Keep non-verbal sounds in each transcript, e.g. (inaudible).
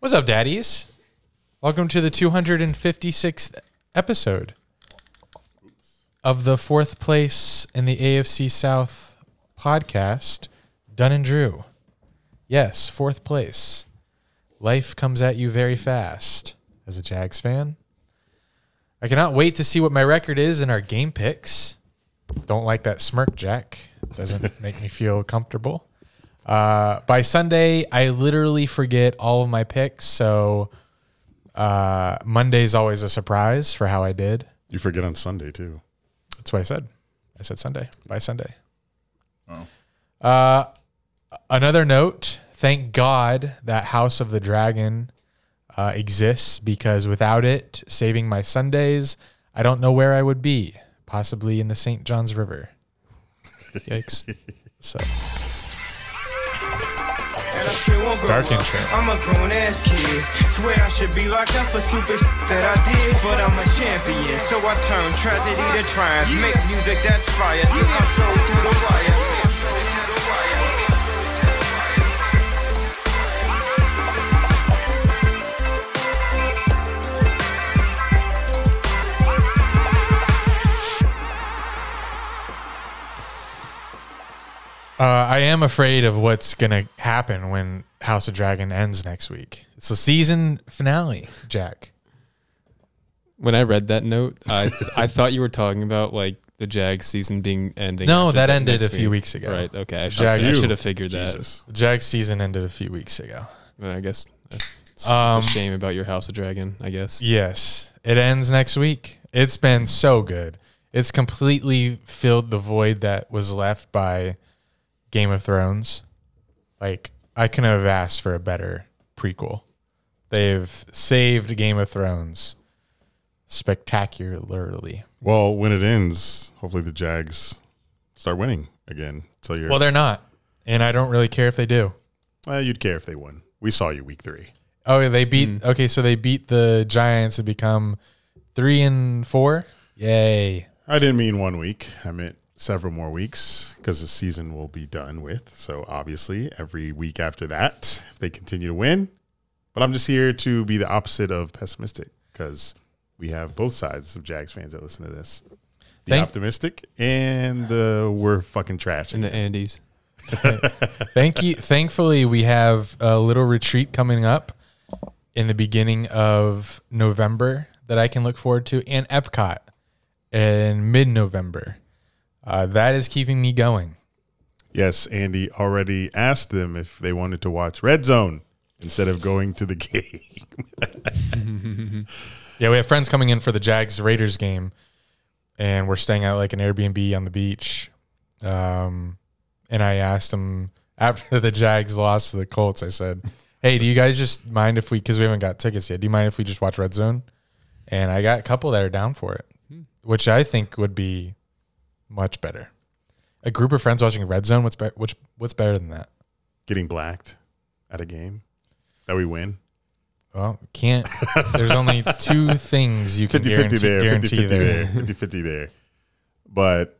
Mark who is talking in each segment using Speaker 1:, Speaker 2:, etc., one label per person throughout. Speaker 1: What's up, daddies? Welcome to the 256th episode of the fourth place in the AFC South podcast, Dunn and Drew. Yes, fourth place. Life comes at you very fast as a Jags fan. I cannot wait to see what my record is in our game picks. Don't like that smirk, Jack. Doesn't (laughs) make me feel comfortable. Uh, by Sunday, I literally forget all of my picks. So uh, Monday's always a surprise for how I did.
Speaker 2: You forget on Sunday too.
Speaker 1: That's what I said. I said Sunday by Sunday.
Speaker 2: Oh.
Speaker 1: Uh, another note. Thank God that House of the Dragon uh, exists because without it, saving my Sundays, I don't know where I would be. Possibly in the St. John's River. Yikes! so
Speaker 3: And I still won't grow
Speaker 1: Dark
Speaker 3: up.
Speaker 1: intro.
Speaker 3: I'm a grown ass kid. Swear I should be locked up for stupid that I did, but I'm a champion. So I turn tragedy to triumph. Make music that's fire. Put my soul through the wire.
Speaker 1: Uh, I am afraid of what's gonna happen when House of Dragon ends next week. It's the season finale, Jack.
Speaker 4: When I read that note, I I thought you were talking about like the Jags season being ending.
Speaker 1: No,
Speaker 4: after
Speaker 1: that ended
Speaker 4: next
Speaker 1: a few weeks ago.
Speaker 4: Right. Okay. I should,
Speaker 1: Jags-
Speaker 4: I
Speaker 1: Phew.
Speaker 4: should have figured that.
Speaker 2: Jesus.
Speaker 1: Jack's season ended a few weeks ago.
Speaker 4: But I guess that's, it's
Speaker 1: Um,
Speaker 4: a shame about your House of Dragon. I guess.
Speaker 1: Yes, it ends next week. It's been so good. It's completely filled the void that was left by Game of Thrones. Like I couldn't have asked for a better prequel. They've saved Game of Thrones spectacularly.
Speaker 2: Well, when it ends, hopefully the Jags start winning again. So you're
Speaker 1: Well, they're not, and I don't really care if they do.
Speaker 2: eh, you'd care if they won. We saw you week three.
Speaker 1: Oh, yeah, they beat. Okay, so they beat the Giants to become three and four. Yay!
Speaker 2: I didn't mean one week. I meant several more weeks because the season will be done with. So obviously, every week after that, if they continue to win. But I'm just here to be the opposite of pessimistic because we have both sides of Jags fans that listen to this. The
Speaker 1: Thank-
Speaker 2: optimistic and the we're fucking trash.
Speaker 4: In the Andes.
Speaker 1: Thank you. (laughs) Thankfully, we have a little retreat coming up in the beginning of November that I can look forward to, and Epcot in mid-November. Uh, that is keeping me going.
Speaker 2: Yes, Andy already asked them if they wanted to watch Red Zone instead of going to the (laughs) game.
Speaker 1: Yeah, we have friends coming in for the Jags Raiders game, and we're staying at like an Airbnb on the beach. Um, and I asked them (laughs) after the Jags lost to the Colts, I said, "Hey, do you guys just mind if we? Because we haven't got tickets yet. Do you mind if we just watch Red Zone?" And I got a couple that are down for it,
Speaker 2: Hmm.
Speaker 1: which I think would be much better. A group of friends watching Red Zone. What's better? Which what's better than that?
Speaker 2: Getting blacked at a game that we win.
Speaker 1: Well, can't. There's
Speaker 2: (laughs)
Speaker 1: only two things you can
Speaker 2: 50 50
Speaker 1: guarantee,
Speaker 2: there, 50
Speaker 1: guarantee
Speaker 2: 50
Speaker 1: there.
Speaker 2: there, 50 50 there. But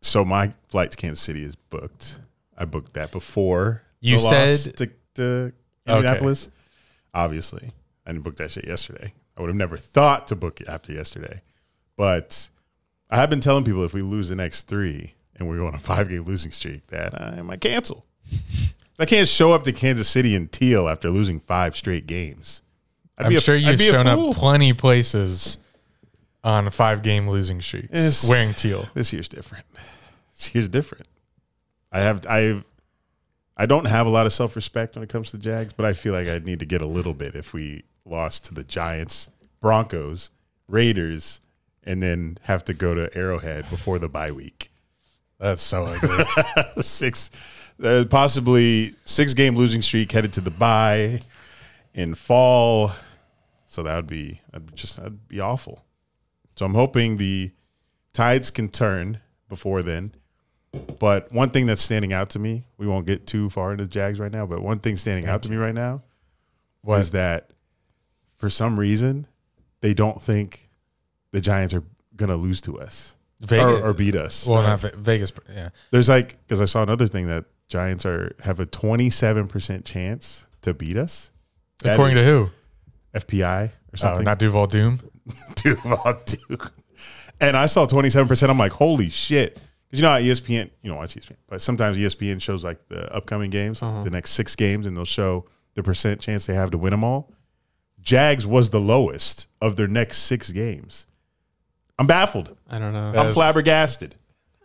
Speaker 2: so my flight to Kansas City is booked. I booked that before
Speaker 1: You
Speaker 2: the loss
Speaker 1: said-
Speaker 2: to, to Indianapolis. Obviously, I didn't book that shit yesterday. I would have never thought to book it after yesterday. But I have been telling people if we lose the next three and we're on a five game losing streak, that I might cancel. I can't show up to Kansas City in teal after losing five straight games. I'd
Speaker 1: I'm
Speaker 2: be a-
Speaker 1: sure
Speaker 2: I'd
Speaker 1: you've
Speaker 2: be a
Speaker 1: shown
Speaker 2: fool.
Speaker 1: up plenty places on five game losing streaks
Speaker 2: Yes.
Speaker 1: wearing teal.
Speaker 2: This year's different. This year's different. I have I I don't have a lot of self respect when it comes to Jags, but I feel like I need to get a little bit if we lost to the Giants, Broncos, Raiders, and then have to go to Arrowhead before the bye week.
Speaker 1: That's so ugly.
Speaker 2: (laughs) six, uh, possibly six game losing streak headed to the bye in fall. So that would be that'd be just that'd be awful. So I'm hoping the tides can turn before then. But one thing that's standing out to me, we won't get too far into Jags right now, but one thing standing out to me right now
Speaker 1: (laughs) What?
Speaker 2: is that for some reason they don't think the Giants are going to lose to us
Speaker 1: Vegas.
Speaker 2: or, or beat us.
Speaker 1: well, not Ve- Vegas. but Yeah.
Speaker 2: There's like because I saw another thing that Giants are have a 27 percent chance to beat us, That
Speaker 1: According
Speaker 2: is
Speaker 1: to who?
Speaker 2: FPI or
Speaker 1: Oh,
Speaker 2: something.
Speaker 1: not Duval Doom.
Speaker 2: (laughs) Duval Duke. And I saw 27%. I'm like, holy shit. Because you know how E ESPN, you don't watch ESPN, but sometimes E ESPN shows like the upcoming games,
Speaker 1: Uh-huh.
Speaker 2: the next six games, and they'll show the percent chance they have to win them all. Jags was the lowest of their next six games. I'm baffled.
Speaker 4: I don't know.
Speaker 2: I'm flabbergasted.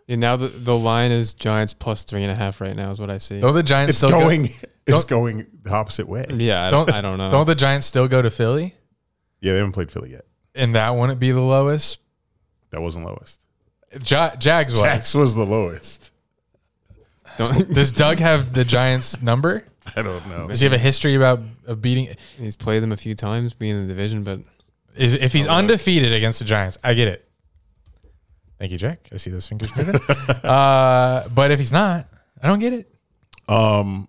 Speaker 4: And now the, the line is Giants plus three and a half right now is what I see.
Speaker 1: Don't the Giants
Speaker 2: It's
Speaker 1: still
Speaker 2: going (laughs)
Speaker 1: Go,
Speaker 2: it's
Speaker 1: don't-
Speaker 2: going the opposite way.
Speaker 4: yeah, I
Speaker 1: Don't-
Speaker 4: don't. I don't know.
Speaker 1: (laughs) don't the Giants still go to Philly?
Speaker 2: Yeah, they haven't played Philly yet.
Speaker 1: And that wouldn't be the lowest.
Speaker 2: That wasn't lowest.
Speaker 1: Ja- Jags was.
Speaker 2: Jags was the lowest.
Speaker 4: Don't- (laughs)
Speaker 1: Does Doug have the
Speaker 2: (laughs)
Speaker 1: Giants number?
Speaker 2: I don't know.
Speaker 1: Does he have a history about of beating?
Speaker 4: he's played them a few times, being in the division, but
Speaker 1: Is, if
Speaker 2: Oh,
Speaker 1: he's undefeated against the Giants, I get it. Thank you, Jack. I see those fingers
Speaker 2: (laughs)
Speaker 1: moving. uh, but if he's not, I don't get it.
Speaker 2: (laughs) Um,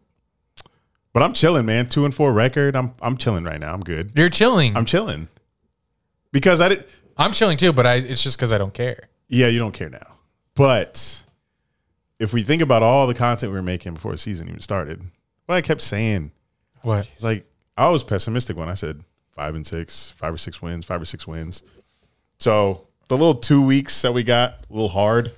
Speaker 2: but I'm chilling, man. Two and four record. I'm I'm chilling right now. I'm good.
Speaker 1: You're chilling.
Speaker 2: I'm
Speaker 1: I'm,
Speaker 2: chilling because I did.
Speaker 1: chilling too, but I, it's just because I don't care.
Speaker 2: Yeah, you don't care now. But if we think about all the content we were making before the season even started, what I kept saying,
Speaker 1: What?
Speaker 2: it's like I was pessimistic when I said five and six, five or six wins, five or six wins. So the little two weeks that we got, a little hard.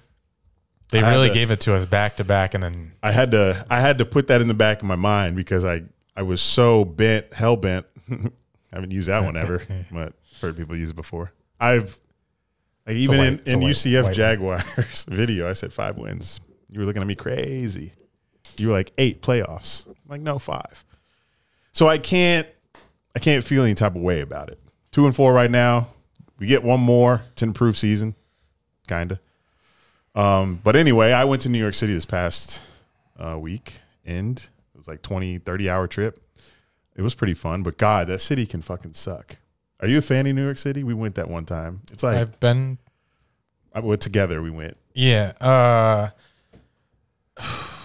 Speaker 1: They
Speaker 2: I had
Speaker 1: really
Speaker 2: to-
Speaker 1: gave it to us back to back, and then
Speaker 2: I had to I had to put that in the back of my mind because I I was so bent hell bent. (laughs) I haven't used that
Speaker 1: (laughs)
Speaker 2: one ever, but I've heard people use it before. I've like, even
Speaker 1: white-
Speaker 2: in,
Speaker 1: it's a
Speaker 2: in
Speaker 1: white-
Speaker 2: UCF
Speaker 1: white one.
Speaker 2: Jaguars (laughs) video, I said five wins. You were looking at me crazy. You were like eight playoffs. I'm like no five. So I can't I can't feel any type of way about it. Two and four right now. We get one more to improve season, kinda. Um, but anyway, I went to New York City this past uh, week end. It was like 20, 30 hour trip. It was pretty fun, but God, that city can fucking suck. Are you a fan of New York City? We went that one time. It's like
Speaker 1: I've been
Speaker 2: I, well, together we went.
Speaker 1: Yeah. Uh, (sighs)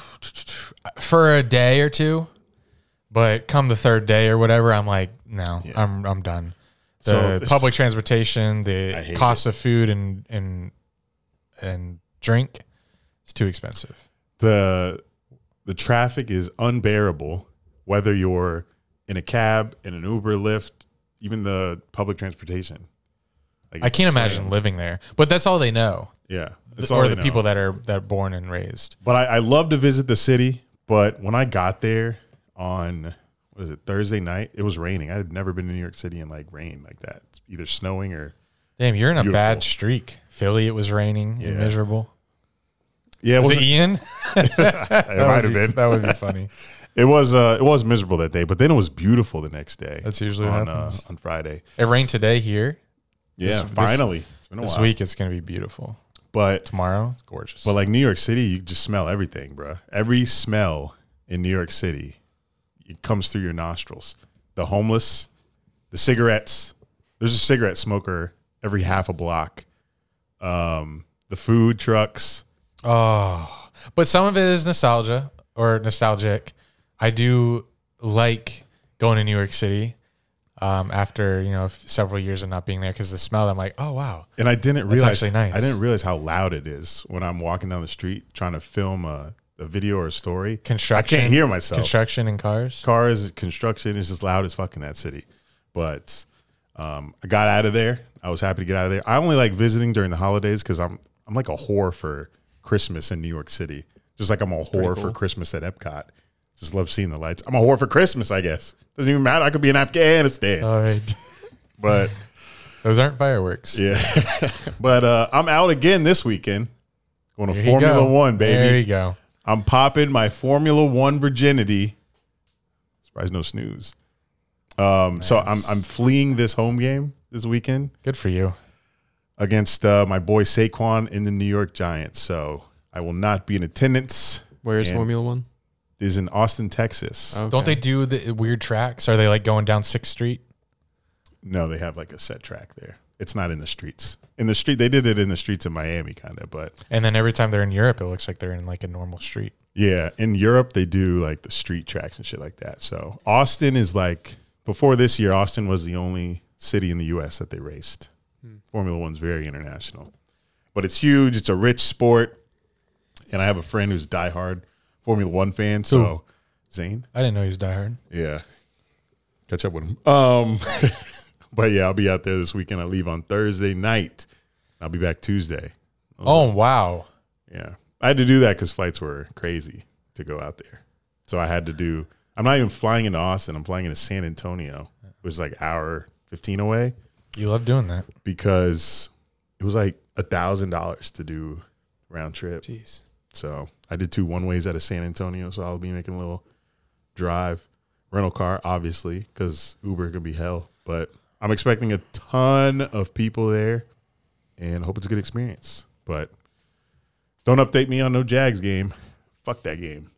Speaker 1: for a day or two, but come the third day or whatever, I'm like, no, I'm I'm done.
Speaker 2: So
Speaker 1: The
Speaker 2: this-
Speaker 1: public transportation,
Speaker 2: I
Speaker 1: the
Speaker 2: hate
Speaker 1: cost of food and and and drink, it's too expensive.
Speaker 2: the The traffic is unbearable, whether you're in a cab, in an Uber, Lyft, even the public transportation. Like
Speaker 1: I
Speaker 2: it's
Speaker 1: can't imagine
Speaker 2: slammed.
Speaker 1: living there, but that's all they know,
Speaker 2: Yeah, that's
Speaker 1: or
Speaker 2: all
Speaker 1: the
Speaker 2: they know.
Speaker 1: people that are that are born and raised.
Speaker 2: But I, I love to visit the city. But when I got there on what is it Thursday night, it was raining. I had never been to New York City in like rain like that. It's either snowing or
Speaker 1: Damn, you're in a bad
Speaker 2: Beautiful.
Speaker 1: streak. Philly, it was raining and
Speaker 2: Yeah.
Speaker 1: miserable.
Speaker 2: yeah, it
Speaker 1: Was
Speaker 2: was.
Speaker 1: it
Speaker 2: (laughs)
Speaker 1: Ian?
Speaker 2: It might have been.
Speaker 1: That would be funny.
Speaker 2: (laughs) It was. Uh, it was miserable that day, but then it was beautiful the next day.
Speaker 1: That's usually what
Speaker 2: on uh,
Speaker 1: happens.
Speaker 2: on Friday.
Speaker 1: It rained today here.
Speaker 2: Yeah,
Speaker 1: this-
Speaker 2: finally, it's been a
Speaker 1: This
Speaker 2: while.
Speaker 1: week it's gonna be beautiful.
Speaker 2: But
Speaker 1: Tomorrow it's gorgeous.
Speaker 2: but like New York City, you just smell everything, bro. Every smell in New York City, it comes through your nostrils. The homeless, the cigarettes. There's a cigarette smoker every half a block. Um, the food trucks.
Speaker 1: oh, but some of it is nostalgia or nostalgic. I do like going to New York City um, after you know f- several years of not being there because the smell. I'm like, oh wow,
Speaker 2: And I didn't realize
Speaker 1: actually nice.
Speaker 2: I didn't realize how loud it is when I'm walking down the street trying to film a, a video or a story.
Speaker 1: construction.
Speaker 2: I can't hear myself.
Speaker 1: Construction and cars.
Speaker 2: cars, construction is just loud as fuck in that city. But um, I got out of there. I was happy to get out of there. I only like visiting during the holidays because I'm I'm like a whore for Christmas in New York City. Just like I'm a whore for Christmas at Epcot. Just love seeing the lights. I'm a whore for Christmas, I guess. Doesn't even matter. I could be in Afghanistan.
Speaker 1: All right, (laughs)
Speaker 2: but
Speaker 1: those aren't fireworks.
Speaker 2: yeah. (laughs) but uh, I'm out again this weekend. Going to
Speaker 1: Here you
Speaker 2: Formula
Speaker 1: go.
Speaker 2: One,
Speaker 1: There you
Speaker 2: baby.
Speaker 1: go.
Speaker 2: I'm popping my Formula One virginity. Surprise, no snooze. Um, So I'm I'm fleeing this home game this weekend
Speaker 1: Good for you.
Speaker 2: against uh, my boy Saquon in the New York Giants. So I will not be in attendance.
Speaker 4: where's
Speaker 2: And-
Speaker 4: Formula One?
Speaker 2: This is in Austin, Texas.
Speaker 1: Don't they
Speaker 4: Okay.
Speaker 1: do the weird tracks? Are they like going down Sixth Street?
Speaker 2: No, they have like a set track there. It's not in the streets. In the street, they did it in the streets of Miami, kind of. But
Speaker 1: And then every time they're in Europe, it looks like they're in like a normal street.
Speaker 2: Yeah, in Europe they do like the street tracks and shit like that. So Austin is like before this year, Austin was the only city in the U.S. that they raced. Formula One's very international, but it's huge. It's a rich sport, and I have a friend who's a diehard Formula One fan. So Zane,
Speaker 1: I didn't know he was diehard.
Speaker 2: yeah, catch up with him. Um, (laughs) but yeah, I'll be out there this weekend. I leave on Thursday night. I'll be back Tuesday.
Speaker 1: Oh wow.
Speaker 2: Yeah. I had to do that because flights were crazy to go out there. So I had to do, I'm not even flying into Austin. I'm flying into San Antonio, which is like hour 15 away
Speaker 1: You love doing that.
Speaker 2: because it was like a thousand dollars to do round trip.
Speaker 4: Jeez.
Speaker 2: So I did two one ways out of San Antonio. So I'll be making a little drive, rental car, obviously, because Uber could be hell. But I'm expecting a ton of people there, and I hope it's a good experience. But don't update me on no Jags game. Fuck that
Speaker 1: (laughs)
Speaker 2: game.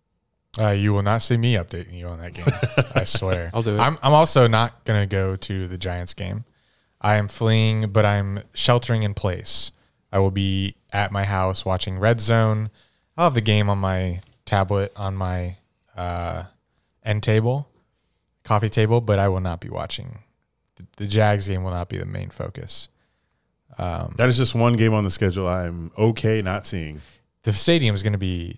Speaker 1: Uh, you will not see me updating you on that game. (laughs) I swear. (laughs)
Speaker 4: I'll do it.
Speaker 1: I'm, I'm also not going to go to the Giants game. I am fleeing, but I'm sheltering in place. I will be at my house watching Red Zone. I'll have the game on my tablet, on my uh, end table, coffee table, but I will not be watching. The, the Jags game will not be the main focus. Um,
Speaker 2: That is just one game on the schedule I'm okay not seeing.
Speaker 1: the stadium is going to be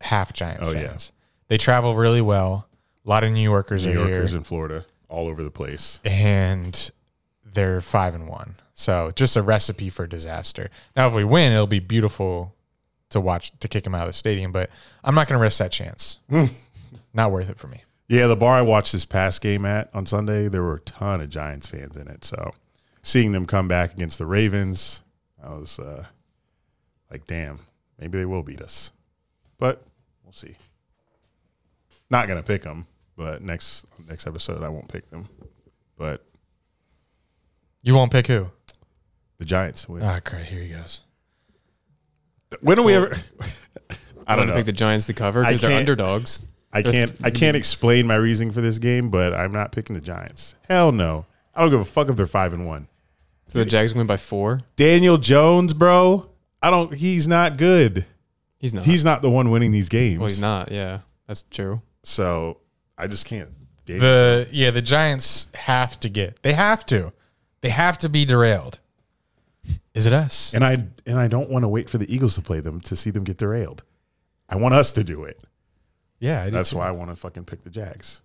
Speaker 1: half Giants
Speaker 2: Oh, yeah.
Speaker 1: fans. They travel really well. A lot of New Yorkers
Speaker 2: New
Speaker 1: are
Speaker 2: Yorkers
Speaker 1: here,
Speaker 2: in Florida, all over the place.
Speaker 1: and they're five and one. So just a recipe for disaster. Now, if we win, it'll be beautiful to watch to kick them out of the stadium. But I'm not going to risk that chance.
Speaker 2: Mm.
Speaker 1: not worth it for me.
Speaker 2: Yeah, the bar I watched this past game at on Sunday, there were a ton of Giants fans in it. So seeing them come back against the Ravens, I was uh, like, damn, maybe they will beat us. But we'll see. Not gonna pick them, but next next episode I won't pick them. But
Speaker 1: You won't pick who?
Speaker 2: the Giants
Speaker 4: Uh,
Speaker 2: win.
Speaker 1: Ah, great. Here he goes.
Speaker 2: when are we ever? (laughs) I don't
Speaker 4: I
Speaker 2: know.
Speaker 4: pick the Giants to cover
Speaker 2: I
Speaker 4: because they're
Speaker 2: can't-
Speaker 4: underdogs.
Speaker 2: I can't I can't explain my reasoning for this game, but I'm not picking the Giants. Hell no. I don't give a fuck if they're five and one.
Speaker 4: So the Jags win by four.
Speaker 2: Daniel Jones, bro. I don't. He's not good.
Speaker 4: He's not.
Speaker 2: He's not the one winning these games.
Speaker 4: well, Oh, he's not. Yeah, that's true.
Speaker 2: So I just can't. Dan-
Speaker 1: The yeah, the Giants have to get. They have to. They have to be derailed. Is it us?
Speaker 2: and I and I don't want to wait for the Eagles to play them to see them get derailed. I want us to do it.
Speaker 1: yeah, I do
Speaker 2: That's
Speaker 1: too.
Speaker 2: why I want to fucking pick the Jags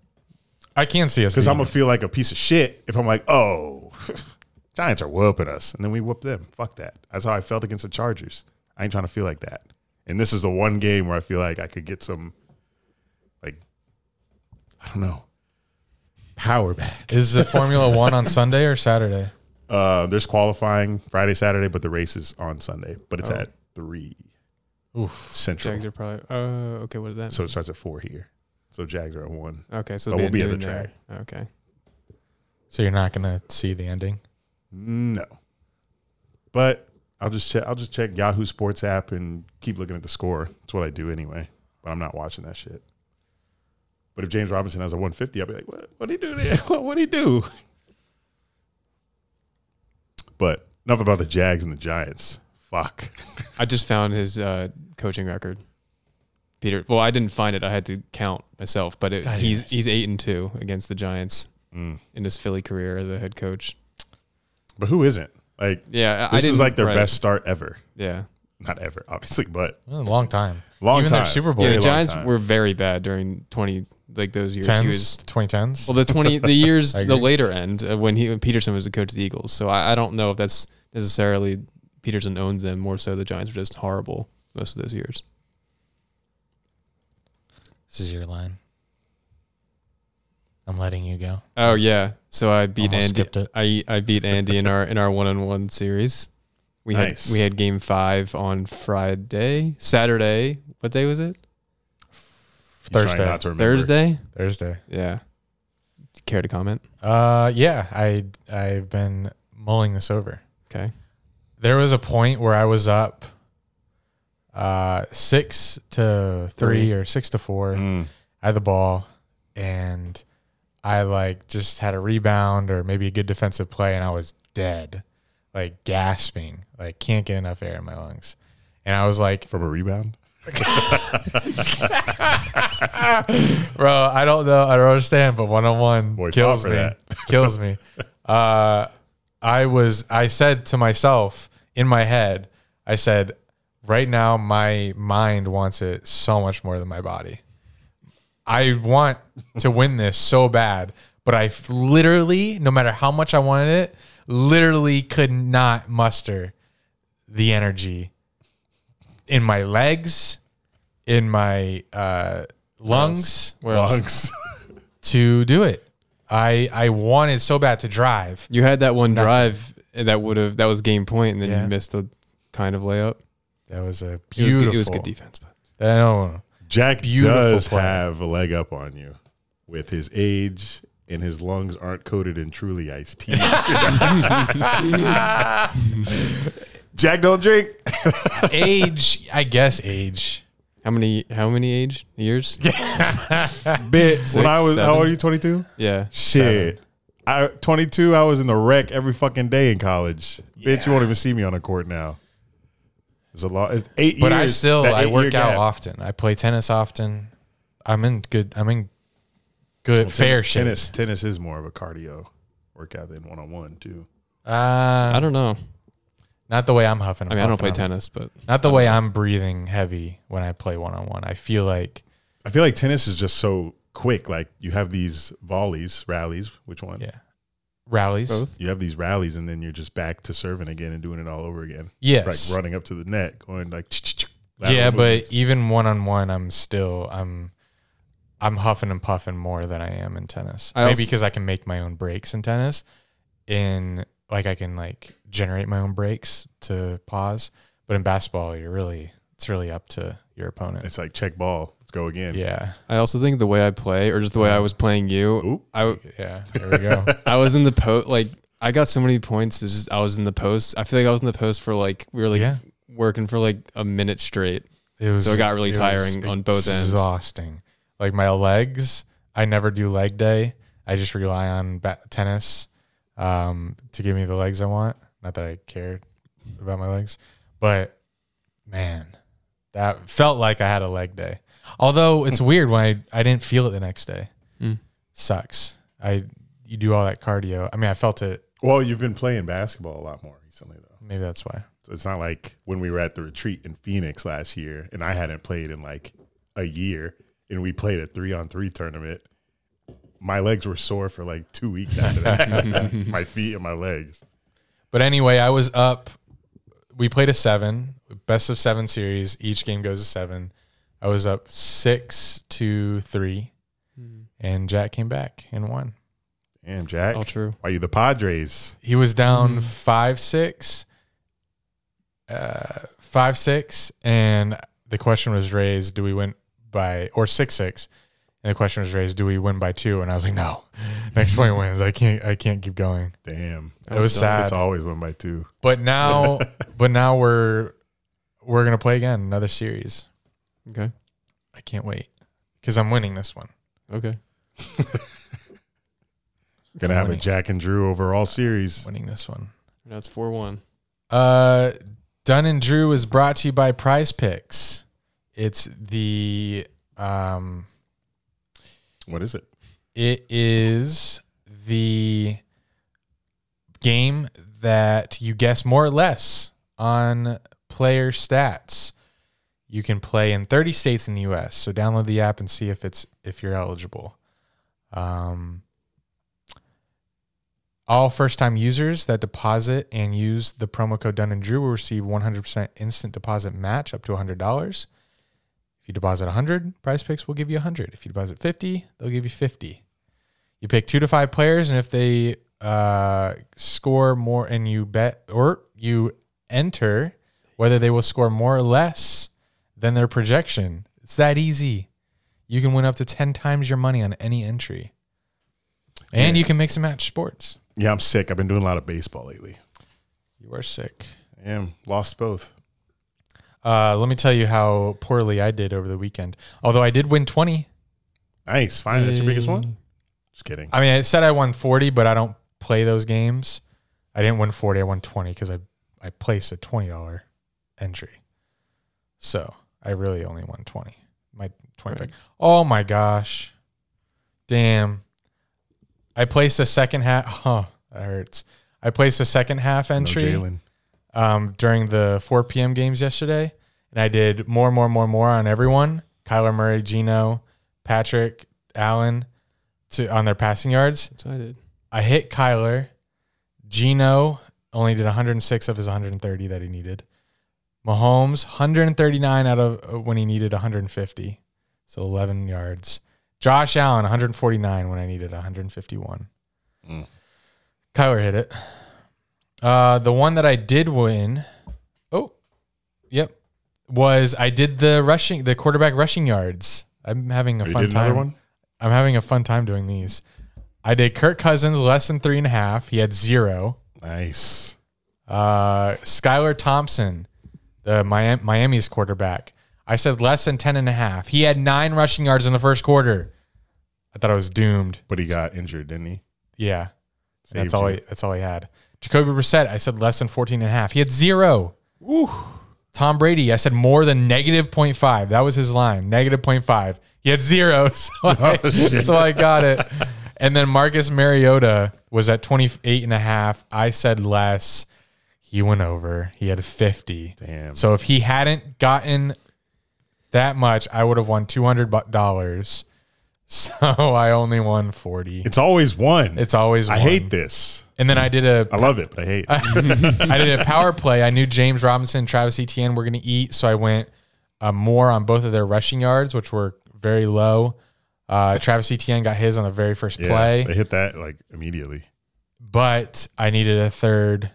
Speaker 1: I can see us
Speaker 2: because I'm
Speaker 1: beating
Speaker 2: gonna feel like a piece of shit if I'm like, oh, (laughs) Giants are whooping us, and then we whoop them. Fuck that. That's how I felt against the Chargers. I ain't trying to feel like that. And this is the one game where I feel like I could get some, like, I don't know, power back.
Speaker 1: Is the Formula One on Sunday or Saturday?
Speaker 2: Uh, there's qualifying Friday, Saturday, but the race is on Sunday. But it's at three
Speaker 1: Oof.
Speaker 2: central,
Speaker 4: Jags are probably. Oh, okay. What did that?
Speaker 2: so it starts at four here. So Jags are at one.
Speaker 4: mean? okay, so
Speaker 2: but
Speaker 4: they
Speaker 2: we'll be at
Speaker 4: noon
Speaker 2: the
Speaker 4: there. Okay.
Speaker 1: So you're not gonna see the ending.
Speaker 2: No, but I'll just check. I'll just check Yahoo Sports app and keep looking at the score. That's what I do anyway. But I'm not watching that shit. But if James Robinson has a 150, I'll be like, what? What would he do? There? (laughs) What would he do? But enough about the Jags and the Giants. Fuck.
Speaker 4: I just found his uh, coaching record. Peter. Well, I didn't find it. I had to count myself. But it,
Speaker 1: God,
Speaker 4: he's
Speaker 1: yes.
Speaker 4: he's eight and two against the Giants in his Philly career as a head coach.
Speaker 2: Mm. But who isn't? Like
Speaker 4: Yeah, I- I
Speaker 2: this is
Speaker 4: didn't-
Speaker 2: like their
Speaker 4: right.
Speaker 2: best start ever.
Speaker 4: Yeah.
Speaker 2: Not ever, obviously, but
Speaker 1: A long time.
Speaker 2: Long
Speaker 1: Even
Speaker 2: time.
Speaker 1: Their Super Bowl.
Speaker 4: Yeah, the
Speaker 2: long
Speaker 4: Giants
Speaker 2: time.
Speaker 4: were very bad during twenty like those years. He was
Speaker 1: Tens, 2010s.
Speaker 4: Well, the twenty, the years,
Speaker 1: (laughs) I
Speaker 4: the
Speaker 1: agree.
Speaker 4: later end uh, when he when Peterson was the coach of the Eagles. So I, I don't know if that's necessarily Peterson owns them. More so, the Giants were just horrible most of those years.
Speaker 1: this is your line. I'm letting you go.
Speaker 4: Oh yeah, so I beat
Speaker 1: Almost
Speaker 4: Andy.
Speaker 1: skipped it.
Speaker 4: I I beat Andy in our in our one on one series. We had
Speaker 2: Nice.
Speaker 4: we had game five on Friday, Saturday. What day was it?
Speaker 2: he's trying
Speaker 1: Thursday.
Speaker 2: not to remember.
Speaker 4: Thursday.
Speaker 1: Thursday.
Speaker 4: Yeah. Care to comment?
Speaker 1: Uh, yeah. I I've been mulling this over.
Speaker 4: Okay.
Speaker 1: There was a point where I was up, uh, six to three
Speaker 4: Three.
Speaker 1: or six to four.
Speaker 2: Mm.
Speaker 1: I had the ball and I like just had a rebound or maybe a good defensive play and I was dead, like gasping, like can't get enough air in my lungs. And I was like,
Speaker 2: From a rebound.
Speaker 1: bro, I don't know, I don't understand, but one on
Speaker 2: Boy,
Speaker 1: one kills
Speaker 2: fall
Speaker 1: me,
Speaker 2: for that.
Speaker 1: (laughs) kills me. Uh, I was, I said to myself in my head, I said, right now my mind wants it
Speaker 2: (laughs)
Speaker 1: so much more than my body. I want to win this so bad, but I f- literally, no matter how much I wanted it, literally could not muster the energy in my legs, in my uh, lungs
Speaker 4: Where else?
Speaker 2: Lungs.
Speaker 1: to do it. I I wanted so bad to drive.
Speaker 4: You had that one drive that would have that was game point, and then
Speaker 1: Yeah.
Speaker 4: you missed the kind of layup.
Speaker 1: That was a
Speaker 4: It was,
Speaker 1: beautiful.
Speaker 4: good, it was good defense, but
Speaker 1: I don't know.
Speaker 2: Jack
Speaker 1: Beautiful
Speaker 2: does
Speaker 1: play.
Speaker 2: have a leg up on you with his age, and his lungs aren't coated in truly
Speaker 1: (laughs)
Speaker 2: iced tea. Jack don't drink.
Speaker 1: age, I guess age.
Speaker 4: how many how many age years?
Speaker 2: Bit. when I was,
Speaker 4: seven.
Speaker 2: how old are you? Twenty two.
Speaker 4: Yeah,
Speaker 2: Shit. I 22. I was in the wreck every fucking day in college. Bitch, you won't even see me on the court now. It's a lot. It's eight
Speaker 1: But
Speaker 2: years.
Speaker 1: I still
Speaker 2: that
Speaker 1: I
Speaker 2: eight-year
Speaker 1: work out
Speaker 2: gap.
Speaker 1: often. I play tennis often. I'm in good. I'm in good fair shape.
Speaker 2: Tennis. Tennis is more of a cardio workout than one on one too.
Speaker 4: I
Speaker 1: Uh,
Speaker 4: don't know.
Speaker 1: not the way I'm huffing. and
Speaker 4: I mean, I don't
Speaker 1: puffing
Speaker 4: play
Speaker 1: on it.
Speaker 4: tennis, but
Speaker 1: Not the way I'm breathing heavy when I play one on one. I feel like
Speaker 2: I feel like tennis is just so quick. Like you have these volleys, rallies. Which one?
Speaker 1: yeah, rallies.
Speaker 4: both.
Speaker 2: You have these rallies, and then you're just back to serving again and doing it all over again.
Speaker 1: Yes.
Speaker 2: Like running up to the net, going like. lateral
Speaker 1: yeah,
Speaker 2: movements.
Speaker 1: but even one on one, I'm still I'm I'm huffing and puffing more than I am in tennis.
Speaker 4: I
Speaker 1: Maybe
Speaker 4: also-
Speaker 1: because I can make my own breaks in tennis. In like I can like generate my own breaks to pause, but in basketball, you're really it's really up to your opponent.
Speaker 2: it's like check ball. Let's go again.
Speaker 1: Yeah,
Speaker 4: I also think the way I play, or just the way
Speaker 1: Uh,
Speaker 4: I was playing you,
Speaker 2: Oop.
Speaker 4: I
Speaker 1: yeah. There we go.
Speaker 4: I was in the post. Like I got so many points. It's just I was in the post. I feel like I was in the post for like we were like
Speaker 1: Yeah.
Speaker 4: working for like a minute straight.
Speaker 1: It was
Speaker 4: So it got really
Speaker 1: was
Speaker 4: tiring on both ends.
Speaker 1: Exhausting. Like my legs, I never do leg day. I just rely on ba- tennis um, to give me the legs I want. Not that I cared about my legs, but man, that felt like I had a leg day. Although
Speaker 4: Hmm.
Speaker 1: it's weird when I, I didn't feel it the next day.
Speaker 4: Mm.
Speaker 1: Sucks. I you do all that cardio. I mean, I felt it.
Speaker 2: Well, you've been playing basketball a lot more recently, though.
Speaker 1: Maybe that's why.
Speaker 2: So it's not like when we were at the retreat in Phoenix last year, and I hadn't played in like a year, and we played a three on three tournament. My legs were sore for like two weeks
Speaker 1: (laughs)
Speaker 2: after that. (laughs) my feet and my legs.
Speaker 1: But anyway, I was up. We played a seven, best of seven series. Each game goes to seven. I was up six to three, and Jack came back and won.
Speaker 2: Damn, Jack.
Speaker 4: All true.
Speaker 2: Why you the Padres?
Speaker 1: He was down five six, uh, five six, and the question was raised: Do we win by or six six? And the question was raised: Do we win by two? And I was like, No. (laughs) Next point wins. I can't. I can't keep going.
Speaker 2: Damn.
Speaker 1: It was sad.
Speaker 2: It's always one by two.
Speaker 1: But now, but now we're we're gonna play again another series.
Speaker 4: Okay.
Speaker 1: I can't wait because I'm winning this one.
Speaker 4: Okay.
Speaker 2: Gonna have a
Speaker 1: Winning.
Speaker 2: Jack and Drew overall series.
Speaker 1: Winning this one.
Speaker 4: Now it's four one.
Speaker 1: Uh, Dunn and Drew is brought to you by Prize Picks. It's the um,
Speaker 2: What is it?
Speaker 1: it is the game that you guess more or less on player stats. You can play in 30 states in the U.S. So download the app and see if it's if you're eligible. Um, all first-time users that deposit and use the promo code Dun and Drew will receive 100% instant deposit match up to $100. If you deposit 100, Prize Picks will give you 100. If you deposit 50, they'll give you 50. You pick two to five players, and if they uh, score more, and you bet or you enter whether they will score more or less than their projection. It's that easy. You can win up to 10 times your money on any entry. And you can mix and match sports.
Speaker 2: Yeah, I'm sick. I've been doing a lot of baseball lately.
Speaker 1: You are sick.
Speaker 2: I am lost both.
Speaker 1: Uh, let me tell you how poorly I did over the weekend. Although I did win 20.
Speaker 2: Nice. Fine. That's your biggest one. Just kidding.
Speaker 1: I mean, I said I won 40, but I don't play those games. I didn't win 40. I won 20 because I, I placed a $20 entry. So I really only won 20. My 20 pick. Oh my gosh. Damn. I placed a second half. (laughs) Huh. That hurts. I placed a second half
Speaker 2: No
Speaker 1: entry
Speaker 2: Jalen.
Speaker 1: um, during the 4 p.m. games yesterday, and I did more, more, more, more on everyone: Kyler Murray, Gino, Patrick, Allen, to on their passing yards.
Speaker 4: So
Speaker 1: (laughs)
Speaker 4: I did.
Speaker 1: I hit Kyler. Gino only did 106 of his 130 that he needed. Mahomes 139 out of uh, when he needed 150, so 11 yards. Josh Allen 149 when I needed 151.
Speaker 2: Mm.
Speaker 1: Kyler hit it. Uh, the one that I did win, oh, yep, was I did the rushing, the quarterback rushing yards. I'm having a
Speaker 2: Oh, You
Speaker 1: fun
Speaker 2: did
Speaker 1: time.
Speaker 2: another one.
Speaker 1: I'm having a fun time doing these. I did Kirk Cousins less than three and a half. He had zero.
Speaker 2: Nice.
Speaker 1: Uh, Skylar Thompson, the Miami, Miami's quarterback. I said less than ten and a half. He had nine rushing yards in the first quarter. I thought I was doomed.
Speaker 2: But he got injured, didn't he?
Speaker 1: Yeah. And
Speaker 2: Saved
Speaker 1: that's all
Speaker 2: you.
Speaker 1: he, that's all he had. Jacoby Brissett, I said less than 14 and a half. He had zero. Tom Brady, I said more than negative 0.5. That was his line, negative 0.5. He had zero. (laughs) So I,
Speaker 2: Oh, shit.
Speaker 1: so I got it. And then Marcus Mariota was at 28 and a half. I said less. He went over. He had 50.
Speaker 2: Damn.
Speaker 1: So if he hadn't gotten that much, I would have won $200. (laughs) So I only won 40.
Speaker 2: It's always one.
Speaker 1: It's always
Speaker 2: I
Speaker 1: one.
Speaker 2: hate this.
Speaker 1: And then I did a
Speaker 2: (laughs) I love it, but I hate. it.
Speaker 1: I did a power play. I knew James Robinson, and Travis Etienne were going to eat, so I went uh, more on both of their rushing yards, which were very low. Uh, Travis Etienne got his on the very first
Speaker 2: Yeah,
Speaker 1: play,
Speaker 2: I hit that like immediately.
Speaker 1: but I needed a third.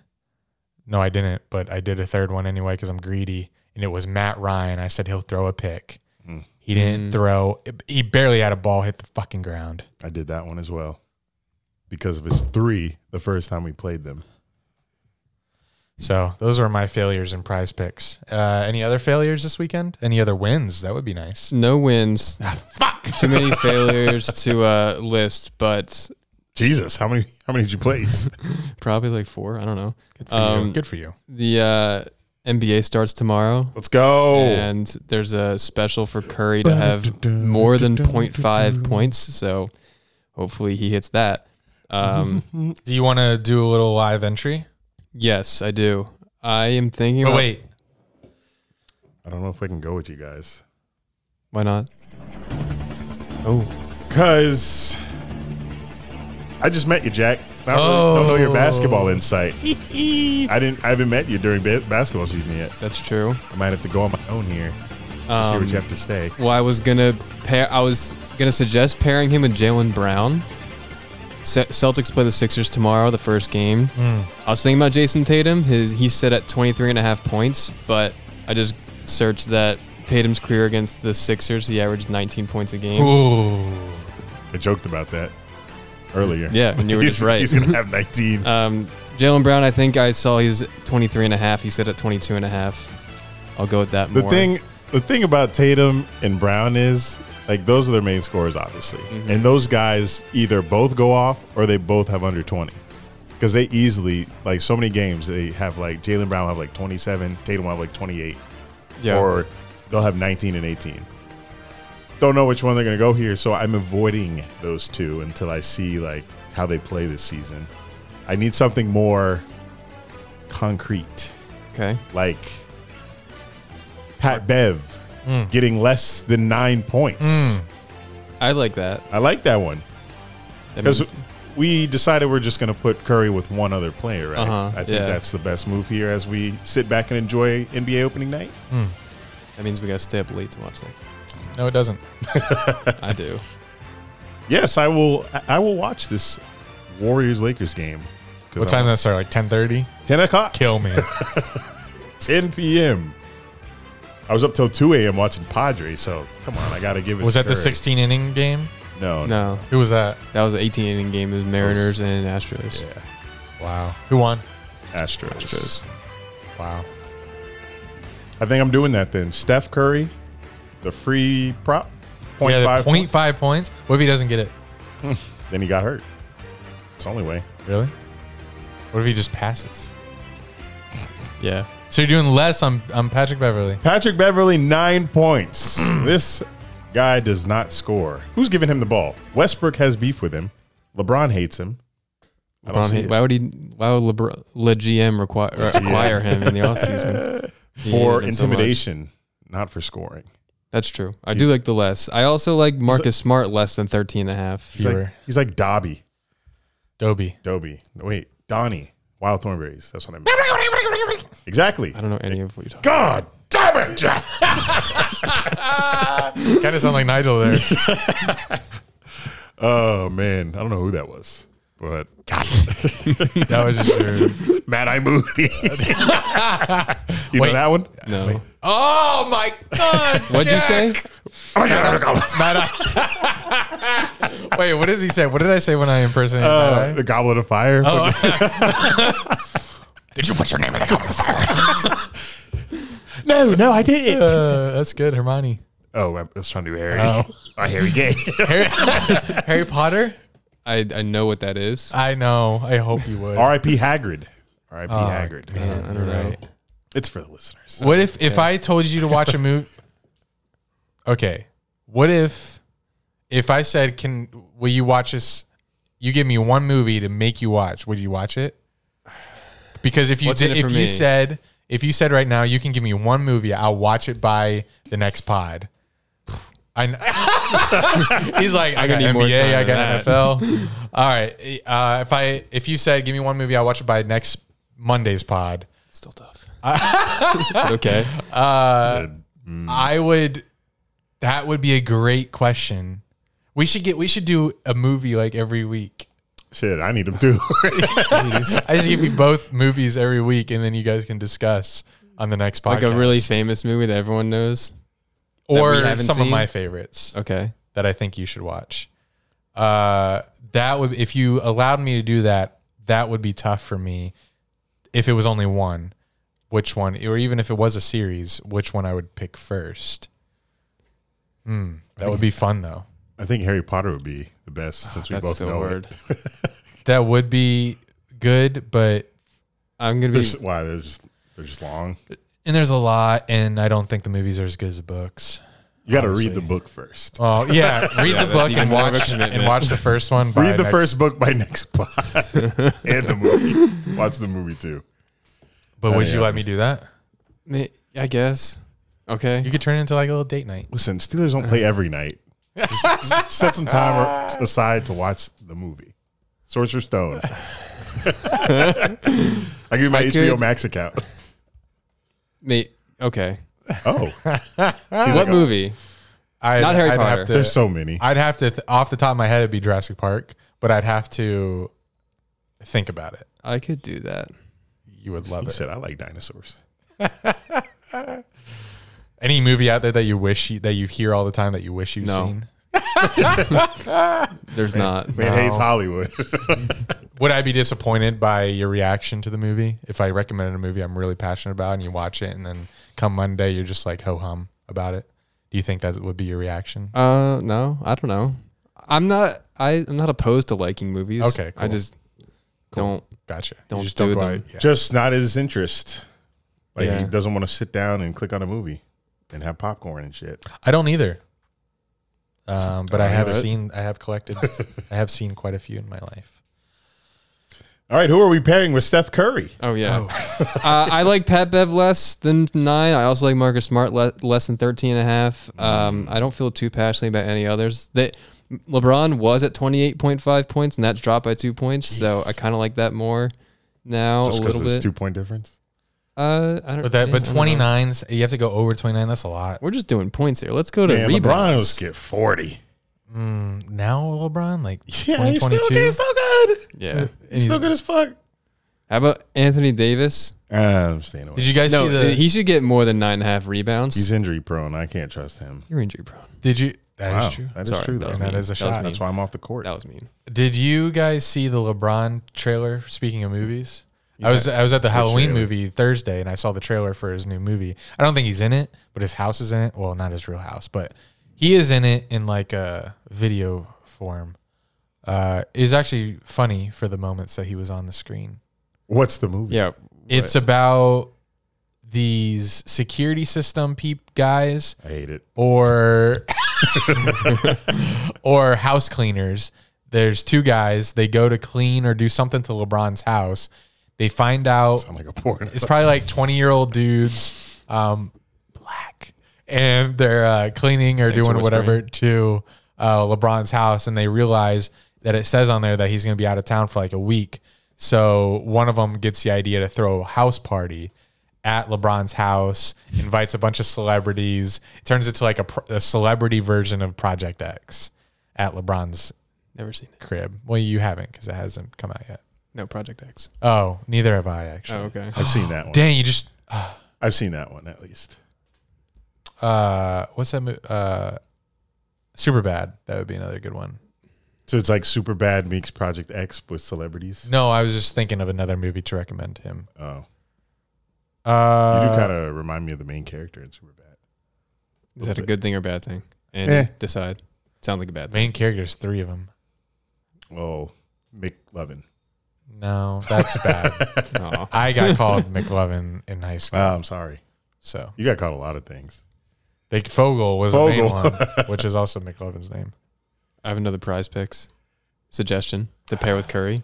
Speaker 1: No, I didn't, but I did a third one anyway because I'm greedy. And it was Matt Ryan. I said he'll throw a pick.
Speaker 2: Mm.
Speaker 1: He didn't throw. He barely had a ball hit the fucking ground.
Speaker 2: I did that one as well because of his three the first time we played them.
Speaker 1: So those were my failures in prize picks. Uh, any other failures this weekend? Any other wins? That would be nice. Ah,
Speaker 4: No wins,
Speaker 1: Fuck.
Speaker 4: too many failures to uh, list, but
Speaker 2: Jesus, how many how many did you place?
Speaker 4: probably like four. I don't know.
Speaker 1: Good for you.
Speaker 4: Um,
Speaker 1: Good for you.
Speaker 4: The uh, NBA starts tomorrow.
Speaker 2: Let's go.
Speaker 1: Oh.
Speaker 4: And there's a special for Curry to have more than 0.5 points. So hopefully he hits that. Um,
Speaker 1: Do you want to do a little live entry?
Speaker 4: yes, I do. I am thinking.
Speaker 1: But
Speaker 4: about-
Speaker 1: Oh, wait,
Speaker 2: I don't know if I can go with you guys
Speaker 4: Why not? Oh,
Speaker 2: because I just met you, Jack. I don't, really- don't know your
Speaker 4: Oh.
Speaker 2: basketball
Speaker 4: (laughs)
Speaker 2: insight. I didn't. I haven't met you during ba- basketball season yet.
Speaker 4: that's true.
Speaker 2: I might have to go on my own here.
Speaker 4: Um,
Speaker 2: see what you have to say.
Speaker 4: Well, I was gonna pair. I was gonna suggest pairing him with Jalen Brown. Ce- Celtics play the Sixers tomorrow, the first game.
Speaker 1: Hmm.
Speaker 4: I was thinking about Jason Tatum. His he's set at 23 and a half points, but I just searched that Tatum's career against the Sixers. He averaged 19 points a game.
Speaker 1: ooh,
Speaker 2: I joked about that earlier.
Speaker 4: Yeah, and you
Speaker 2: (laughs)
Speaker 4: were
Speaker 2: He's-
Speaker 4: just right.
Speaker 2: He's gonna have 19.
Speaker 4: Um, Jalen Brown, I think I saw he's 23 and a half. He set at 22 and a half. I'll go with that.
Speaker 2: the
Speaker 4: more.
Speaker 2: thing, the thing about Tatum and Brown is like those are their main scorers, obviously,
Speaker 4: Mm-hmm.
Speaker 2: and those guys either both go off or they both have under 20 because they easily like so many games they have like Jalen Brown will have like 27, Tatum will have like 28,
Speaker 4: yeah.
Speaker 2: or they'll have 19 and 18. Don't know which one they're gonna go here, so I'm avoiding those two until I see like how they play this season. I need something more concrete
Speaker 4: okay.
Speaker 2: like Pat Bev getting less than nine points.
Speaker 4: I like that.
Speaker 2: I like that one
Speaker 4: I mean,
Speaker 2: because we decided we're just going to put Curry with one other player, right?
Speaker 4: Uh-huh,
Speaker 2: I think
Speaker 4: yeah.
Speaker 2: that's the best move here as we sit back and enjoy NBA opening night.
Speaker 4: that means we gotta stay up late to watch that.
Speaker 2: (laughs)
Speaker 4: game.
Speaker 1: no, it doesn't.
Speaker 4: I do.
Speaker 2: Yes, I will. I- I will watch this Warriors Lakers game. 'cause
Speaker 1: What time
Speaker 2: I'm-
Speaker 1: does that start? Like ten thirty?
Speaker 2: Ten o'clock.
Speaker 1: Kill me.
Speaker 2: 10 p.m. I was up till 2 a.m. watching Padres, so come on, I gotta give
Speaker 1: (laughs)
Speaker 2: it.
Speaker 1: was
Speaker 2: to
Speaker 1: that the
Speaker 2: Curry.
Speaker 1: sixteen inning game?
Speaker 2: No, no.
Speaker 4: No,
Speaker 1: Who was that?
Speaker 4: that was an 18 inning game. It was Mariners and Astros.
Speaker 2: Yeah,
Speaker 1: Wow. Who won?
Speaker 2: Astros.
Speaker 4: Astros.
Speaker 1: Wow.
Speaker 2: I think I'm doing that then. Steph Curry, the free prop, point
Speaker 1: yeah,
Speaker 2: five.
Speaker 1: point five points. What if he doesn't get it?
Speaker 2: Then he got hurt. It's the only way.
Speaker 1: Really? What if he just passes?
Speaker 4: Yeah.
Speaker 1: So you're doing less on on Patrick Beverly.
Speaker 2: Patrick Beverly, nine
Speaker 1: (clears throat)
Speaker 2: points. this guy does not score. Who's giving him the ball? Westbrook has beef with him. LeBron hates him. I don't
Speaker 4: LeBron,
Speaker 2: see
Speaker 4: hate-
Speaker 2: it.
Speaker 4: why would he? Why would LeBron, Le
Speaker 2: (laughs)
Speaker 4: GM require acquire him in the offseason? He
Speaker 2: for
Speaker 4: hated him so much.
Speaker 2: intimidation, not for scoring.
Speaker 4: That's true. I do like the less. I also like Marcus Smart less than 13 and a half.
Speaker 2: He's like,
Speaker 1: Fewer.
Speaker 2: he's like Dobby.
Speaker 1: Dobie.
Speaker 2: Dobby. No, wait, Donnie. Wild Thornberries. That's what I meant. exactly.
Speaker 4: I don't know any of what you're talking
Speaker 2: God damn it. (laughs) Jack.
Speaker 1: kind of sound like Nigel (laughs) there.
Speaker 2: Oh, man. I don't know who that was, but
Speaker 1: that was just your.
Speaker 2: Mad
Speaker 1: (laughs)
Speaker 2: Eye Moody. (laughs) you
Speaker 1: Wait.
Speaker 2: know that one? Uh,
Speaker 4: No.
Speaker 1: Oh my god!
Speaker 4: What'd you say?
Speaker 1: Mad Eye. (laughs) Wait, what does he say? What did I say when I impersonated
Speaker 2: Uh,
Speaker 1: Mad
Speaker 2: the Goblet of Fire.
Speaker 1: Oh. Did you put your name in the cover?
Speaker 2: no, no, I didn't.
Speaker 1: Uh, that's good, Hermione.
Speaker 2: oh, I was trying to do Harry. (laughs) Oh, Harry Gay.
Speaker 1: (laughs) Harry, Harry Potter?
Speaker 4: I, I know what that is.
Speaker 1: I know. I hope you would.
Speaker 2: R.I.P. Hagrid. R.I.P. Hagrid.
Speaker 1: Oh, Man, you're right.
Speaker 2: It's for the listeners.
Speaker 1: What if if I told you to watch a
Speaker 4: (laughs)
Speaker 1: movie? Okay. What if if I said, "Can will you watch this? You give me one movie to make you watch. Would you watch it? Because if you
Speaker 4: What's
Speaker 1: did,
Speaker 4: in it
Speaker 1: if
Speaker 4: for
Speaker 1: you
Speaker 4: me?
Speaker 1: said if you said right now you can give me one movie, I'll watch it by the next pod. (sighs) I know.
Speaker 4: (laughs)
Speaker 1: He's like, I,
Speaker 4: gonna
Speaker 1: got
Speaker 4: need more
Speaker 1: NBA,
Speaker 4: time
Speaker 1: I
Speaker 4: than
Speaker 1: got
Speaker 4: that.
Speaker 1: NFL. All right. Uh, if I if you said give me one movie, I'll watch it by next Monday's pod.
Speaker 4: It's still tough. But (laughs) okay.
Speaker 1: I would. That would be a great question. We should get. We should do a movie like every week.
Speaker 2: Shit, I need them too. (laughs)
Speaker 1: I should give you both movies every week, and then you guys can discuss on the next podcast.
Speaker 4: Like a really famous movie that everyone knows.
Speaker 1: or
Speaker 4: we haven't
Speaker 1: some of
Speaker 4: seen?
Speaker 1: my favorites
Speaker 4: Okay.
Speaker 1: that I think you should watch. Uh, that would if you allowed me to do that. That would be tough for me. If it was only one, which one, or even if it was a series, which one I would pick first. Hmm, that would be fun though.
Speaker 2: I think Harry Potter would be
Speaker 1: Ah,
Speaker 2: the best since we
Speaker 4: That's
Speaker 2: both
Speaker 4: the
Speaker 2: know
Speaker 4: word.
Speaker 1: That would be good, but
Speaker 4: I'm going
Speaker 2: it.
Speaker 4: to
Speaker 2: There's,
Speaker 4: be.
Speaker 2: why? They're just, they're just long.
Speaker 1: and there's a lot, and I don't think the movies are as good as the books.
Speaker 2: You got to
Speaker 1: Honestly.
Speaker 2: read the book first.
Speaker 1: Oh yeah, (laughs) read the
Speaker 4: that's
Speaker 1: book
Speaker 4: even
Speaker 1: and
Speaker 4: more of a
Speaker 1: watch and
Speaker 4: commitment.
Speaker 1: watch the first one. by
Speaker 2: read the
Speaker 1: next-
Speaker 2: first book by (laughs) next
Speaker 1: (laughs)
Speaker 2: pod and the movie. Watch the movie too.
Speaker 1: But would you
Speaker 2: yeah.
Speaker 1: let me do that?
Speaker 4: Me- I guess. Okay.
Speaker 1: You could turn it into like a little date night.
Speaker 2: Listen, Steelers don't play every night. Just- just set some time aside to watch the movie. Sorcerer's Stone. (laughs) I give you my
Speaker 4: I
Speaker 2: HBO
Speaker 4: could-
Speaker 2: Max account.
Speaker 4: Me. Okay. (laughs)
Speaker 2: Oh,
Speaker 4: What movie?
Speaker 1: I
Speaker 4: Not Harry
Speaker 1: I'd
Speaker 4: Potter.
Speaker 1: Have to,
Speaker 2: there's so many.
Speaker 1: I'd have to th- off the top of my head it'd be Jurassic Park, but I'd have to think about it.
Speaker 4: I could do that.
Speaker 1: You would love
Speaker 2: You
Speaker 1: it.
Speaker 2: said I like dinosaurs.
Speaker 1: Any movie out there that you wish you, that you hear all the time that you wish you've
Speaker 4: No.
Speaker 1: seen?
Speaker 4: There's not.
Speaker 2: Man hates
Speaker 4: (laughs)
Speaker 2: Hollywood.
Speaker 1: Would I be disappointed by your reaction to the movie if I recommended a movie I'm really passionate about and you watch it and then come Monday you're just like ho hum about it? Do you think that would be your reaction?
Speaker 4: Uh, no, I don't know. I'm not. I, I'm not opposed to liking movies.
Speaker 1: Okay, cool.
Speaker 4: I just don't.
Speaker 1: Gotcha. You
Speaker 4: Don't
Speaker 1: just
Speaker 4: do
Speaker 1: go
Speaker 4: them.
Speaker 1: out- yeah.
Speaker 2: Just not his interest. Like
Speaker 4: Yeah.
Speaker 2: he doesn't want to sit down and click on a movie and have popcorn and shit.
Speaker 1: I don't either. Um, but I have
Speaker 2: Alright.
Speaker 1: seen, I have
Speaker 2: (laughs)
Speaker 1: collected, I have seen quite a few in my life.
Speaker 2: All right, who are we pairing with Steph Curry?
Speaker 4: Oh yeah. uh, I like Pat Bev less than nine. I also like Marcus Smart le- less than 13 and a half. Um, I don't feel too passionately about any others. That LeBron was at 28.5 points, and that's dropped by two points. So I kind of like that more now
Speaker 2: Just
Speaker 4: a
Speaker 2: because
Speaker 4: little
Speaker 2: it's
Speaker 4: bit.
Speaker 2: two point difference.
Speaker 4: uh, I don't.
Speaker 1: But that,
Speaker 2: (laughs)
Speaker 4: yeah,
Speaker 1: but
Speaker 4: I don't know.
Speaker 1: 29s, you have to go over 29. That's a lot.
Speaker 4: We're just doing points here. Let's go to
Speaker 2: Man, LeBron
Speaker 4: rebounds.
Speaker 2: was get forty.
Speaker 1: Now LeBron, like
Speaker 2: Yeah, he's still,
Speaker 1: 2022.
Speaker 2: he's still good.
Speaker 4: Yeah.
Speaker 2: He's still good as fuck.
Speaker 4: How about Anthony Davis?
Speaker 2: Uh, I'm staying away.
Speaker 1: Did you guys
Speaker 4: No,
Speaker 1: see the?
Speaker 4: he should get more than nine and a half rebounds.
Speaker 2: he's injury prone. I can't trust him.
Speaker 4: You're injury prone.
Speaker 1: did you? That is
Speaker 2: Wow,
Speaker 1: true.
Speaker 2: That is
Speaker 4: Sorry,
Speaker 2: true.
Speaker 4: that
Speaker 2: though.
Speaker 4: was
Speaker 1: And that
Speaker 4: mean.
Speaker 1: is a
Speaker 4: That was
Speaker 1: shot.
Speaker 4: mean.
Speaker 2: That's why I'm off the court.
Speaker 4: That was mean.
Speaker 1: Did you guys see the LeBron trailer? Speaking of movies, I was I was at the Halloween
Speaker 2: trailer?
Speaker 1: movie Thursday, and I saw the trailer for his new movie. I don't think he's in it, but his house is in it. Well, not his real house, but he is in it in like a video form. Uh, it was actually funny for the moments that he was on the screen.
Speaker 2: What's the movie?
Speaker 4: Yeah.
Speaker 1: It's about these security system peep guys
Speaker 2: I hate it.
Speaker 1: or (laughs) or house cleaners. There's two guys. They go to clean or do something to LeBron's house. They find out
Speaker 2: I'm like a porn.
Speaker 1: it's probably like 20 year old dudes, um, black, and they're uh, cleaning or
Speaker 4: Thanks for
Speaker 1: doing whatever to uh, LeBron's house, and they realize that it says on there that he's going to be out of town for like a week. So one of them gets the idea to throw a house party at LeBron's house, invites a bunch of celebrities, turns it to like a, pr- a celebrity version of Project X at LeBron's
Speaker 4: Never seen it.
Speaker 1: crib. Well, you haven't because it hasn't come out yet.
Speaker 4: No Project X.
Speaker 1: Oh, neither have I actually.
Speaker 4: Oh, okay.
Speaker 2: (laughs) I've
Speaker 1: (sighs)
Speaker 2: seen that one.
Speaker 1: Dang, you just
Speaker 2: I've seen that one at least.
Speaker 1: uh, what's that? Mo- uh, super bad. That would be another good one.
Speaker 2: So it's like super bad meets Project X with celebrities.
Speaker 1: No, I was just thinking of another movie to recommend him.
Speaker 2: Oh, you
Speaker 1: Uh,
Speaker 2: do kind of remind me of the main character in Superbad.
Speaker 4: Is that a good thing or a bad thing? And
Speaker 2: Eh.
Speaker 4: decide. Sounds like a bad thing.
Speaker 1: main characters, three of them.
Speaker 2: Well, Mick Lovin.
Speaker 1: No, that's bad.
Speaker 2: (laughs)
Speaker 4: (laughs) Aw.
Speaker 1: I got called McLovin in high school,
Speaker 2: Wow, Ah, I'm sorry.
Speaker 1: so
Speaker 2: You got caught a lot of things.
Speaker 1: they Fogel was the main
Speaker 2: Fogel.
Speaker 1: one,
Speaker 2: (laughs)
Speaker 1: which is also McLovin's name.
Speaker 4: I have another prize picks suggestion to pair with Curry.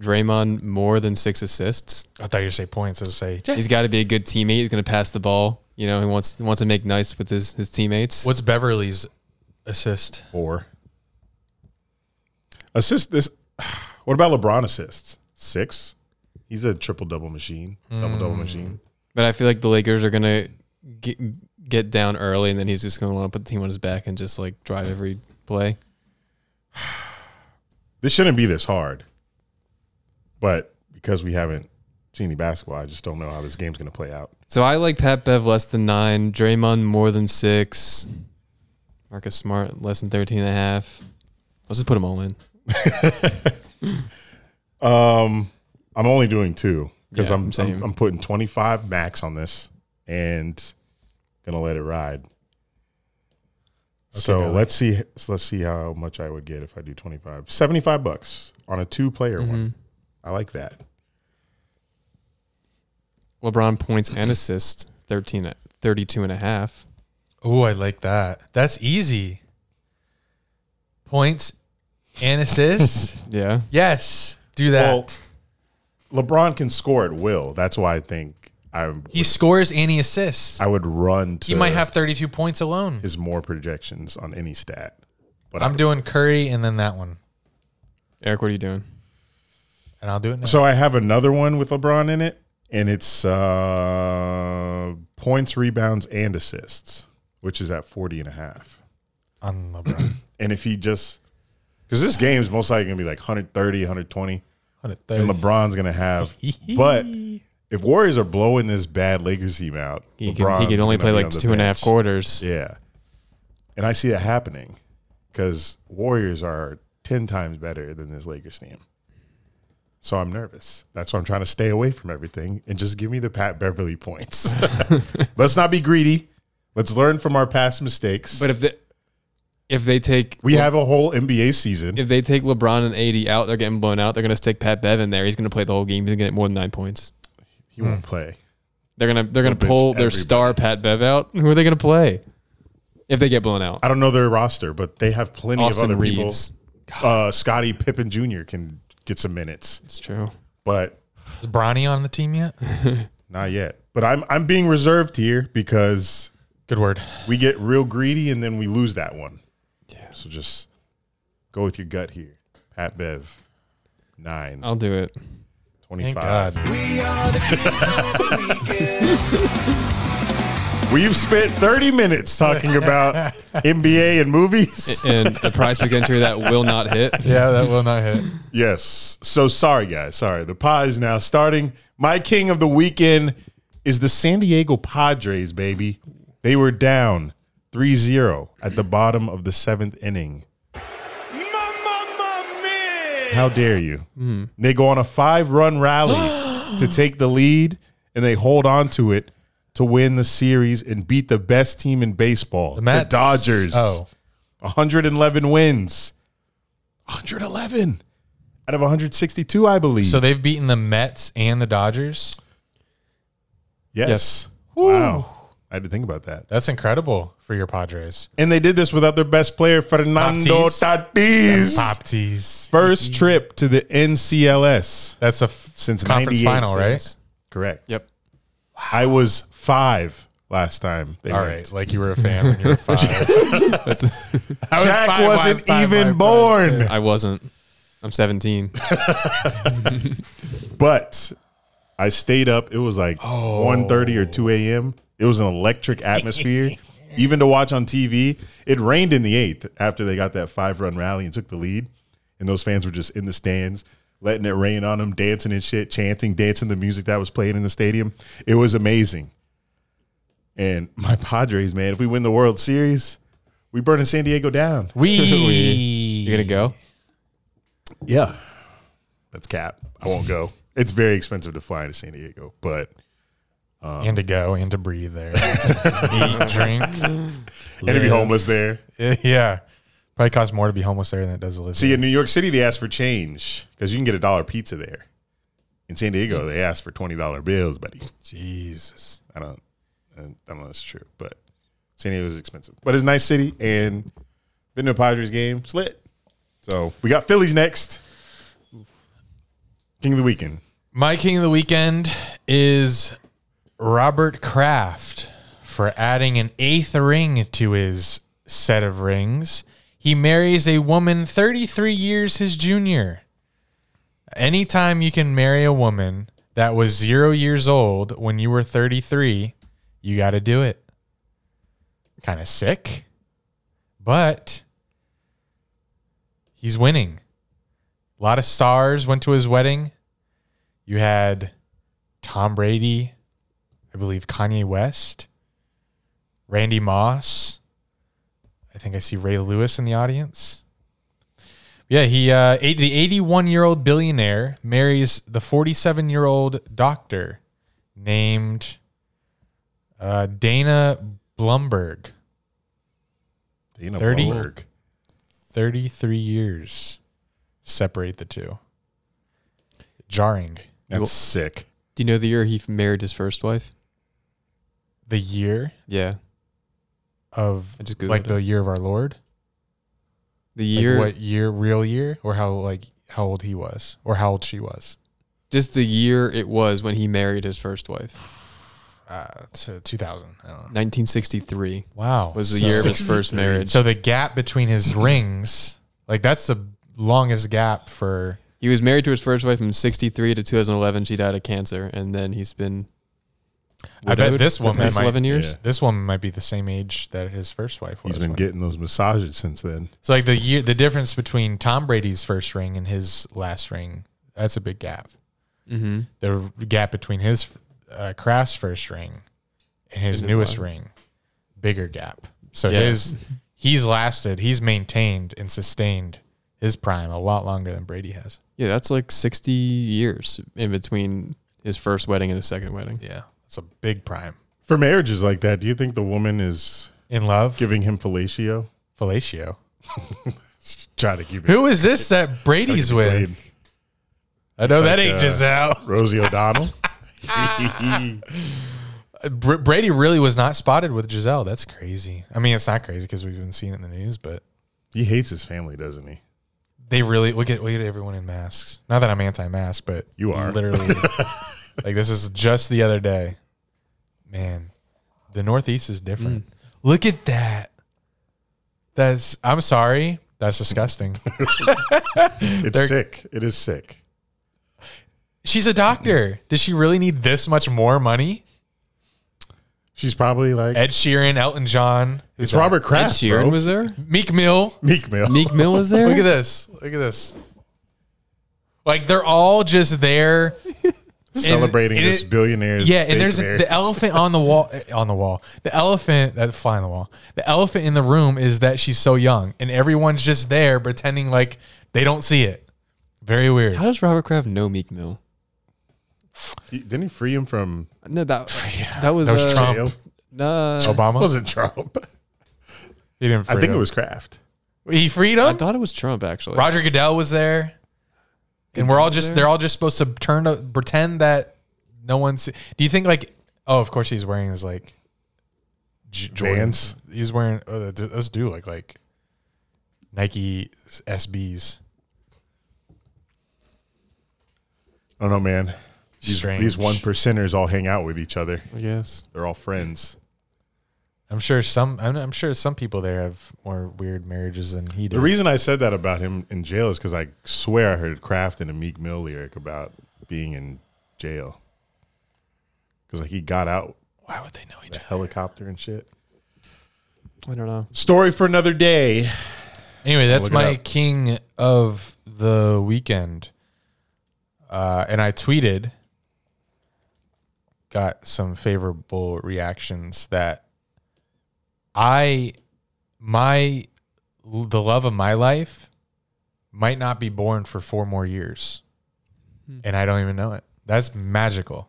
Speaker 4: Draymond more than six assists.
Speaker 1: I thought you would say points. I was say
Speaker 4: He's got to be a good teammate. He's going to pass the ball. You know, he wants wants to make nice with his his teammates.
Speaker 1: what's Beverly's assist?
Speaker 2: Four. Assist this. (sighs) What about LeBron assists? Six. He's a triple double machine. Double double machine.
Speaker 4: But I feel like the Lakers are going to get get down early, and then he's just going to want to put the team on his back and just like drive every play.
Speaker 2: This shouldn't be this hard. But because we haven't seen any basketball, I just don't know how this game's going to play out.
Speaker 4: So I like Pat Bev less than nine, Draymond more than six, Marcus Smart less than 13 and a half. Let's just put them all in.
Speaker 2: Um, I'm only doing two because
Speaker 4: Yeah,
Speaker 2: I'm,
Speaker 4: same.
Speaker 2: I'm I'm putting 25 max on this and gonna let it ride. so
Speaker 1: Billy.
Speaker 2: let's see so let's see how much I would get if I do 25. 75 bucks on a two player
Speaker 1: Mm-hmm.
Speaker 2: one. I like that.
Speaker 4: Mm-hmm. LeBron points and assists 13 at 32 and a half.
Speaker 1: Oh, I like that. That's easy. Points and
Speaker 2: (laughs)
Speaker 1: assists.
Speaker 4: Yeah.
Speaker 1: yes, do that.
Speaker 2: Well, LeBron can score at will. That's why I think I
Speaker 1: he scores and he assists.
Speaker 2: I would run to
Speaker 1: he might have 32 points alone.
Speaker 2: his more projections on any stat. But
Speaker 1: I'm
Speaker 2: I-
Speaker 1: doing Curry and then that one,
Speaker 4: Eric, what are you doing?
Speaker 1: and I'll do it now.
Speaker 2: So I have another one with LeBron in it, and it's uh, points, rebounds, and assists, which is at 40 and a half.
Speaker 1: on
Speaker 2: (clears throat)
Speaker 1: LeBron.
Speaker 2: And if he just, because this game's most likely going to be like 130, 120, and
Speaker 1: 130.
Speaker 2: LeBron's going to
Speaker 4: (laughs)
Speaker 2: have, but if Warriors are blowing this bad Lakers team out,
Speaker 4: He can, he
Speaker 2: LeBron's
Speaker 4: could only
Speaker 2: gonna
Speaker 4: play
Speaker 2: be
Speaker 4: like
Speaker 2: on the
Speaker 4: two and a half
Speaker 2: bench.
Speaker 4: quarters.
Speaker 2: Yeah. And I see that happening because Warriors are 10 times better than this Lakers team. So I'm nervous. That's why I'm trying to stay away from everything and just give me the Pat Beverly points. (laughs) Let's not be greedy. Let's learn from our past mistakes.
Speaker 4: But if the if they take
Speaker 2: we have a whole NBA season.
Speaker 4: if they take LeBron and AD out, they're getting blown out. They're gonna stick Pat Bev in there. He's gonna play the whole game. He's gonna get more than nine points.
Speaker 2: he won't play.
Speaker 4: They're gonna they're gonna
Speaker 2: bench
Speaker 4: pull their star Pat Bev out. Who are they gonna play? If they get blown out,
Speaker 2: I don't know their roster, but they have plenty of
Speaker 4: Austin
Speaker 2: other
Speaker 4: Reeves.
Speaker 2: people. Uh, Scotty Pippen Jr. can get some minutes,
Speaker 4: it's true.
Speaker 2: but
Speaker 1: Is Bronny on the team yet?
Speaker 2: not yet. But I'm I'm being reserved here because
Speaker 1: Good word.
Speaker 2: we get real greedy and then we lose that one. Yeah. So just go with your gut here. Pat Bev, nine,
Speaker 4: I'll
Speaker 1: (laughs)
Speaker 4: do it.
Speaker 1: Oh, Thank
Speaker 2: 25.
Speaker 1: God.
Speaker 3: We are the kings of the weekend.
Speaker 2: We've spent 30 minutes
Speaker 1: (laughs)
Speaker 2: talking about NBA and movies.
Speaker 4: And the prize pick entry that will not hit.
Speaker 1: (laughs) Yeah, that will not
Speaker 2: (clears throat)
Speaker 1: hit.
Speaker 2: yes. So sorry, guys. Sorry. The pod is now starting. My king of the weekend is the San Diego Padres, baby. They were down 3 0 at the bottom of the seventh inning.
Speaker 3: Mamma mia!
Speaker 2: How dare you? They go on a five run
Speaker 3: (gasps)
Speaker 2: rally to take the lead, and they hold on to it to win the series and beat the best team in baseball, the,
Speaker 1: Mets-
Speaker 2: Dodgers.
Speaker 1: Oh,
Speaker 2: 111 wins. 111 out of 162, I believe.
Speaker 1: so they've beaten the Mets and the Dodgers.
Speaker 2: yes.
Speaker 4: Yes.
Speaker 2: Wow. I had to think about that.
Speaker 1: That's incredible for your
Speaker 2: (clears throat)
Speaker 1: Padres.
Speaker 2: And they did this without their best player, Fernando
Speaker 1: Tatis.
Speaker 2: Tatis.
Speaker 1: Popties.
Speaker 2: First trip to the NCLS.
Speaker 1: That's a f-
Speaker 2: Since
Speaker 1: conference
Speaker 2: 98
Speaker 1: final, right?
Speaker 2: Correct.
Speaker 4: Yep.
Speaker 2: I was five last time. They
Speaker 1: All
Speaker 2: went.
Speaker 1: right, like you were a fan when you
Speaker 2: (laughs)
Speaker 1: were five. I was
Speaker 2: Jack
Speaker 1: five last
Speaker 2: wasn't
Speaker 1: time I
Speaker 2: even
Speaker 1: played.
Speaker 2: born.
Speaker 4: I wasn't. I'm 17.
Speaker 2: But I stayed up. It was like 1.30 or 2 a.m. It was an electric atmosphere. Even to watch on TV, it rained in the eighth after they got that five run rally and took the lead. And those fans were just in the stands, letting it rain on them, dancing and shit, chanting, dancing the music that was playing in the stadium. It was amazing. And my (laughs) Padres, man, if we win the World Series, we burning San Diego down. (laughs)
Speaker 1: We.
Speaker 4: You're gonna go?
Speaker 2: Yeah. That's cap. I won't go. It's very expensive to fly into San Diego, but
Speaker 1: and to go and to breathe
Speaker 2: (laughs)
Speaker 1: there. Eat, drink.
Speaker 2: and to be homeless there.
Speaker 1: (laughs) Yeah. Probably costs more to be homeless there than it does to live
Speaker 2: See,
Speaker 1: here.
Speaker 2: in New York City, they ask for change because you can get a dollar pizza there. In San Diego, they ask for twenty dollar bills, buddy.
Speaker 1: Jesus.
Speaker 2: I don't, I don't know if it's true, but San Diego is expensive, but it's a nice city and been to a Padres game, slit. So we got Phillies next. King of the weekend.
Speaker 1: My king of the weekend is Robert Kraft for adding an eighth ring to his set of rings. He marries a woman 33 years his junior. Anytime you can marry a woman that was zero years old when you were 33, you got to do it. Kind of sick, but he's winning. A lot of stars went to his wedding. You had Tom Brady, I believe Kanye West, Randy Moss. I think I see Ray Lewis in the audience. Yeah, he uh, eight, the 81 year old billionaire marries the 47 year old doctor named uh, Dana Blumberg.
Speaker 2: Dana
Speaker 1: 30.
Speaker 2: Blumberg.
Speaker 1: 33 years separate the two. Jarring.
Speaker 2: That's sick.
Speaker 4: Do you know the year he f- married his first wife?
Speaker 1: The year
Speaker 4: Yeah,
Speaker 1: of
Speaker 4: I just googled
Speaker 1: like
Speaker 4: it.
Speaker 1: the year of our Lord.
Speaker 4: the
Speaker 1: Like,
Speaker 4: year,
Speaker 1: what year real year or how like how old he was or how old she was
Speaker 4: just the year it was when he married his first wife.
Speaker 1: uh to 2000 I don't know.
Speaker 4: 1963
Speaker 1: wow
Speaker 4: was the
Speaker 1: So-
Speaker 4: year of his first
Speaker 2: 63.
Speaker 4: marriage.
Speaker 1: so the gap between his rings like that's the longest gap for
Speaker 4: he was married to his first wife from 63 to 2011. She died of cancer, and then he's been.
Speaker 1: I bet
Speaker 4: widowed
Speaker 1: this
Speaker 4: for the
Speaker 1: woman
Speaker 4: past
Speaker 1: might-
Speaker 4: 11 years.
Speaker 2: Yeah.
Speaker 1: this woman might be the same age that his first wife was
Speaker 2: He's been
Speaker 1: when-
Speaker 2: getting those massages since then.
Speaker 1: so like the year the difference between Tom Brady's first ring and his last ring that's a big gap
Speaker 4: Mm-hmm.
Speaker 1: the gap between his uh, Kraft's first ring and his
Speaker 4: And his
Speaker 1: newest
Speaker 4: last.
Speaker 1: ring, bigger gap. So
Speaker 4: Yeah.
Speaker 1: his he's lasted, he's maintained and sustained his prime a lot longer than Brady has.
Speaker 4: Yeah, that's like 60 years in between his first wedding and his second wedding.
Speaker 1: Yeah, it's a big prime
Speaker 2: For marriages like that, do you think the woman is
Speaker 1: in love. Give
Speaker 2: giving him fellatio?
Speaker 1: fellatio.
Speaker 2: Try to keep it.
Speaker 1: Who is this that Brady's
Speaker 2: Played
Speaker 1: with? I know that
Speaker 2: like,
Speaker 1: age is
Speaker 2: uh,
Speaker 1: out. (laughs)
Speaker 2: Rosie O'Donnell.
Speaker 1: Ah. Br- Brady really was not spotted with Giselle. That's crazy. I mean, it's not crazy because we've been seeing it in the news, but
Speaker 2: he hates his family, doesn't he?
Speaker 1: they really look at look at everyone in masks. Not that I'm anti-mask, but
Speaker 2: You are. (laughs)
Speaker 1: literally like this is just the other day. Man, the Northeast is different. Look at that. That's I'm sorry. That's
Speaker 2: (laughs)
Speaker 1: disgusting.
Speaker 2: It's
Speaker 1: They're-
Speaker 2: sick. It is sick.
Speaker 1: She's a doctor. Does she really need this much more money?
Speaker 2: She's probably like
Speaker 1: Ed Sheeran, Elton John, who's
Speaker 2: it's Robert
Speaker 4: Ed
Speaker 2: Kraft,
Speaker 4: Sheeran
Speaker 2: bro.
Speaker 4: was there.
Speaker 1: Meek Mill.
Speaker 2: (laughs) Meek Mill.
Speaker 4: Meek Mill was there.
Speaker 1: Look at this. Look at this. Like they're all just
Speaker 2: (laughs)
Speaker 1: there.
Speaker 2: celebrating
Speaker 1: and
Speaker 2: this
Speaker 1: it-
Speaker 2: billionaire's
Speaker 1: Yeah, and there's
Speaker 2: marriage.
Speaker 1: the elephant on the wall eh, on the wall. The elephant that fly on the wall. The elephant in the room is that she's so young and everyone's just there pretending like they don't see it. Very weird.
Speaker 4: How does Robert Kraft know Meek Mill?
Speaker 2: He- Didn't he free him from
Speaker 4: No, that
Speaker 1: (laughs)
Speaker 4: that was,
Speaker 1: That was
Speaker 4: uh,
Speaker 1: Trump.
Speaker 2: jail?
Speaker 4: No,
Speaker 1: Um, Obama?
Speaker 2: It wasn't Trump.
Speaker 1: he didn't
Speaker 2: I
Speaker 1: free
Speaker 2: think
Speaker 1: him.
Speaker 2: it was Kraft.
Speaker 1: he freed
Speaker 4: I
Speaker 1: him.
Speaker 4: thought it was Trump actually.
Speaker 1: Roger Goodell was there. And we're all
Speaker 4: Goodell was
Speaker 1: just
Speaker 4: there?
Speaker 1: they're all just supposed to turn to pretend that no one's Do you think like oh, of course he's wearing his like J-
Speaker 2: Vans?
Speaker 1: Jordans. He's wearing oh, th- those do like like Nike SBs.
Speaker 2: I don't know, Oh, man. These,
Speaker 1: Strange.
Speaker 2: these one percenters all hang out with each other.
Speaker 4: I guess.
Speaker 2: They're all friends.
Speaker 1: I'm sure some. I'm, I'm sure some people there have more weird marriages than he did.
Speaker 2: The reason I said that about him in jail is because I swear I heard Kraft in a Meek Mill lyric about being in jail. Because like he got out
Speaker 1: Why would they know each
Speaker 2: the
Speaker 1: other?
Speaker 2: helicopter and shit.
Speaker 4: I don't know.
Speaker 2: Story for another day.
Speaker 1: Anyway, that's
Speaker 2: Look it
Speaker 1: my
Speaker 2: up.
Speaker 1: king of the weekend. Uh, and I tweeted, got some favorable reactions that I, my, the love of my life might not be born for four more years. And I don't even know it. That's magical.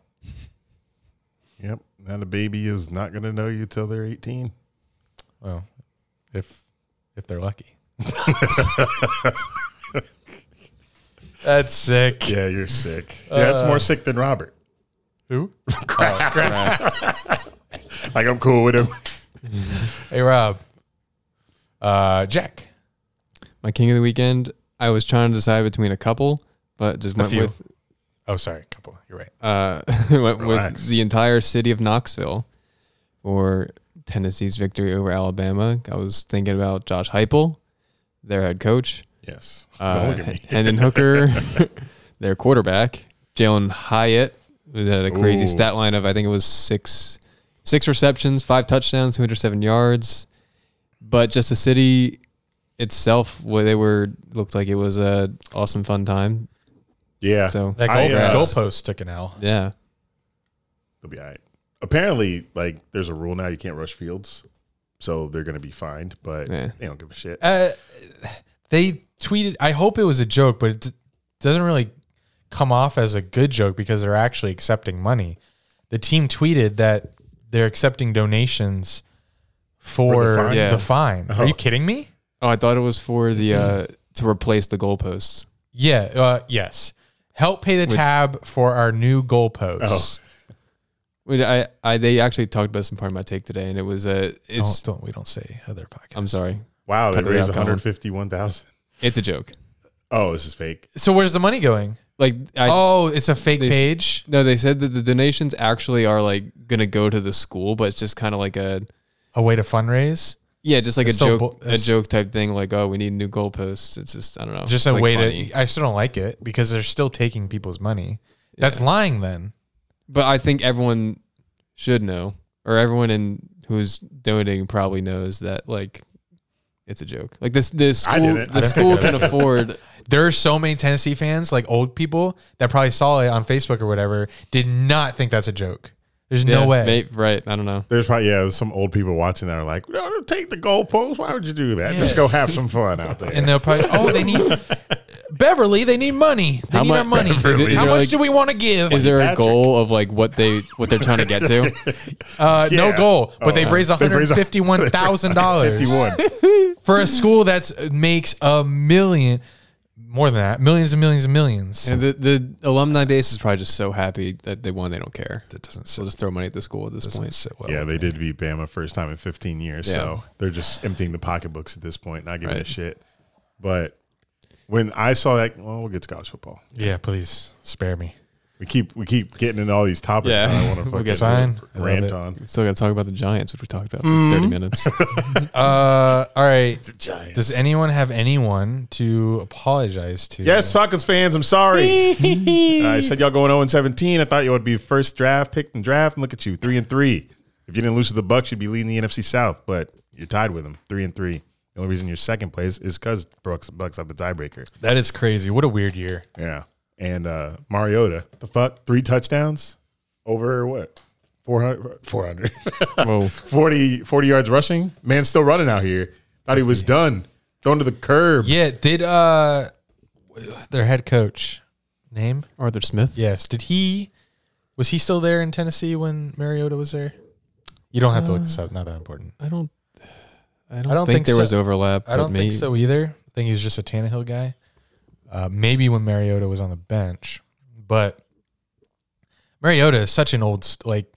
Speaker 2: Yep. Now the baby is not gonna know you till they're eighteen.
Speaker 1: Well, if if they're lucky. (laughs) That's sick.
Speaker 2: Yeah, you're sick. yeah, it's
Speaker 4: Uh,
Speaker 2: more sick than Robert.
Speaker 1: Who?
Speaker 2: (laughs)
Speaker 4: Oh,
Speaker 2: Like I'm cool with him.
Speaker 1: Hey Rob. Uh Jack.
Speaker 4: My king of the weekend. I was trying to decide between a couple, but just went
Speaker 1: few.
Speaker 4: with
Speaker 1: Oh sorry, couple. You're right.
Speaker 4: uh, (laughs) went
Speaker 2: Relax.
Speaker 4: with the entire city of Knoxville for Tennessee's victory over Alabama. I was thinking about Josh Heupel, their head coach,
Speaker 2: Yes. Don't
Speaker 4: uh,
Speaker 2: look at
Speaker 4: (laughs)
Speaker 2: me.
Speaker 4: Hendon
Speaker 2: (laughs)
Speaker 4: Hooker, their quarterback, Jalen Hyatt, who had a crazy
Speaker 2: Ooh.
Speaker 4: stat line of I think it was six, six receptions, five touchdowns, two hundred seven yards, but just the city itself, where they were looked like it was a awesome fun time.
Speaker 2: Yeah.
Speaker 4: So
Speaker 1: That goal,
Speaker 2: I, uh,
Speaker 1: goalpost took an L.
Speaker 4: yeah,
Speaker 2: They'll be all right. Apparently, like there's a rule now you can't rush fields. So they're gonna be fined, but
Speaker 4: Yeah.
Speaker 2: they don't give a shit.
Speaker 1: Uh they tweeted I hope it was a joke, but it d- doesn't really come off as a good joke because they're actually accepting money. The team tweeted that they're accepting donations for,
Speaker 2: For the
Speaker 1: the fine.
Speaker 2: fine?
Speaker 4: Yeah.
Speaker 1: Are you kidding me?
Speaker 4: Oh, I thought it was for the uh, to replace the goalposts.
Speaker 1: Yeah, uh, yes. Help pay the tab for our new goalposts.
Speaker 4: Oh. Which I, I they actually talked about some part of my take today, and it was a uh,
Speaker 1: Don't,
Speaker 4: it's.
Speaker 1: don't we don't say other podcasts.
Speaker 4: I'm sorry,
Speaker 2: Wow, they
Speaker 4: Cut it
Speaker 2: raised
Speaker 4: out, Colin.
Speaker 2: 151,000.
Speaker 4: it's a joke.
Speaker 2: (laughs) Oh, this is fake.
Speaker 1: So where's the money going?
Speaker 4: Like I
Speaker 1: oh, it's a fake
Speaker 4: they s-
Speaker 1: page.
Speaker 4: no, they said that the donations actually are like gonna go to the school, but it's just kind of like a
Speaker 1: A way to fundraice.
Speaker 4: yeah, just like a
Speaker 1: It's so
Speaker 4: joke
Speaker 1: bu-
Speaker 4: a
Speaker 1: it's-
Speaker 4: joke type thing. Like oh, we need new goalposts. It's just I don't know,
Speaker 1: Just
Speaker 4: It's,
Speaker 1: a
Speaker 4: like,
Speaker 1: way
Speaker 4: funny.
Speaker 1: to. I still don't like it because they're still taking people's money. That's lying. Then
Speaker 4: But I think everyone should know, or everyone in who's donating probably knows that like it's a joke. Like this, the
Speaker 2: I
Speaker 4: school,
Speaker 2: didn't.
Speaker 4: the
Speaker 2: I didn't
Speaker 4: school
Speaker 2: think
Speaker 4: can afford.
Speaker 1: there are so many Tennessee fans, like old people, that probably saw it on Facebook or whatever, did not think that's a joke. There's
Speaker 4: Yeah,
Speaker 1: (laughs) no way.
Speaker 4: may- right? I don't know.
Speaker 2: There's probably, yeah, there's some old people watching that are like, no, don't take the goalpost. Why would you do that? Just go have some fun out there. (laughs)
Speaker 1: And they'll probably. Oh, they
Speaker 4: (laughs)
Speaker 1: need Beverly. They need money. They
Speaker 4: How
Speaker 1: need
Speaker 4: mu-
Speaker 1: our
Speaker 4: (laughs)
Speaker 1: money.
Speaker 4: Is it- is
Speaker 1: How
Speaker 4: there,
Speaker 1: much
Speaker 4: like-
Speaker 1: do we want to give?
Speaker 4: Is there a
Speaker 2: Patrick.
Speaker 4: goal of like what they what they're trying to get
Speaker 2: (laughs)
Speaker 4: to?
Speaker 1: Uh, No
Speaker 2: Yeah.
Speaker 1: goal, but
Speaker 2: Oh,
Speaker 1: they've
Speaker 2: no.
Speaker 1: raised one
Speaker 2: They've
Speaker 1: hundred
Speaker 2: raised
Speaker 1: fifty-one thousand dollars
Speaker 2: 51.
Speaker 1: for a school that makes a million, more than that, millions and millions and millions.
Speaker 4: And the the alumni base is probably just so happy that they won. They don't care. That doesn't. So just throw money at the school at this point.
Speaker 1: Sit well.
Speaker 2: yeah, they did beat Bama first time in 15 years.
Speaker 4: Yeah.
Speaker 2: So they're just emptying the pocketbooks at this point, not giving a
Speaker 4: Right.
Speaker 2: shit. But when I saw that, well, we'll get to college football.
Speaker 1: Yeah, please spare me.
Speaker 2: We keep we keep getting into all these topics.
Speaker 4: Yeah.
Speaker 2: that I want to
Speaker 4: (laughs) We'll
Speaker 2: fucking
Speaker 4: get
Speaker 1: Fine. I love
Speaker 2: rant
Speaker 1: it.
Speaker 2: on.
Speaker 4: We still got to talk about the Giants, which we talked about for thirty
Speaker 1: (laughs)
Speaker 4: minutes.
Speaker 1: Uh, all right.
Speaker 2: Giants.
Speaker 1: Does anyone have anyone to apologize to?
Speaker 2: Yes, Falcons fans, I'm sorry. Uh, I said y'all going 0 17. I thought you would be first draft picked in draft, and look at you, three and three. If you didn't lose to the Bucks, you'd be leading the NFC South, but you're tied with them, three and three. The only reason you're second place is because Brooks Bucks have the tiebreaker.
Speaker 1: that is crazy. What a weird year.
Speaker 2: Yeah, and uh, Mariota, the fuck, three touchdowns over what? 400, (laughs) 400.
Speaker 4: Whoa.
Speaker 2: 40, 40 yards rushing. Man's still running out here. Thought he was done. Thrown to the curb.
Speaker 1: Yeah. Did uh, their head coach name?
Speaker 4: Arthur Smith.
Speaker 1: Yes. Did he? Was he still there in Tennessee when Mariota was there? You don't have to look this up. Not that important.
Speaker 4: I don't. I don't,
Speaker 1: don't
Speaker 4: think,
Speaker 1: think
Speaker 4: there
Speaker 1: so.
Speaker 4: was overlap.
Speaker 1: I don't
Speaker 4: but
Speaker 1: think
Speaker 4: may-
Speaker 1: so either. I think he was just a Tannehill guy. Uh, maybe when Mariota was on the bench, but Mariota is such an old st- like.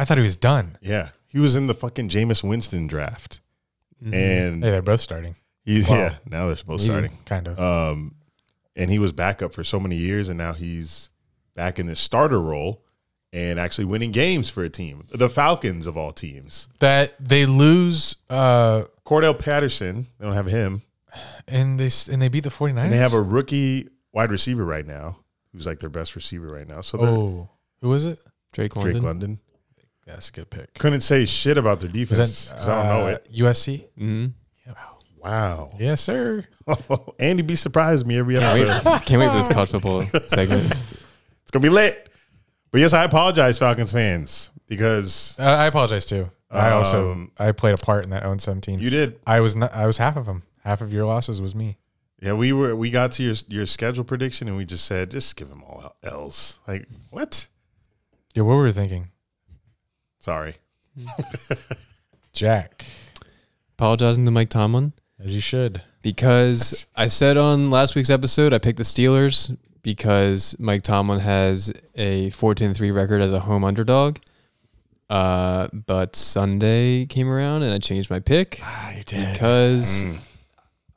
Speaker 1: I thought he was done.
Speaker 2: Yeah. He was in the fucking Jameis Winston draft. And
Speaker 1: Mm-hmm. Hey, they're both starting,
Speaker 2: he's
Speaker 1: Wow.
Speaker 2: yeah, now they're both starting.
Speaker 1: kind of.
Speaker 2: Um and he was backup for so many years and now he's back in the starter role and actually winning games for a team. The Falcons of all teams.
Speaker 1: That they lose uh,
Speaker 2: Cordell Patterson, they don't have him.
Speaker 1: and they s- and they beat the 49ers.
Speaker 2: And they have a rookie wide receiver right now who's like their best receiver right now. So they're
Speaker 1: oh, who is it?
Speaker 4: Drake London.
Speaker 2: Drake London.
Speaker 1: That's a good pick.
Speaker 2: Couldn't say shit about their defense
Speaker 1: Is that,
Speaker 2: 'cause I don't know
Speaker 1: uh,
Speaker 2: it.
Speaker 1: USC.
Speaker 4: Mhm.
Speaker 2: Wow. (laughs)
Speaker 1: Yes, sir.
Speaker 2: Andy B surprised me every episode.
Speaker 4: Mm-hmm. Can't wait for this
Speaker 1: (laughs)
Speaker 4: college football segment.
Speaker 2: It's gonna be lit. But yes, I apologize, Falcons fans, because
Speaker 1: Uh, I apologize too. I also
Speaker 2: Um,
Speaker 1: I played a part in that own 17.
Speaker 2: you did.
Speaker 1: I was not, I was half of them. Half of your losses was me.
Speaker 2: Yeah, we were. We got to your your schedule prediction, and we just said, just give them all L's. Like what?
Speaker 1: Yeah, what were we thinking?
Speaker 2: Sorry.
Speaker 1: Jack,
Speaker 4: Apologizing to Mike Tomlin
Speaker 1: as you should.
Speaker 4: because I said on last week's episode I picked the Steelers because Mike Tomlin has a 14-3 record as a home underdog. Uh, but Sunday came around and I changed my pick.
Speaker 1: Ah, you did.
Speaker 4: because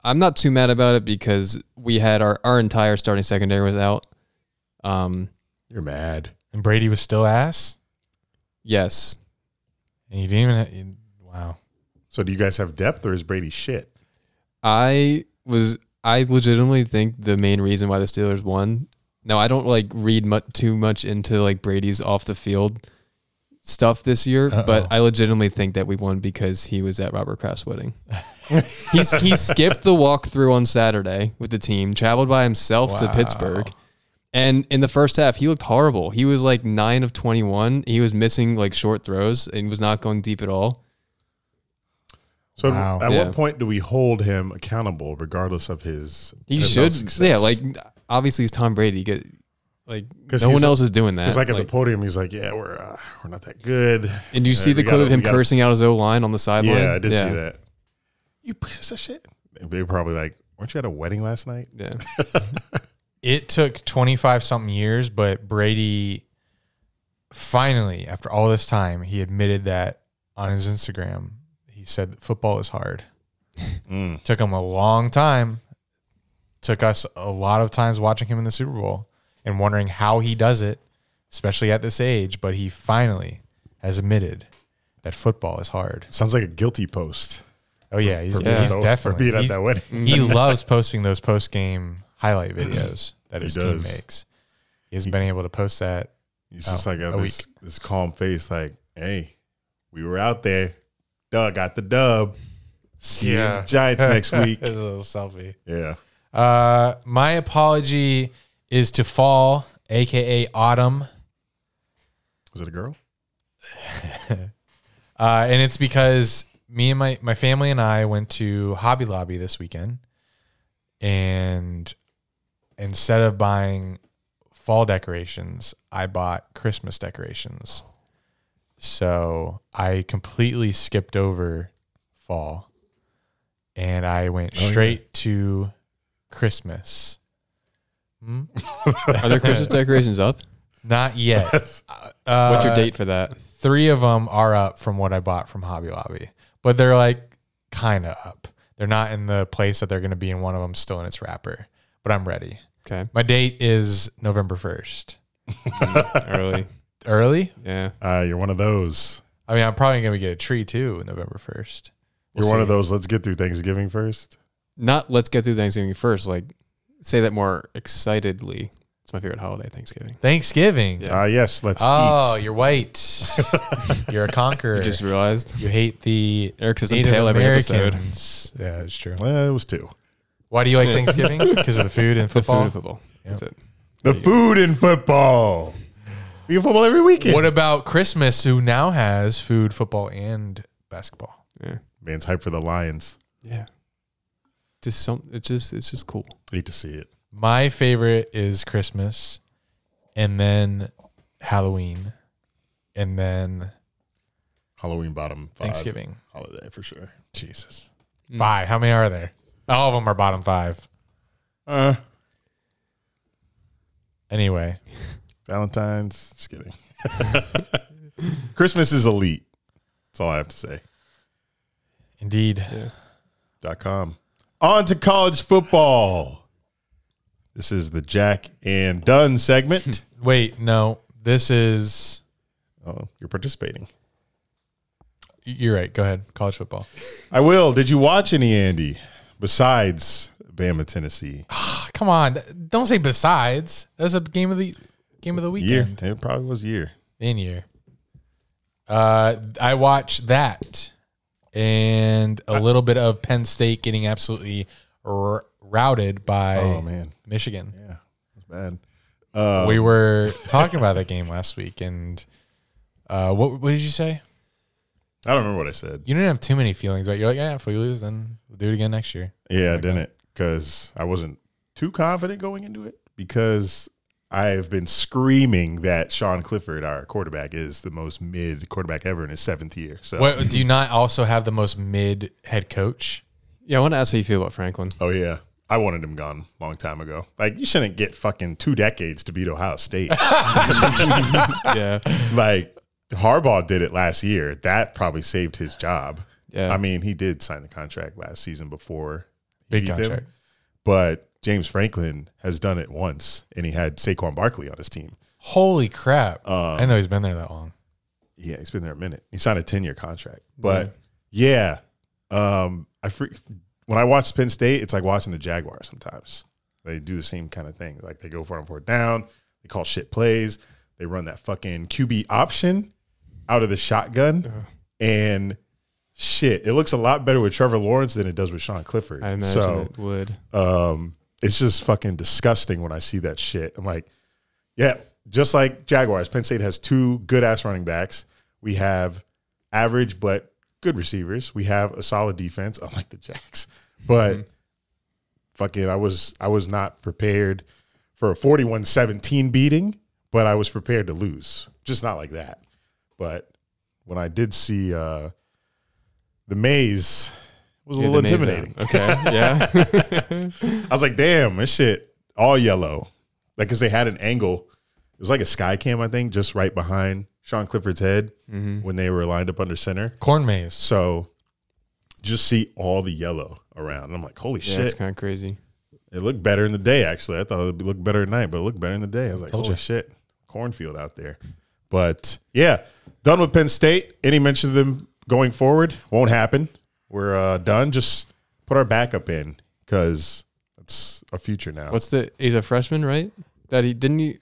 Speaker 4: I'm not too mad about it because we had our, our entire starting secondary was out. Um,
Speaker 2: You're mad.
Speaker 1: And Brady was still ass,
Speaker 4: yes,
Speaker 1: and you didn't even. Have, you, wow.
Speaker 2: So do you guys have depth, or is Brady shit?
Speaker 4: I was I legitimately think the main reason why the Steelers won. Now I don't like read mu- too much into like Brady's off the field stuff this year,
Speaker 1: Uh-oh.
Speaker 4: but I legitimately think that we won because he was at Robert
Speaker 1: (laughs)
Speaker 4: Kraft's wedding. He's, he skipped the walkthrough on Saturday with the team, traveled by himself to
Speaker 1: Wow.
Speaker 4: Pittsburgh. And in the first half, he looked horrible. He was like nine of 21. He was missing like short throws and was not going deep at all.
Speaker 2: So
Speaker 1: Wow.
Speaker 2: at
Speaker 4: Yeah.
Speaker 2: what point do we hold him accountable, regardless of his?
Speaker 4: He
Speaker 2: NFL
Speaker 4: should,
Speaker 2: success?
Speaker 4: yeah. Like obviously, he's Tom Brady. Get like
Speaker 2: 'Cause
Speaker 4: no
Speaker 2: he's
Speaker 4: one
Speaker 2: a-
Speaker 4: else is doing that.
Speaker 2: He's like at
Speaker 4: Like,
Speaker 2: the podium. He's like, yeah, we're uh, we're not that good.
Speaker 4: and you see
Speaker 2: we
Speaker 4: the clip
Speaker 2: gotta-
Speaker 4: of him
Speaker 2: we gotta-
Speaker 4: cursing out his O line on the sideline.
Speaker 2: Yeah, I did see that. You pieces of shit. They're probably like, weren't you at a wedding last night?
Speaker 4: Yeah,
Speaker 1: It took 25 something years, but Brady finally, after all this time, he admitted that on his Instagram. He said that football is (laughs) hard.
Speaker 2: Mm.
Speaker 1: Took him a long time. Took us a lot of times watching him in the Super Bowl and wondering how he does it, especially at this age. But he finally has admitted that football is hard.
Speaker 2: Sounds like a guilty post.
Speaker 1: Oh yeah, he's,
Speaker 2: for being
Speaker 1: he's
Speaker 2: at-
Speaker 1: definitely
Speaker 2: for being at
Speaker 1: he's-
Speaker 2: that wedding.
Speaker 1: (laughs) He loves posting those post game highlight
Speaker 2: (clears throat)
Speaker 1: videos that
Speaker 2: He
Speaker 1: his
Speaker 2: does.
Speaker 1: team makes. He hasn't been able to post that.
Speaker 2: He's just
Speaker 1: Oh,
Speaker 2: like got
Speaker 1: a
Speaker 2: this, this calm face, like, hey, we were out there. Duh, got the dub. See you (laughs) in
Speaker 1: Yeah.
Speaker 2: the Giants next week.
Speaker 1: His little selfie.
Speaker 2: Yeah.
Speaker 1: Uh, my apology is to fall, aka autumn,
Speaker 2: Was it a girl?
Speaker 1: uh, and it's because me and my my family and I went to Hobby Lobby this weekend, and instead of buying fall decorations, I bought Christmas decorations. So I completely skipped over fall and I went
Speaker 2: yeah.
Speaker 1: straight to Christmas.
Speaker 4: are
Speaker 2: (laughs)
Speaker 4: there Christmas decorations up?
Speaker 1: Not yet.
Speaker 4: What's
Speaker 1: Uh,
Speaker 4: your date for that?
Speaker 1: three of them are up from what I bought from Hobby Lobby, but they're like kind of up. They're not in the place that they're going to be in. One of them still in its wrapper, but I'm ready.
Speaker 2: (laughs)
Speaker 4: Okay,
Speaker 1: My date is November 1st.
Speaker 2: (laughs)
Speaker 4: early.
Speaker 1: Early?
Speaker 4: Yeah,
Speaker 2: Uh, you're one of those.
Speaker 1: I mean, I'm probably going to get a tree too November 1st.
Speaker 2: You're one of those. Let's get through Thanksgiving first.
Speaker 4: not. Let's get through Thanksgiving first. Like, say that more excitedly. It's my favorite holiday, Thanksgiving.
Speaker 1: Thanksgiving.
Speaker 2: Ah, yes, let's
Speaker 1: Oh,
Speaker 2: eat.
Speaker 1: you're white. (laughs) you're a conqueror.
Speaker 4: Just realized
Speaker 1: you hate the
Speaker 4: Eric says I'm
Speaker 1: Native
Speaker 4: pale every episode.
Speaker 1: Americans. Yeah, it's true.
Speaker 2: (laughs) Well, it was two.
Speaker 1: Why do you like Thanksgiving? Because of the food and
Speaker 4: (laughs) The food
Speaker 1: football.
Speaker 4: and football. That's it.
Speaker 2: The food in football. We have football every weekend.
Speaker 1: What about Christmas, who now has food, football, and basketball?
Speaker 4: Yeah.
Speaker 2: Man's hype for the Lions.
Speaker 4: Yeah. Just some it's just it's just cool.
Speaker 2: Hate to see it.
Speaker 1: My favorite is Christmas, and then Halloween, and then
Speaker 2: Halloween bottom five Hmm.
Speaker 1: Thanksgiving.
Speaker 2: holiday for sure.
Speaker 1: Jesus. Five. How many are there? All of them are bottom five.
Speaker 2: Uh,
Speaker 1: Anyway,
Speaker 2: Valentine's. Just kidding. (laughs) Christmas is elite. That's all I have to say.
Speaker 1: indeed.
Speaker 2: Dot com. On to college football. This is the Jack and Dunn segment.
Speaker 1: Wait, no. This is
Speaker 2: Oh, you're participating.
Speaker 1: you're right. Go ahead. College football.
Speaker 2: I will. Did you watch any Andy besides Bama, Tennessee?
Speaker 1: Ah, Come on. th- Don't say besides. That was a game of the game of the
Speaker 2: Year.
Speaker 1: weekend.
Speaker 2: It probably was year.
Speaker 1: In year. Uh I watched that and a little bit of Penn State getting absolutely r- routed by
Speaker 2: Oh man,
Speaker 1: Michigan.
Speaker 2: yeah, Oh. that's bad.
Speaker 1: we were talking about that game last week and uh what what did you say?
Speaker 2: I don't remember what I said.
Speaker 1: You didn't have too many feelings, right? You're like, yeah, if we lose, then we'll do it again next year.
Speaker 2: Yeah, I didn't because I wasn't too confident going into it because I've been screaming that Sean Clifford, our quarterback, is the most mid quarterback ever in his seventh year. So,
Speaker 1: What, do you not also have the most mid head coach?
Speaker 4: Yeah, I want to ask how you feel about Franklin.
Speaker 2: oh yeah, I wanted him gone long time ago. Like you shouldn't get fucking two decades to beat Ohio State.
Speaker 4: yeah,
Speaker 2: like Harbaugh did it last year. That probably saved his job.
Speaker 4: Yeah.
Speaker 2: I mean, he did sign the contract last season before he
Speaker 1: Big
Speaker 2: beat them.
Speaker 1: contract.
Speaker 2: but James Franklin has done it once, and he had Saquon Barkley on his team.
Speaker 1: Holy crap.
Speaker 2: Oh.
Speaker 1: I know he's been there that long.
Speaker 2: Yeah, he's been there a minute. He signed a ten-year contract, but yeah, um, I freak, when I watch Penn State, it's like watching the Jaguars. Sometimes they do the same kind of thing. Like they go for it on fourth down, they call shit plays, they run that fucking QB option out of the shotgun,
Speaker 4: Uh-huh.
Speaker 2: and shit, it looks a lot better with Trevor Lawrence than it does with Sean Clifford.
Speaker 4: I imagine
Speaker 2: so
Speaker 4: it would.
Speaker 2: um, it's just fucking disgusting when I see that shit. I'm like, yeah, just like Jaguars, Penn State has two good ass running backs. We have average but good receivers. We have a solid defense, (laughs) unlike the Jacks. But
Speaker 4: Mm-hmm.
Speaker 2: fucking, I was I was not prepared for a 41-17 beating, but I was prepared to lose. Just not like that. But when I did see uh, the maze, it was a
Speaker 4: Yeah,
Speaker 2: little
Speaker 4: the maze uh,
Speaker 2: intimidating.
Speaker 4: round. Okay,
Speaker 2: (laughs)
Speaker 4: yeah,
Speaker 2: I was like, damn, this shit all yellow. Like, cause they had an angle. It was like a sky cam, I think, just right behind Sean Clifford's head
Speaker 4: Mm-hmm.
Speaker 2: when they were lined up under center.
Speaker 1: Corn maze.
Speaker 2: So just see all the yellow around. And I'm like, holy
Speaker 4: yeah, it's
Speaker 2: shit.
Speaker 4: kind of crazy.
Speaker 2: It looked better in the day, actually. I thought it looked better at night, but it looked better in the day. I was like,
Speaker 1: Told
Speaker 2: holy
Speaker 1: ya.
Speaker 2: shit, cornfield out there. But yeah, done with Penn State. Any mention of them going forward won't happen. We're uh, done. Just put our backup in because that's our future now.
Speaker 4: What's the? He's a freshman, right? That he didn't. He,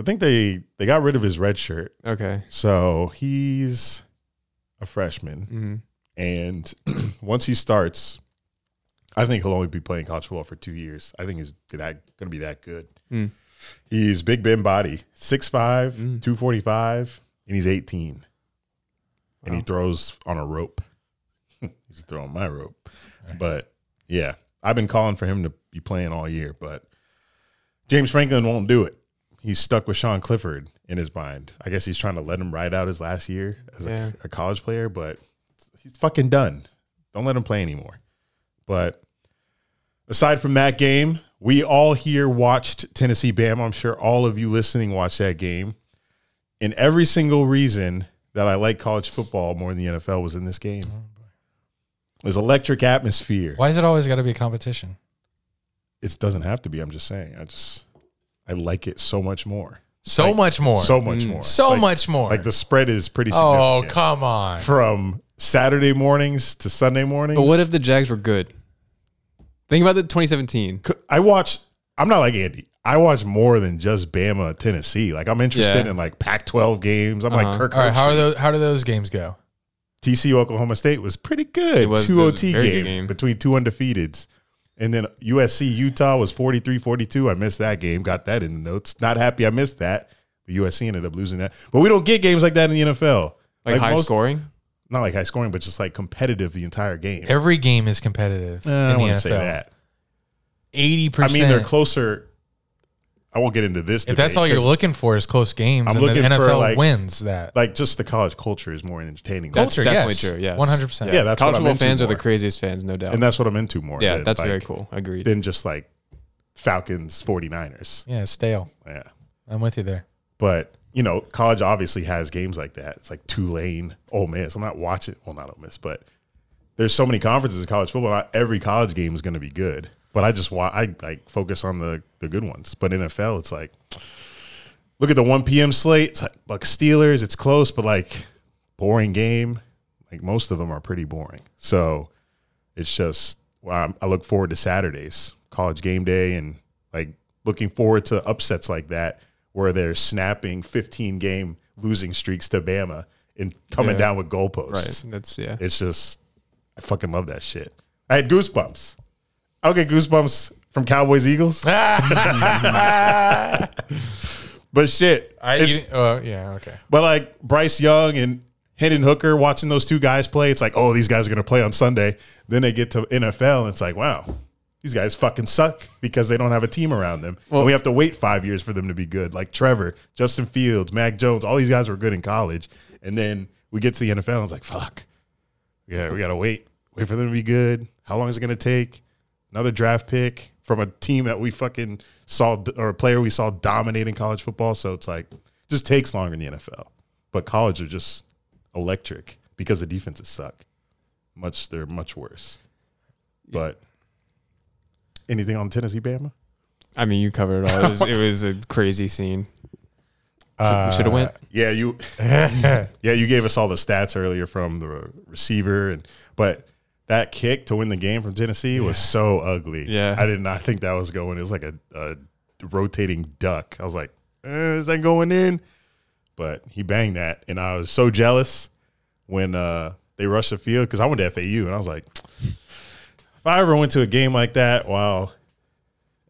Speaker 2: I think they they got rid of his red shirt,
Speaker 4: okay,
Speaker 2: so he's a freshman,
Speaker 4: Mhm.
Speaker 2: and (clears throat) once he starts, I think he'll only be playing college football for two years. I think he's that going to be that good.
Speaker 4: Mm.
Speaker 2: He's Big Ben body, 6'5", 245, and he's eighteen, and he throws on a rope. (laughs) he's throwing my rope, but yeah, I've been calling for him to be playing all year, but James Franklin won't do it. He's stuck with Sean Clifford in his mind. I guess he's trying to let him ride out his last year as
Speaker 4: Yeah.
Speaker 2: a, a college player, but he's fucking done. Don't let him play anymore. But aside from that game, we all here watched Tennessee Bama. I'm sure all of you listening watched that game. And every single reason that I like college football more than the NFL was in this game. It was electric atmosphere.
Speaker 1: Why is it always got to be a competition?
Speaker 2: It doesn't have to be. I'm just saying. I just I like it so much more.
Speaker 1: So much more. Mm.
Speaker 2: So much more.
Speaker 1: So
Speaker 2: Like-
Speaker 1: much more.
Speaker 2: Like the spread is pretty significant.
Speaker 1: oh, come on.
Speaker 2: From Saturday mornings to Sunday mornings.
Speaker 4: but what if the Jags were good? Think about the 2017.
Speaker 2: c- I watch. I'm not like Andy. I watch more than just Bama, Tennessee. Like I'm interested
Speaker 4: Yeah. Uh-huh.
Speaker 2: in like Pac-12 games. I'm like Kirk.
Speaker 1: All right, how are
Speaker 2: Herbstreit.
Speaker 1: those how do those games go?
Speaker 2: TCU Oklahoma State was pretty good.
Speaker 4: It was-
Speaker 2: two
Speaker 4: it was a
Speaker 2: OT
Speaker 4: very good
Speaker 2: game,
Speaker 4: game.
Speaker 2: between two undefeateds. And then USC Utah was 43-42. I missed that game. Got that in the notes. Not happy I missed that. But USC ended up losing that. But we don't get games like that in the NFL.
Speaker 4: Like, high
Speaker 2: most-
Speaker 4: scoring.
Speaker 2: Not like high scoring, but just like competitive the entire game.
Speaker 1: Every game is competitive.
Speaker 2: Uh, I
Speaker 1: in the
Speaker 2: wouldn't
Speaker 1: NFL.
Speaker 2: say that.
Speaker 1: 80%.
Speaker 2: I mean, they're closer. I won't get into this.
Speaker 1: If that's
Speaker 2: debate
Speaker 1: all you're
Speaker 2: 'cause,
Speaker 1: looking for is close games,
Speaker 2: I'm
Speaker 1: and the
Speaker 2: looking for,
Speaker 1: NFL
Speaker 2: like-
Speaker 1: wins that.
Speaker 2: like just the college culture is more entertaining.
Speaker 1: Culture,
Speaker 4: definitely
Speaker 1: yes.
Speaker 4: true, yes.
Speaker 1: 100%.
Speaker 2: Yeah, that's
Speaker 4: College
Speaker 2: what I'm
Speaker 4: football
Speaker 2: into
Speaker 4: fans are the
Speaker 2: more.
Speaker 4: craziest fans, no doubt.
Speaker 2: and that's what I'm into more.
Speaker 4: yeah,
Speaker 2: than,
Speaker 4: that's
Speaker 2: like,
Speaker 4: very cool. Agreed.
Speaker 2: Than just like Falcons 49ers.
Speaker 1: yeah, it's stale.
Speaker 2: Yeah.
Speaker 1: I'm with you there.
Speaker 2: But, you know, college obviously has games like that. It's like Tulane, Ole Miss. I'm not watching, well, not Ole Miss, but there's so many conferences in college football. Not every college game is going to be good. But I just want, I like focus on the, the good ones. But NFL, it's like, look at the 1 p.m. slate. It's like Buck Steelers. It's close, but like boring game. Like most of them are pretty boring. So it's just well, I'm- I look forward to Saturdays, college game day, and like looking forward to upsets like that where they're snapping 15 game losing streaks to Bama and coming
Speaker 4: Yeah.
Speaker 2: down with goalposts.
Speaker 4: Right. That's yeah.
Speaker 2: It's just, I fucking love that shit. I had goosebumps. I'll get goosebumps from Cowboys Eagles. but shit,
Speaker 1: I
Speaker 2: it's-
Speaker 1: you- oh, yeah, okay.
Speaker 2: but like Bryce Young and Hendon Hooker, watching those two guys play, it's like, oh, these guys are gonna play on Sunday. Then they get to NFL, and it's like, wow, these guys fucking suck because they don't have a team around them. and we have to wait five years for them to be good. Like Trevor, Justin Fields, Mac Jones, all these guys were good in college, and then we get to the NFL, and it's like, fuck, yeah, we gotta wait, wait for them to be good. How long is it gonna take? Another draft pick from a team that we fucking saw or a player we saw dominating college football. So it's like just takes longer in the NFL. But college are just electric because the defenses suck. Much they're much worse. But anything on Tennessee Bama?
Speaker 4: I mean, you covered it all. It was, it was a crazy scene. Should have went.
Speaker 2: Uh,
Speaker 1: (laughs)
Speaker 2: Yeah, you Yeah, you gave us all the stats earlier from the re- receiver and but that kick to win the game from Tennessee was so ugly.
Speaker 4: Yeah.
Speaker 2: I did not think that was going. It was like a, a rotating duck. I was like, eh, is that going in? But he banged that, and I was so jealous when uh, they rushed the field because I went to FAU, and I was like, if I ever went to a game like that while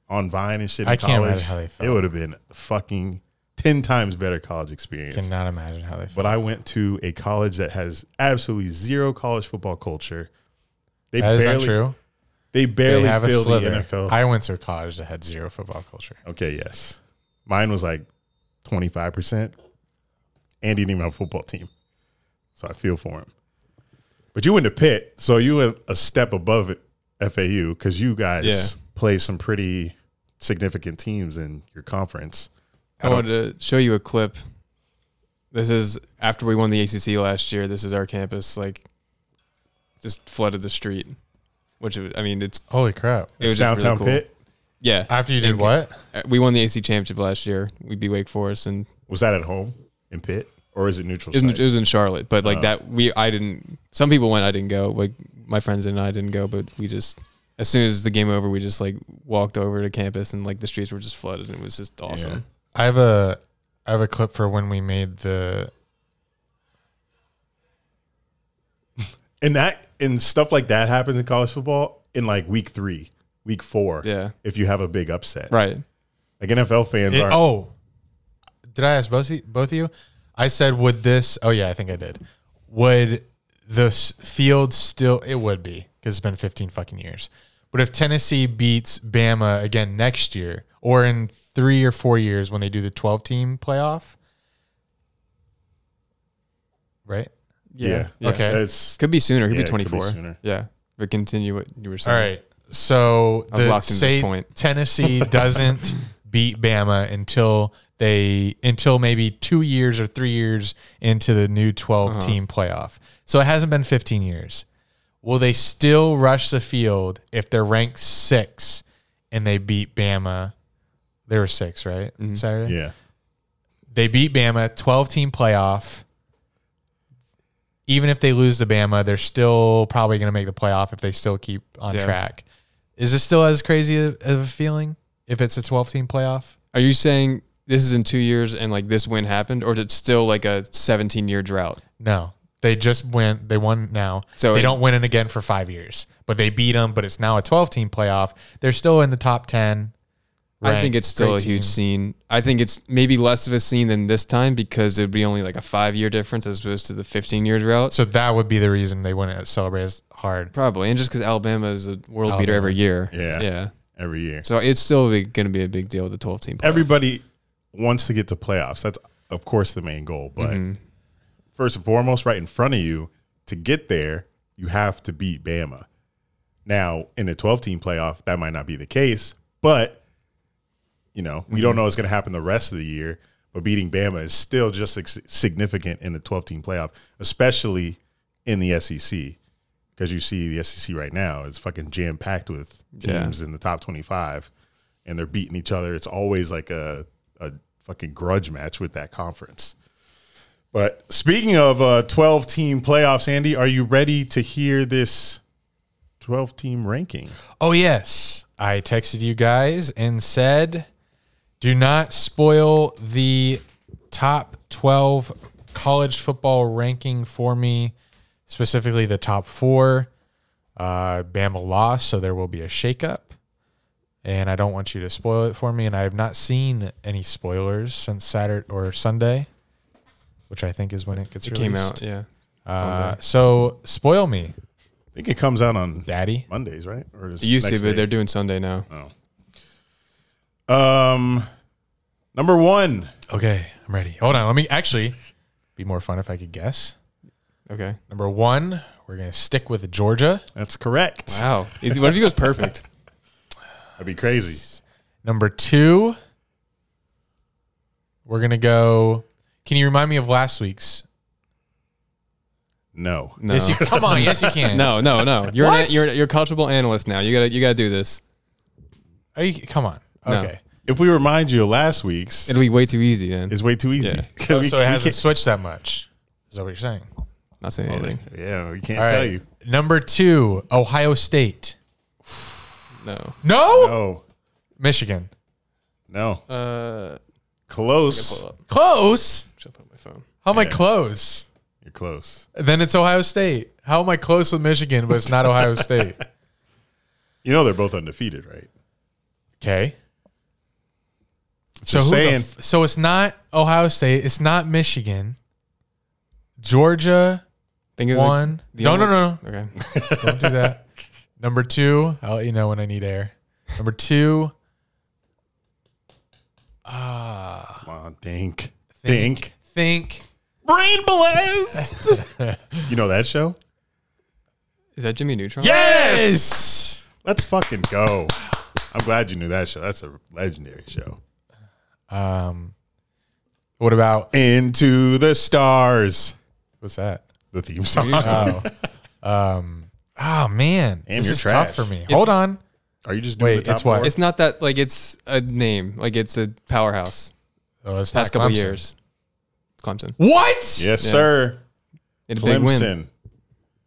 Speaker 2: on Vine and shit, in
Speaker 1: I can't
Speaker 2: college,
Speaker 1: imagine how they felt.
Speaker 2: It would have been fucking ten times better college experience.
Speaker 1: Cannot imagine how they feel.
Speaker 2: But I went to a college that has absolutely zero college football culture. They
Speaker 1: That is
Speaker 2: barely,
Speaker 1: not true.
Speaker 2: They barely
Speaker 1: they have a
Speaker 2: fill the
Speaker 1: sliver.
Speaker 2: NFL.
Speaker 1: I went to a college that had zero football culture.
Speaker 2: okay, yes. Mine was like 25%. Andy didn't even have a football team. So I feel for him. But you went to Pitt, so you went a step above it, FAU because you guys
Speaker 4: Yeah.
Speaker 2: play some pretty significant teams in your conference.
Speaker 4: I wanted to show you a clip. This is after we won the ACC last year. This is our campus, like, just flooded the street, which it was, I mean, it's
Speaker 1: Holy crap!
Speaker 4: it was just
Speaker 2: Downtown
Speaker 4: really cool.
Speaker 2: Pitt.
Speaker 4: Yeah,
Speaker 1: After you did
Speaker 4: And-
Speaker 1: what?
Speaker 4: uh, We won the ACC championship last year. We beat Wake Forest, and
Speaker 2: Was that at home in Pitt? Or is it neutral?
Speaker 4: it was, in,
Speaker 2: site?
Speaker 4: it was in Charlotte. But like that, we I didn't. Some people went, I didn't go. Like my friends and I didn't go, but we just. As soon as the game over, we just like walked over to campus and like the streets were just flooded and it was just awesome.
Speaker 1: I have a I have a clip for when we made the
Speaker 2: and that and stuff like that happens in college football in like week three, week four.
Speaker 4: Yeah.
Speaker 2: if you have a big upset,
Speaker 4: Right.
Speaker 2: Like NFL fans
Speaker 1: It-
Speaker 2: are. Oh,
Speaker 1: oh, did I ask both of you- both of you? I said, would this? Oh yeah, I think I did. Would the s- field still? It would be because it's been 15 fucking years. But if Tennessee beats Bama again next year, or in three or four years when they do the 12 team playoff, right?
Speaker 2: yeah.
Speaker 1: Okay.
Speaker 2: That's
Speaker 4: Could be sooner. Could
Speaker 2: Yeah,
Speaker 4: be
Speaker 2: it could be
Speaker 4: 24.
Speaker 2: sooner.
Speaker 4: Yeah. But continue what you were
Speaker 1: All
Speaker 4: saying.
Speaker 1: right. So
Speaker 4: I was
Speaker 1: the
Speaker 4: locked into this
Speaker 1: say
Speaker 4: point. (laughs)
Speaker 1: Tennessee doesn't beat Bama until they until maybe two years or three years into the new 12
Speaker 4: Uh-huh.
Speaker 1: team playoff. So it hasn't been 15 years. Will they still rush the field if they're ranked six and they beat Bama? They were six, right?
Speaker 4: Mm-hmm.
Speaker 1: Saturday?
Speaker 2: yeah.
Speaker 1: They beat Bama, 12 team playoff. Even if they lose to Bama, they're still probably going to make the playoff if they still keep on
Speaker 4: Yeah.
Speaker 1: track. Is this still as crazy of a feeling if it's a 12 team playoff?
Speaker 4: Are you saying this is in two years and like this win happened, or is it still like a 17 year drought?
Speaker 1: No. They just win. They won now.
Speaker 4: So
Speaker 1: they
Speaker 4: it-
Speaker 1: don't win it again for five years, but they beat them. But it's now a 12 team playoff. They're still in the top 10.
Speaker 4: I think
Speaker 1: ranked.
Speaker 4: it's still a
Speaker 1: Great
Speaker 4: huge
Speaker 1: team.
Speaker 4: scene. I think it's maybe less of a scene than this time because it'd be only like a five year difference as opposed to the 15 year drought.
Speaker 1: So that would be the reason they wouldn't celebrate as hard.
Speaker 4: Probably. And just because Alabama is a world beater
Speaker 1: Alabama.
Speaker 4: every year.
Speaker 2: Yeah.
Speaker 4: Yeah.
Speaker 2: Every year,
Speaker 4: So it's still going to be a big deal with the 12 team. playoff.
Speaker 2: everybody wants to get to playoffs. That's of course the main goal. But
Speaker 4: Mm-hmm.
Speaker 2: first and foremost, right in front of you, to get there, you have to beat Bama. Now, in a 12 team playoff, that might not be the case, but you know, we
Speaker 4: Mm-hmm.
Speaker 2: don't know what's going to happen the rest of the year, but beating Bama is still just ex- significant in the 12 team playoff, especially in the SEC, because you see the SEC right now is fucking jam packed with
Speaker 4: Yeah.
Speaker 2: teams in the top 25 and they're beating each other. It's always like a, a fucking grudge match with that conference. But speaking of uh, 12 team playoffs, Andy, are you ready to hear this 12 team ranking?
Speaker 1: Oh, yes. I texted you guys and said, do not spoil the top 12 college football ranking for me, specifically the top four. Uh, Bama lost, so there will be a shakeup. And I don't want you to spoil it for me. And I have not seen any spoilers since Saturday or Sunday, which I think is when it gets
Speaker 4: It
Speaker 1: released.
Speaker 4: came out. Yeah.
Speaker 1: Uh, so spoil me,
Speaker 2: I think it comes out on
Speaker 1: Daddy.
Speaker 2: Mondays, right? Or is
Speaker 4: It used to,
Speaker 2: next
Speaker 4: but
Speaker 2: day? Uh.
Speaker 4: they're doing Sunday now.
Speaker 2: Um, number one,
Speaker 1: Okay, I'm ready. Hold on. Let me actually be more fun if I could guess.
Speaker 4: Okay.
Speaker 1: Number one, we're gonna stick with Georgia.
Speaker 2: that's correct.
Speaker 4: Wow. Is- what if he
Speaker 1: (laughs)
Speaker 4: goes perfect?
Speaker 2: That'd be crazy.
Speaker 1: Number two, we're gonna go. Can you remind me of last week's?
Speaker 2: No,
Speaker 4: No.
Speaker 1: Yes, you, come on.
Speaker 4: (laughs)
Speaker 1: Yes, you can.
Speaker 4: no, no, no. You're an,
Speaker 1: What?
Speaker 4: you're you're a cultural analyst now. You gotta you gotta do this.
Speaker 1: Are you, come on.
Speaker 4: No.
Speaker 1: Okay.
Speaker 2: if we remind you, of last week's
Speaker 4: It'll be way too easy then.
Speaker 2: is way too easy.
Speaker 4: Yeah.
Speaker 1: Oh,
Speaker 2: (laughs) We-
Speaker 1: so it
Speaker 2: we
Speaker 1: hasn't
Speaker 2: can't-
Speaker 1: switched that much. Is that what you're saying?
Speaker 4: Not saying anything.
Speaker 2: Yeah, we can't
Speaker 1: All
Speaker 2: tell
Speaker 1: right.
Speaker 2: you.
Speaker 1: Number two, Ohio State.
Speaker 4: No.
Speaker 1: No,
Speaker 2: No,
Speaker 1: Michigan.
Speaker 2: Oh, no,
Speaker 4: Uh,
Speaker 2: close.
Speaker 4: pull up.
Speaker 1: Close.
Speaker 4: Should put my phone.
Speaker 1: How am I
Speaker 2: Yeah.
Speaker 1: close?
Speaker 2: You're close.
Speaker 1: Then it's Ohio State. How am I close with Michigan, but it's not Ohio
Speaker 4: (laughs)
Speaker 1: State?
Speaker 2: You know they're both undefeated, right?
Speaker 1: Okay. So
Speaker 2: Just
Speaker 1: who the
Speaker 2: saying.
Speaker 1: f- so it's not Ohio State. It's not Michigan. Georgia
Speaker 4: Think of the-
Speaker 1: one.
Speaker 4: the
Speaker 1: no,
Speaker 4: only-
Speaker 1: no, no,
Speaker 4: Okay.
Speaker 1: no. Don't do that. (laughs) Number two. I'll let you know when I need air. Number two.
Speaker 2: Come on, think,
Speaker 1: Think.
Speaker 2: think,
Speaker 1: Think.
Speaker 2: brain blast. (laughs) you know that show?
Speaker 4: Is that Jimmy Neutron?
Speaker 1: Yes.
Speaker 2: Let's fucking go. I'm glad you knew that show. That's a legendary show.
Speaker 1: Um. What about
Speaker 2: Into the stars.
Speaker 1: what's that?
Speaker 2: The theme song.
Speaker 1: Oh. um. Oh man,
Speaker 2: Damn,
Speaker 1: this
Speaker 2: you're
Speaker 1: is tough
Speaker 2: trash.
Speaker 1: for me. Hold on.
Speaker 2: (laughs) Are you just
Speaker 1: Wait,
Speaker 2: doing the top
Speaker 1: it's what?
Speaker 2: four?
Speaker 4: It's not that like it's a name. Like it's a powerhouse.
Speaker 1: Oh, it's
Speaker 4: Past
Speaker 1: not
Speaker 4: couple
Speaker 1: Clemson.
Speaker 4: years. Clemson.
Speaker 1: What?
Speaker 2: yes,
Speaker 4: Yeah.
Speaker 2: sir.
Speaker 4: It a big win.
Speaker 2: Clemson.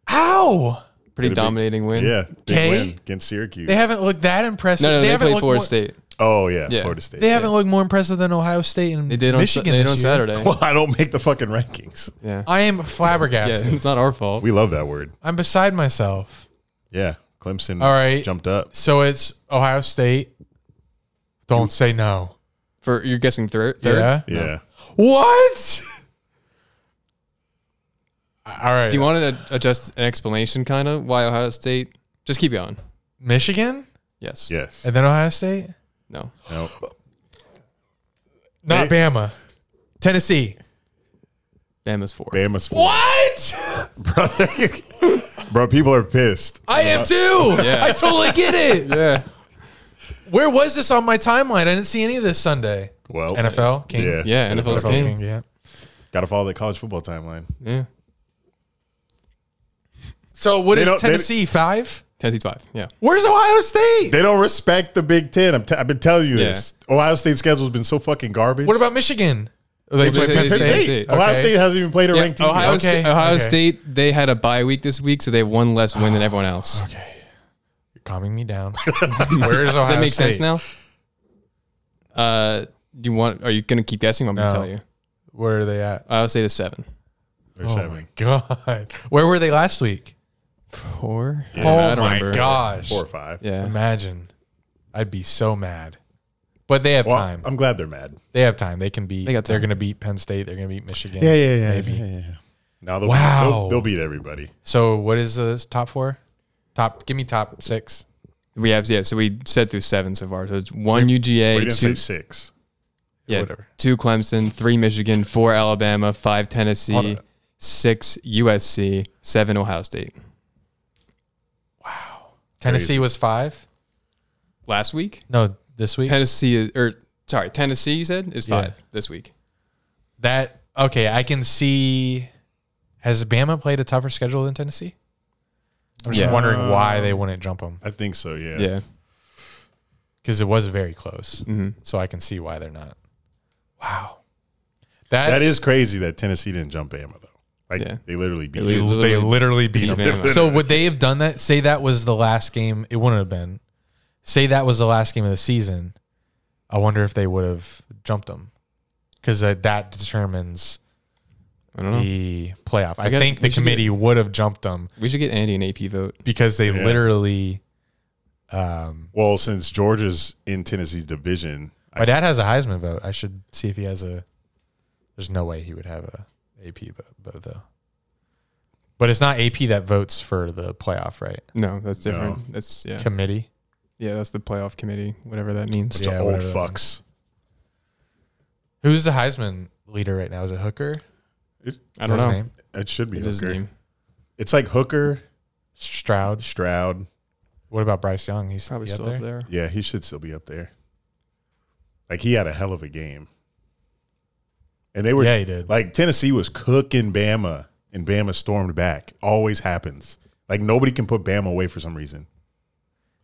Speaker 1: How?
Speaker 4: Pretty
Speaker 2: big-
Speaker 4: dominating win.
Speaker 2: Yeah, big
Speaker 1: Okay.
Speaker 2: win against Syracuse.
Speaker 1: They haven't looked that impressive.
Speaker 4: No, no, they,
Speaker 1: haven't
Speaker 4: played
Speaker 1: looked
Speaker 4: Florida
Speaker 1: more-
Speaker 4: State.
Speaker 2: oh yeah,
Speaker 4: Yeah.
Speaker 2: Florida State.
Speaker 1: They haven't looked more impressive than Ohio State and
Speaker 4: They did on, Su-
Speaker 1: Michigan
Speaker 4: they did
Speaker 1: this year.
Speaker 4: on Saturday.
Speaker 2: (laughs) Well, I don't make the fucking rankings.
Speaker 4: Yeah.
Speaker 1: I am
Speaker 4: (laughs) Yeah,
Speaker 1: flabbergasted.
Speaker 4: it's not our fault.
Speaker 2: We love that word.
Speaker 1: I'm beside myself.
Speaker 2: Yeah, Clemson.
Speaker 1: All right.
Speaker 2: jumped up.
Speaker 1: So it's Ohio State. Don't say no.
Speaker 4: For you're guessing third. third?
Speaker 1: Yeah.
Speaker 2: Yeah,
Speaker 1: What? (laughs) All right.
Speaker 4: Do you want to adjust an explanation, kind of, why Ohio State? Just keep going.
Speaker 1: Michigan
Speaker 4: Yes.
Speaker 2: yes.
Speaker 1: and then Ohio State?
Speaker 4: No.
Speaker 2: No.
Speaker 1: Not
Speaker 2: They-
Speaker 1: Bama. Tennessee.
Speaker 4: Bama's four.
Speaker 2: Bama's (laughs) four.
Speaker 1: What?
Speaker 2: bro.
Speaker 1: (laughs)
Speaker 2: bro, people are pissed.
Speaker 1: I am too.
Speaker 4: (laughs) Yeah.
Speaker 1: I totally get it.
Speaker 4: Yeah.
Speaker 1: Where was this on my timeline? I didn't see any of this Sunday.
Speaker 2: Well,
Speaker 1: NFL King.
Speaker 2: Yeah,
Speaker 4: Yeah, NFL's
Speaker 1: NFL's
Speaker 4: game.
Speaker 1: King, yeah.
Speaker 2: Got to follow the college football timeline.
Speaker 4: Yeah.
Speaker 1: So what
Speaker 2: They
Speaker 1: is
Speaker 2: don't- they-
Speaker 1: Tennessee five?
Speaker 4: Tennessee's five. Yeah.
Speaker 1: Where's Ohio State?
Speaker 2: They don't respect the Big Ten. I'm t- I've been telling you
Speaker 4: Yeah.
Speaker 2: this. Ohio State's schedule's been so fucking garbage.
Speaker 1: what about Michigan? Oh, They
Speaker 4: Well,
Speaker 1: play
Speaker 4: they-
Speaker 1: Penn
Speaker 4: they-
Speaker 1: State. Oh,
Speaker 2: Penn State?
Speaker 4: Penn State.
Speaker 2: Ohio
Speaker 1: Okay.
Speaker 2: State hasn't even played a ranked team.
Speaker 4: Ohio,
Speaker 2: yet.
Speaker 1: Okay,
Speaker 4: State, Ohio
Speaker 1: okay. Ah,
Speaker 4: State, they had a bye week this week, so they have one less win than everyone else.
Speaker 1: Okay, you're calming me
Speaker 4: (laughs)
Speaker 1: down. Where is Ohio
Speaker 4: Does that make
Speaker 1: State?
Speaker 4: sense now? Uh, do you want? Are you gonna keep guessing? I'm gonna
Speaker 1: No.
Speaker 4: tell you.
Speaker 1: Where are they at?
Speaker 4: Ohio State is seven.
Speaker 2: They're
Speaker 1: Oh
Speaker 2: seven.
Speaker 1: my god, where were they last week?
Speaker 4: Four.
Speaker 1: oh
Speaker 4: I don't
Speaker 1: my
Speaker 4: remember.
Speaker 1: gosh!
Speaker 2: Four or five.
Speaker 4: Yeah.
Speaker 1: Imagine, I'd be so mad. But they have
Speaker 2: Well,
Speaker 1: time.
Speaker 4: um,
Speaker 2: I'm glad they're mad.
Speaker 1: they have time. They can beat.
Speaker 4: They
Speaker 1: They
Speaker 4: got
Speaker 1: are
Speaker 4: time.
Speaker 1: going to beat Penn State. They're going to beat Michigan.
Speaker 2: yeah,
Speaker 1: Maybe.
Speaker 2: Now they'll,
Speaker 1: Wow.
Speaker 2: they'll, they'll beat everybody.
Speaker 1: So what is the top four? Top. Give me top six.
Speaker 4: We have yeah. So we said through seven so far. So it's one UGA,
Speaker 2: We didn't say
Speaker 4: two,
Speaker 2: six.
Speaker 4: yeah,
Speaker 1: whatever.
Speaker 4: two Clemson, three Michigan, four Alabama, five
Speaker 1: Hold
Speaker 4: Tennessee,
Speaker 1: on.
Speaker 4: six USC, seven Ohio State.
Speaker 1: Tennessee
Speaker 2: Crazy.
Speaker 1: was five.
Speaker 4: Last week,
Speaker 1: No, this week.
Speaker 4: Tennessee is or sorry, Tennessee you said is
Speaker 1: Yeah.
Speaker 4: five this week.
Speaker 1: That okay, I can see. Has Bama played a tougher schedule than Tennessee? I'm just
Speaker 4: Yeah.
Speaker 1: wondering why they wouldn't jump them
Speaker 2: I think so, yeah. (laughs)
Speaker 4: Yeah.
Speaker 1: because it was very close.
Speaker 4: Mhm.
Speaker 1: So I can see why they're not. Wow. That's,
Speaker 2: that is crazy that Tennessee didn't jump Bama though. Like
Speaker 4: Yeah.
Speaker 2: they literally beat.
Speaker 4: They
Speaker 1: They
Speaker 2: them.
Speaker 1: literally, beat
Speaker 4: beat
Speaker 1: them.
Speaker 4: Bama.
Speaker 2: (laughs)
Speaker 1: So would they have done that? Say that was the last game. It wouldn't have been. Say that was the last game of the season. I wonder if they would have jumped them because uh, that determines
Speaker 4: I don't know.
Speaker 1: the playoff. I,
Speaker 4: I guess
Speaker 1: think
Speaker 4: we
Speaker 1: the
Speaker 4: should
Speaker 1: committee would have jumped them
Speaker 4: We should get Andy an AP vote.
Speaker 1: because they
Speaker 2: Yeah.
Speaker 1: literally. Um,
Speaker 2: Well, since Georgia's in Tennessee's division,
Speaker 1: my dad has a Heisman vote. I should see if he has a. There's no way he would have a AP vote, vote though. But it's not AP that votes for the playoff, right?
Speaker 4: No, that's
Speaker 2: No.
Speaker 4: different. That's yeah,
Speaker 1: Committee.
Speaker 4: yeah. That's the playoff committee, whatever that means.
Speaker 2: it's
Speaker 1: Yeah,
Speaker 2: the old
Speaker 1: whatever that
Speaker 2: oh, fucks.
Speaker 1: Who's the Heisman leader right now? Is it Hooker?
Speaker 2: It,
Speaker 4: I
Speaker 1: Is
Speaker 4: don't
Speaker 1: his
Speaker 4: know.
Speaker 1: name?
Speaker 2: it should be
Speaker 4: It is his
Speaker 2: Hooker.
Speaker 4: name.
Speaker 2: It's like Hooker,
Speaker 1: Stroud.
Speaker 2: Stroud.
Speaker 1: What about Bryce Young? He's
Speaker 4: Probably
Speaker 1: he
Speaker 4: still up there.
Speaker 2: Yeah, he should still be up there. Like he had a hell of a game, and they were
Speaker 1: Yeah, he did.
Speaker 2: like Tennessee was cooking Bama, and Bama stormed back. Always happens. Like nobody can put Bama away for some reason.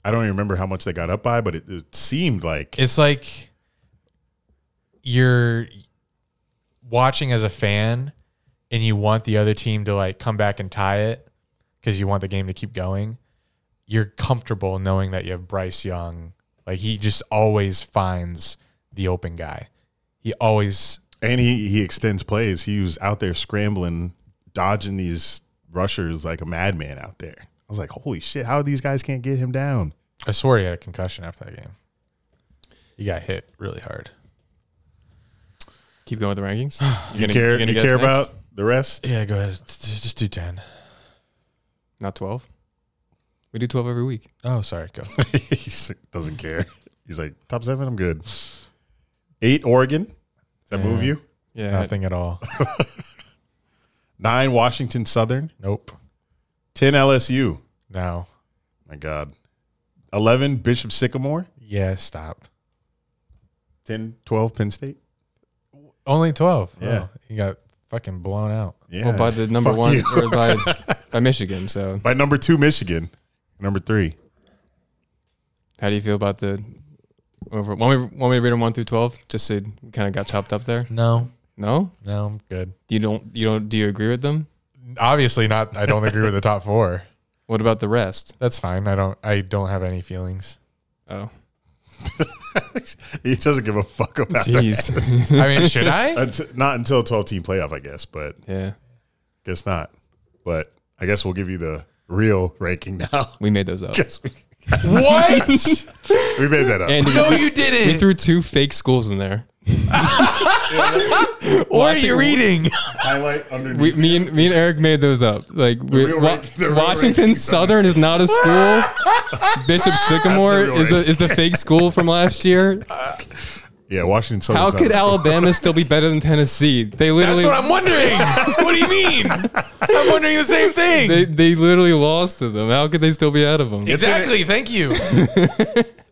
Speaker 2: I don't even remember how much they got up by, but it, it seemed like
Speaker 1: It's like you're watching as a fan and you want the other team to like come back and tie it because you want the game to keep going. You're comfortable knowing that you have Bryce Young. Like he just always finds the open guy. He always
Speaker 2: And he he extends plays. He was out there scrambling, dodging these rushers like a madman out there. I was like, holy shit, how these guys can't get him down?
Speaker 1: I swore he had a concussion after that game. He got hit really hard.
Speaker 4: Keep going with
Speaker 2: (gasps)
Speaker 4: the rankings.
Speaker 2: You
Speaker 4: gonna-
Speaker 2: care?
Speaker 4: you gonna
Speaker 2: You
Speaker 4: guess
Speaker 2: care
Speaker 4: next?
Speaker 2: about the rest?
Speaker 1: Yeah, go ahead. Just do 10.
Speaker 4: Not twelve. We do twelve every week.
Speaker 1: Oh, sorry. Go.
Speaker 2: (laughs) he doesn't care. He's like top seven. I'm good. Eight Oregon. Does that move
Speaker 1: Yeah.
Speaker 2: you?
Speaker 4: Yeah,
Speaker 1: Nothing at all.
Speaker 2: Nine Washington Southern.
Speaker 1: Nope.
Speaker 2: Ten LSU.
Speaker 1: No.
Speaker 2: My God. Eleven Bishop Sycamore.
Speaker 1: Yeah, stop.
Speaker 2: 10, 12 Penn State.
Speaker 1: Only 12.
Speaker 2: Yeah.
Speaker 1: Oh, you got fucking blown out.
Speaker 2: Yeah.
Speaker 4: Well, by the number
Speaker 2: Fuck
Speaker 4: one
Speaker 2: you.
Speaker 4: or
Speaker 2: (laughs)
Speaker 4: by by Michigan. So,
Speaker 2: by number two Michigan. Number three.
Speaker 4: how do you feel about the over? Want me, want me to read them one through twelve? Just so kind of got chopped up there.
Speaker 1: No.
Speaker 4: No,
Speaker 1: No, I'm good.
Speaker 4: you don't. You don't. Do you agree with them?
Speaker 1: Obviously not I don't agree with the top 4.
Speaker 4: What about the rest?
Speaker 1: That's fine. I don't I don't have any feelings. (laughs)
Speaker 4: Oh,
Speaker 2: (laughs) he doesn't give a fuck about that.
Speaker 4: jeez.
Speaker 1: I mean, should
Speaker 2: (laughs)
Speaker 1: I?
Speaker 2: Unt- not until 12 team playoff, I guess, but
Speaker 4: (laughs) yeah,
Speaker 2: guess not. But I guess we'll give you the real ranking now. (laughs)
Speaker 4: we made those up.
Speaker 2: guess we,
Speaker 4: (laughs)
Speaker 1: what?
Speaker 2: we made that up.
Speaker 4: And
Speaker 1: No, you
Speaker 4: we
Speaker 1: didn't.
Speaker 4: threw two fake schools
Speaker 1: (laughs)
Speaker 4: in there.
Speaker 1: or are
Speaker 4: Washington-
Speaker 1: you (laughs) reading?
Speaker 2: Highlight underneath.
Speaker 4: We, me and me and Eric made those up. Like we,
Speaker 2: real
Speaker 4: Wa-
Speaker 2: rank- the real
Speaker 4: Washington
Speaker 2: ranking.
Speaker 4: Southern is not
Speaker 1: (laughs)
Speaker 4: a school. Bishop Sycamore
Speaker 2: real
Speaker 4: is a,
Speaker 2: ranking.
Speaker 4: is the fake school from last
Speaker 1: (laughs)
Speaker 4: year.
Speaker 2: yeah, Washington Southern.
Speaker 4: How could Alabama still be better than Tennessee? They
Speaker 1: That's
Speaker 4: literally
Speaker 1: what I'm wondering. what do you mean? I'm wondering the same thing.
Speaker 4: they, they literally lost to them. How could they still be out of them?
Speaker 1: Exactly. Thank (laughs) you.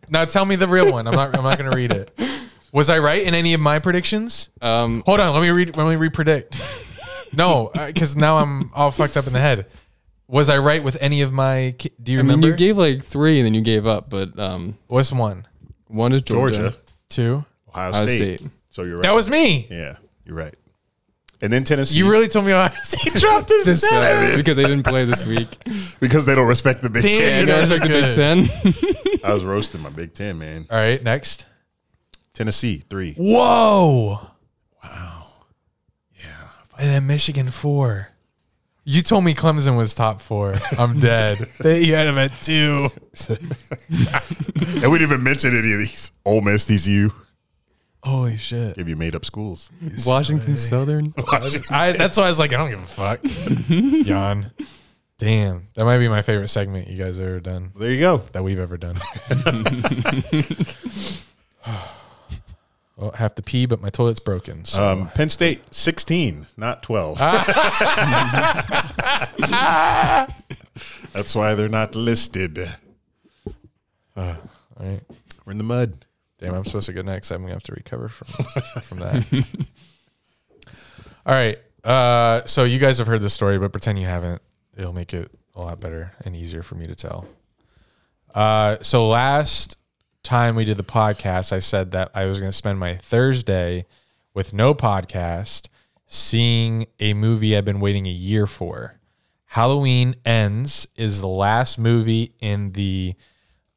Speaker 1: now tell me the real one. I'm not. I'm not going to read it. Was I right in any of my predictions?
Speaker 4: Um,
Speaker 1: Hold on. Let me read. Let me repredict. No, because now I'm all fucked up in the head. Was I right with any of my? ki- Do you
Speaker 4: I mean,
Speaker 1: remember?
Speaker 4: you gave like three and then you gave up, but um,
Speaker 1: What's one,
Speaker 4: one is Georgia.
Speaker 2: Georgia,
Speaker 1: two?
Speaker 2: Ohio,
Speaker 4: Ohio
Speaker 2: State.
Speaker 4: State.
Speaker 2: So you're right.
Speaker 1: That was me.
Speaker 2: yeah, you're right. And then Tennessee.
Speaker 1: You really told me I (laughs) dropped
Speaker 4: This,
Speaker 1: this.
Speaker 4: uh, because they didn't play this week.
Speaker 2: because they don't respect the Big
Speaker 1: Damn.
Speaker 2: Ten.
Speaker 4: You
Speaker 1: guys
Speaker 4: guys
Speaker 1: are
Speaker 4: like the Big
Speaker 1: good.
Speaker 4: Ten.
Speaker 2: I was roasting my Big Ten, man.
Speaker 4: uh,
Speaker 1: All right, next.
Speaker 2: Tennessee, three.
Speaker 1: Whoa. Wow. Yeah. And then Michigan four. You told me Clemson was top four. I'm dead.
Speaker 4: (laughs)
Speaker 1: they you had him at two.
Speaker 2: and we didn't even mention any of these. Ole Miss, TCU.
Speaker 1: Holy shit.
Speaker 2: Give you made up schools.
Speaker 4: Washington Southern.
Speaker 1: I, that's why I was like, I don't give a fuck. Yawn. Damn. That might be my favorite segment you guys have ever done.
Speaker 2: There you go.
Speaker 1: That we've ever done. (sighs) well, I have to pee, but my toilet's broken. So
Speaker 2: Um, Penn State, 16, not 12.
Speaker 1: Ah.
Speaker 2: (laughs) That's why they're not listed.
Speaker 1: all right.
Speaker 2: We're in the mud.
Speaker 1: Damn, I'm supposed to go next. I'm gonna have to recover from from that. All right. Uh, so you guys have heard this story, but pretend you haven't. It'll make it a lot better and easier for me to tell. Uh, so last time we did the podcast, I said that I was gonna spend my Thursday with no podcast, seeing a movie I've been waiting a year for. Halloween Ends is the last movie in the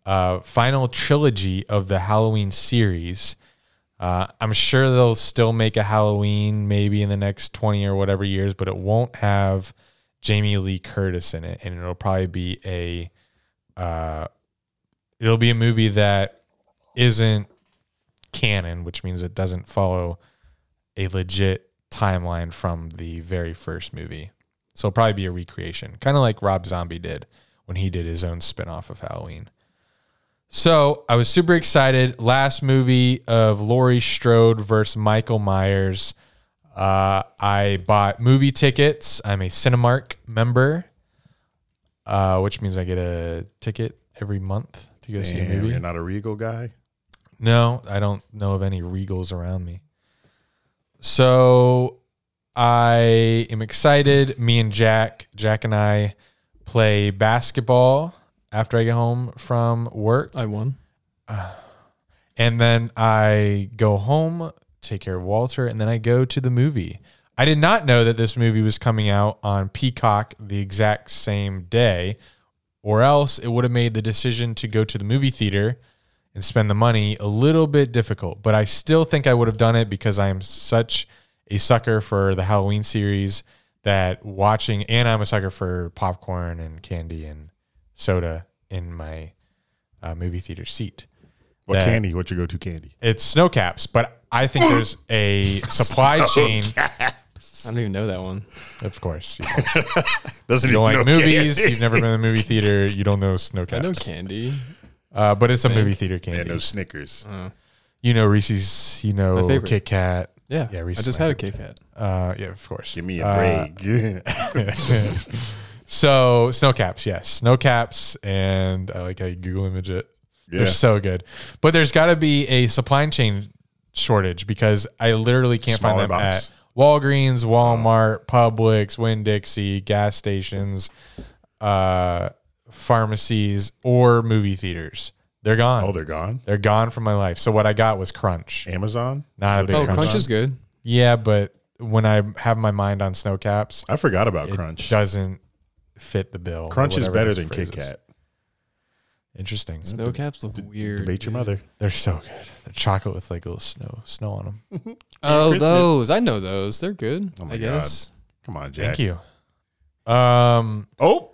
Speaker 1: uh, final trilogy of the Halloween series. Uh, I'm sure they'll still make a Halloween maybe in the next 20 or whatever years, but it won't have Jamie Lee Curtis in it. And it'll probably be a. Uh, it'll be a movie that isn't canon, which means it doesn't follow a legit timeline from the very first movie. So it'll probably be a recreation, kind of like Rob Zombie did when he did his own spin-off of Halloween. So I was super excited. Last movie of Laurie Strode versus Michael Myers. Uh, I bought movie tickets. I'm a Cinemark member, uh, which means I get a ticket every month to go see a
Speaker 2: Damn,
Speaker 1: movie.
Speaker 2: you're not a Regal guy.
Speaker 1: No, I don't know of any regals around me. So I am excited. Me and Jack, Jack and I play basketball after I get home from work.
Speaker 4: I won.
Speaker 1: And then I go home, take care of Walter, and then I go to the movie. I did not know that this movie was coming out on Peacock the exact same day, or else it would have made the decision to go to the movie theater and spend the money a little bit difficult. But I still think I would have done it because I am such a sucker for the Halloween series that watching, and I'm a sucker for popcorn and candy and soda in my uh, movie theater seat
Speaker 2: What
Speaker 1: That-
Speaker 2: candy? What's your go-to candy?
Speaker 1: it's snow caps, but I think there's a supply chain.
Speaker 4: I don't even know that one.
Speaker 1: Of course, you don't-
Speaker 2: Doesn't
Speaker 1: you
Speaker 2: (laughs) even
Speaker 1: don't like
Speaker 2: know
Speaker 1: movies.
Speaker 2: candy.
Speaker 1: You've never been in a movie theater. You don't know snow
Speaker 4: I know
Speaker 1: caps.
Speaker 4: candy.
Speaker 1: Uh, but it's a movie theater
Speaker 2: Yeah,
Speaker 1: candy.
Speaker 2: no Snickers.
Speaker 1: Uh, You know Reese's. You know
Speaker 4: My favorite.
Speaker 1: Kit Kat.
Speaker 4: Yeah,
Speaker 1: Yeah,
Speaker 4: I
Speaker 1: Reese's
Speaker 4: just
Speaker 1: my
Speaker 4: had a Kit Kat.
Speaker 1: Uh, yeah, of course.
Speaker 2: Give me a
Speaker 1: Uh, (laughs)
Speaker 2: break.
Speaker 1: so snow caps, yes, snow caps, and I like how you Google image it.
Speaker 2: Yeah.
Speaker 1: They're so good, but there's got to be a supply chain shortage because I literally can't find
Speaker 2: Smaller
Speaker 1: them
Speaker 2: box.
Speaker 1: at Walgreens, Walmart, Publix, Winn Dixie, gas stations, uh, pharmacies, or movie theaters. They're gone.
Speaker 2: (laughs) oh,
Speaker 1: they're-,
Speaker 2: they're gone.
Speaker 1: gone from my life. So what I got was Crunch.
Speaker 2: Amazon.
Speaker 1: Not a big
Speaker 4: Oh,
Speaker 1: Crunch.
Speaker 4: Crunch is good.
Speaker 1: Yeah, but when I have my mind on snow caps,
Speaker 2: I forgot about
Speaker 1: it
Speaker 2: Crunch.
Speaker 1: doesn't fit the bill. or
Speaker 2: Crunch is
Speaker 1: whatever
Speaker 2: better
Speaker 1: this
Speaker 2: than
Speaker 1: phrase
Speaker 2: Kit
Speaker 1: is.
Speaker 2: Kat.
Speaker 1: Interesting.
Speaker 4: Snow caps look weird.
Speaker 2: Debate your
Speaker 4: dude.
Speaker 2: mother.
Speaker 1: They're so good. They're chocolate with like a little snow snow on them.
Speaker 4: Oh,
Speaker 2: Christmas.
Speaker 4: those. I know those. They're good.
Speaker 2: Oh my
Speaker 4: I
Speaker 2: God.
Speaker 4: guess.
Speaker 2: Come on, Jack.
Speaker 1: Thank you. Um.
Speaker 2: Oh,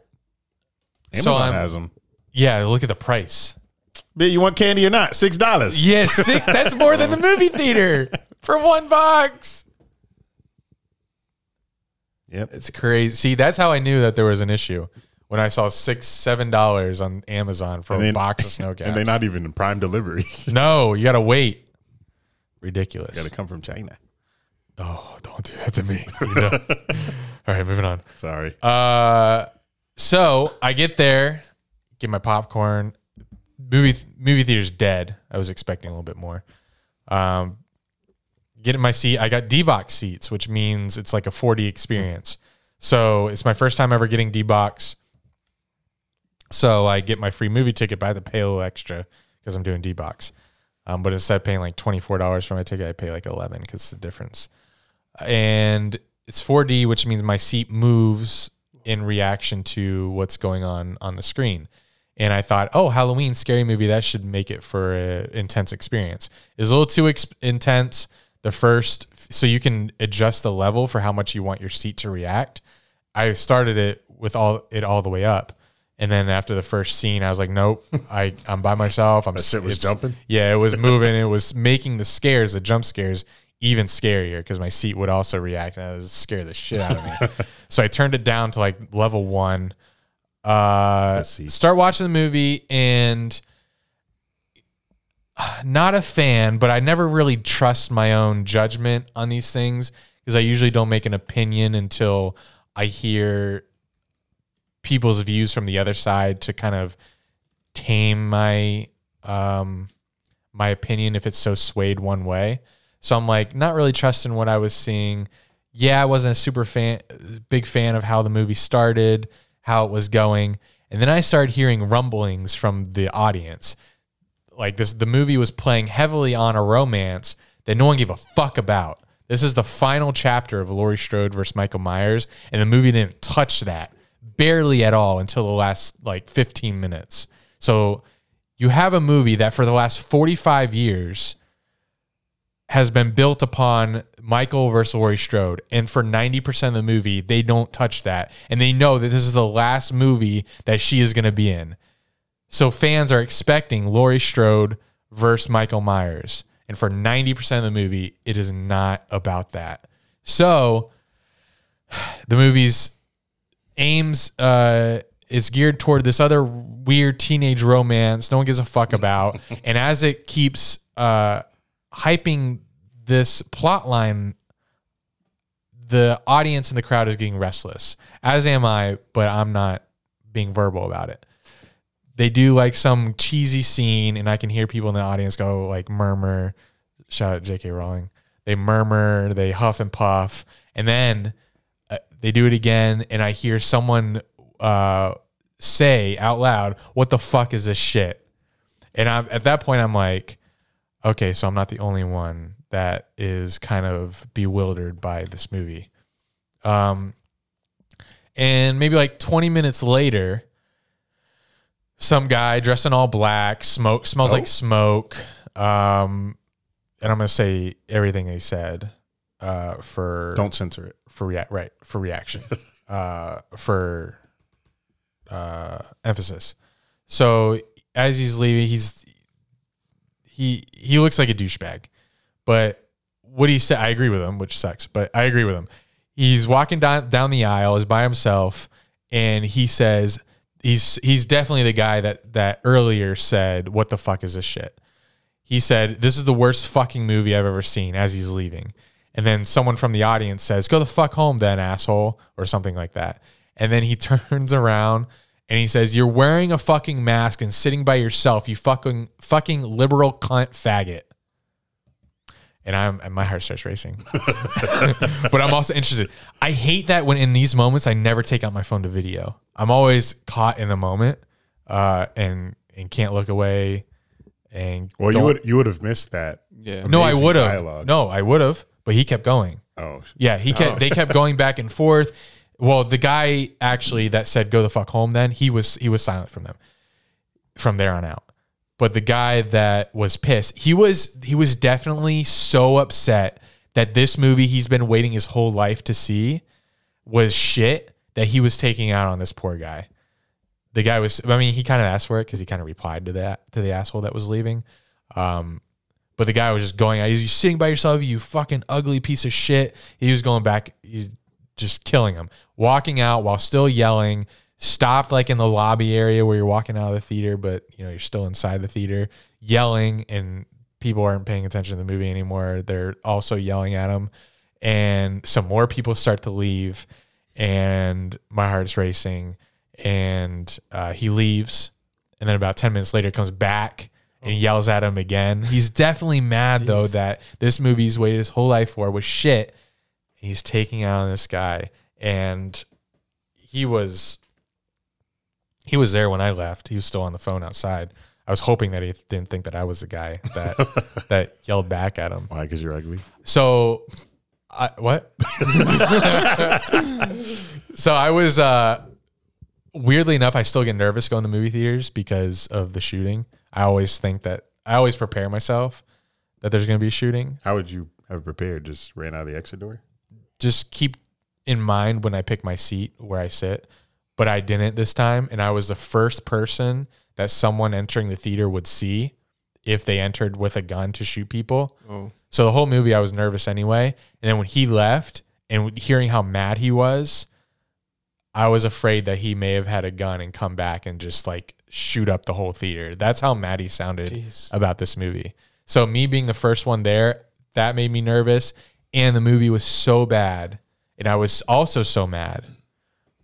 Speaker 2: Amazon
Speaker 1: So I'm-
Speaker 2: has them.
Speaker 1: Yeah. Look at the price.
Speaker 2: Bitch, you want candy or not? Six dollars.
Speaker 1: Yes, six. That's more than the movie theater for one box.
Speaker 2: Yep.
Speaker 1: It's crazy. See, that's how I knew that there was an issue when I saw six, seven dollars on Amazon for
Speaker 2: And
Speaker 1: a
Speaker 2: then-
Speaker 1: box
Speaker 2: (laughs)
Speaker 1: of snow caps.
Speaker 2: And they're not even in prime delivery. (laughs)
Speaker 1: No, you gotta wait. Ridiculous.
Speaker 2: Got to come from China.
Speaker 1: oh, don't do that to me. You
Speaker 2: (laughs)
Speaker 1: know. All right, moving on.
Speaker 2: Sorry.
Speaker 1: Uh, so I get there, get my popcorn. Movie movie theater's dead. I was expecting a little bit more. Um, get in my seat. I got D box seats, which means it's like a 4D experience. So it's my first time ever getting D box. So I get my free movie ticket, but I have to pay a little extra because I'm doing D box. Um, but instead of paying like twenty four dollars for my ticket, I pay like eleven because it's the difference. And it's 4D, which means my seat moves in reaction to what's going on on the screen. And I thought, oh, Halloween scary movie that should make it for an intense experience. It was a little too ex- intense. The first, so you can adjust the level for how much you want your seat to react. I started it with all it all the way up, and then after the first scene, I was like, nope, I I'm by myself. I'm
Speaker 2: That shit was
Speaker 1: it's-
Speaker 2: jumping?
Speaker 1: Yeah, it was moving. it was making the scares, the jump scares, even scarier because my seat would also react and it would scare the shit out of me. so I turned it down to like level one. Uh,
Speaker 2: see.
Speaker 1: start watching the movie and uh, not a fan, but I never really trust my own judgment on these things because I usually don't make an opinion until I hear people's views from the other side to kind of tame my um my opinion if it's so swayed one way. So I'm like not really trusting what I was seeing. Yeah, I wasn't a super fan big fan of how the movie started, how it was going. And then I started hearing rumblings from the audience like this the movie was playing heavily on a romance that no one gave a fuck about. This is the final chapter of Laurie Strode versus Michael Myers, and the movie didn't touch that barely at all until the last like 15 minutes. So you have a movie that for the last 45 years has been built upon Michael versus Laurie Strode, and for 90% of the movie, they don't touch that, and they know that this is the last movie that she is going to be in. So fans are expecting Laurie Strode versus Michael Myers. And for 90% of the movie, it is not about that. So (sighs) the movie's aims uh it's geared toward this other weird teenage romance no one gives a fuck about. and as it keeps uh hyping this plot line the audience and the crowd is getting restless, as am I, but I'm not being verbal about it they do like some cheesy scene and I can hear people in the audience go like murmur, shout out JK Rowling. They murmur, they huff and puff, and then uh, they do it again and I hear someone uh, say out loud, "What the fuck is this shit?" And I'm at that point I'm like, "Okay, so I'm not the only one that is kind of bewildered by this movie." Um and maybe like 20 minutes later, some guy dressed in all black, smoke smells like smoke. Um, and I'm gonna say everything they said uh, for
Speaker 2: Don't censor it.
Speaker 1: for react right for reaction uh, for uh, emphasis. So as he's leaving, he's he he looks like a douchebag, but what he said, I agree with him, which sucks, but I agree with him. He's walking down down the aisle, is by himself, and he says he's he's definitely the guy that that earlier said, "What the fuck is this shit?" he said, This is the worst fucking movie I've ever seen as he's leaving. And then someone from the audience says, Go the fuck home then, asshole, or something like that. And then he (laughs) turns around and he says, You're wearing a fucking mask and sitting by yourself, you fucking fucking liberal cunt faggot. And I'm and my heart starts racing. (laughs) but I'm also interested. I hate that when in these moments I never take out my phone to video. I'm always caught in the moment uh, and and can't look away and
Speaker 2: Well, you
Speaker 1: don't-
Speaker 2: would you would have missed that.
Speaker 4: Yeah.
Speaker 1: no, I
Speaker 2: amazing
Speaker 1: would have.
Speaker 2: dialogue.
Speaker 1: No, I would have. But he kept going.
Speaker 2: Oh,
Speaker 1: Yeah, he kept. They kept going back and forth. Well, the guy actually that said "go the fuck home," then he was he was silent from them, from there on out. But the guy that was pissed, he was he was definitely so upset that this movie he's been waiting his whole life to see was shit that he was taking out on this poor guy. The guy was. I mean, he kind of asked for it because he kind of replied to that to the asshole that was leaving. But the guy was just going, "You're sitting by yourself, you fucking ugly piece of shit." He was going back, he's just killing him. Walking out while still yelling. Stopped like in the lobby area where you're walking out of the theater, but you know you're still inside the theater, yelling, and people aren't paying attention to the movie anymore. They're also yelling at him, and some more people start to leave, and my heart's racing, and uh, he leaves, and then about 10 minutes later comes back and yells at him again. He's definitely mad though that this movie he's waited his whole life for was shit. And he's taking out on this guy and he was he was there when I left. He was still on the phone outside. I was hoping that he didn't think that I was the guy that that yelled back at him.
Speaker 2: why? Because you're ugly.
Speaker 1: So, I, what? (laughs) so I was uh, weirdly enough, I still get nervous going to movie theaters because of the shooting. I always think that I always prepare myself that there's going to be a shooting.
Speaker 2: How would you have prepared? Just ran out of the exit door.
Speaker 1: Just keep in mind when I pick my seat where I sit, but I didn't this time, and I was the first person that someone entering the theater would see if they entered with a gun to shoot people.
Speaker 4: Oh.
Speaker 1: So the whole movie, I was nervous anyway. And then when he left, and hearing how mad he was, I was afraid that he may have had a gun and come back and just like shoot up the whole theater. That's how mad he sounded
Speaker 4: Jeez.
Speaker 1: about this movie. So me being the first one there, that made me nervous. And the movie was so bad, and I was also so mad.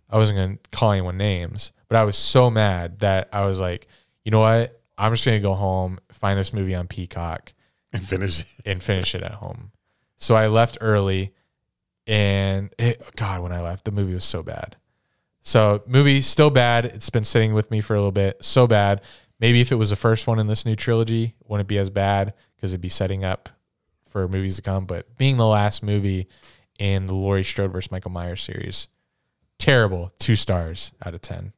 Speaker 1: I wasn't gonna call anyone names, but I was so mad that I was like, you know what? I'm just gonna go home, find this movie on Peacock,
Speaker 2: and (laughs) finish.
Speaker 1: and finish it at home. So I left early, and it, God, when I left, the movie was so bad. So movie still bad. It's been sitting with me for a little bit. So bad. Maybe if it was the first one in this new trilogy, wouldn't it be as bad because it'd be setting up for movies to come, but being the last movie in the Laurie Strode versus Michael Myers series, terrible. Two stars out of ten.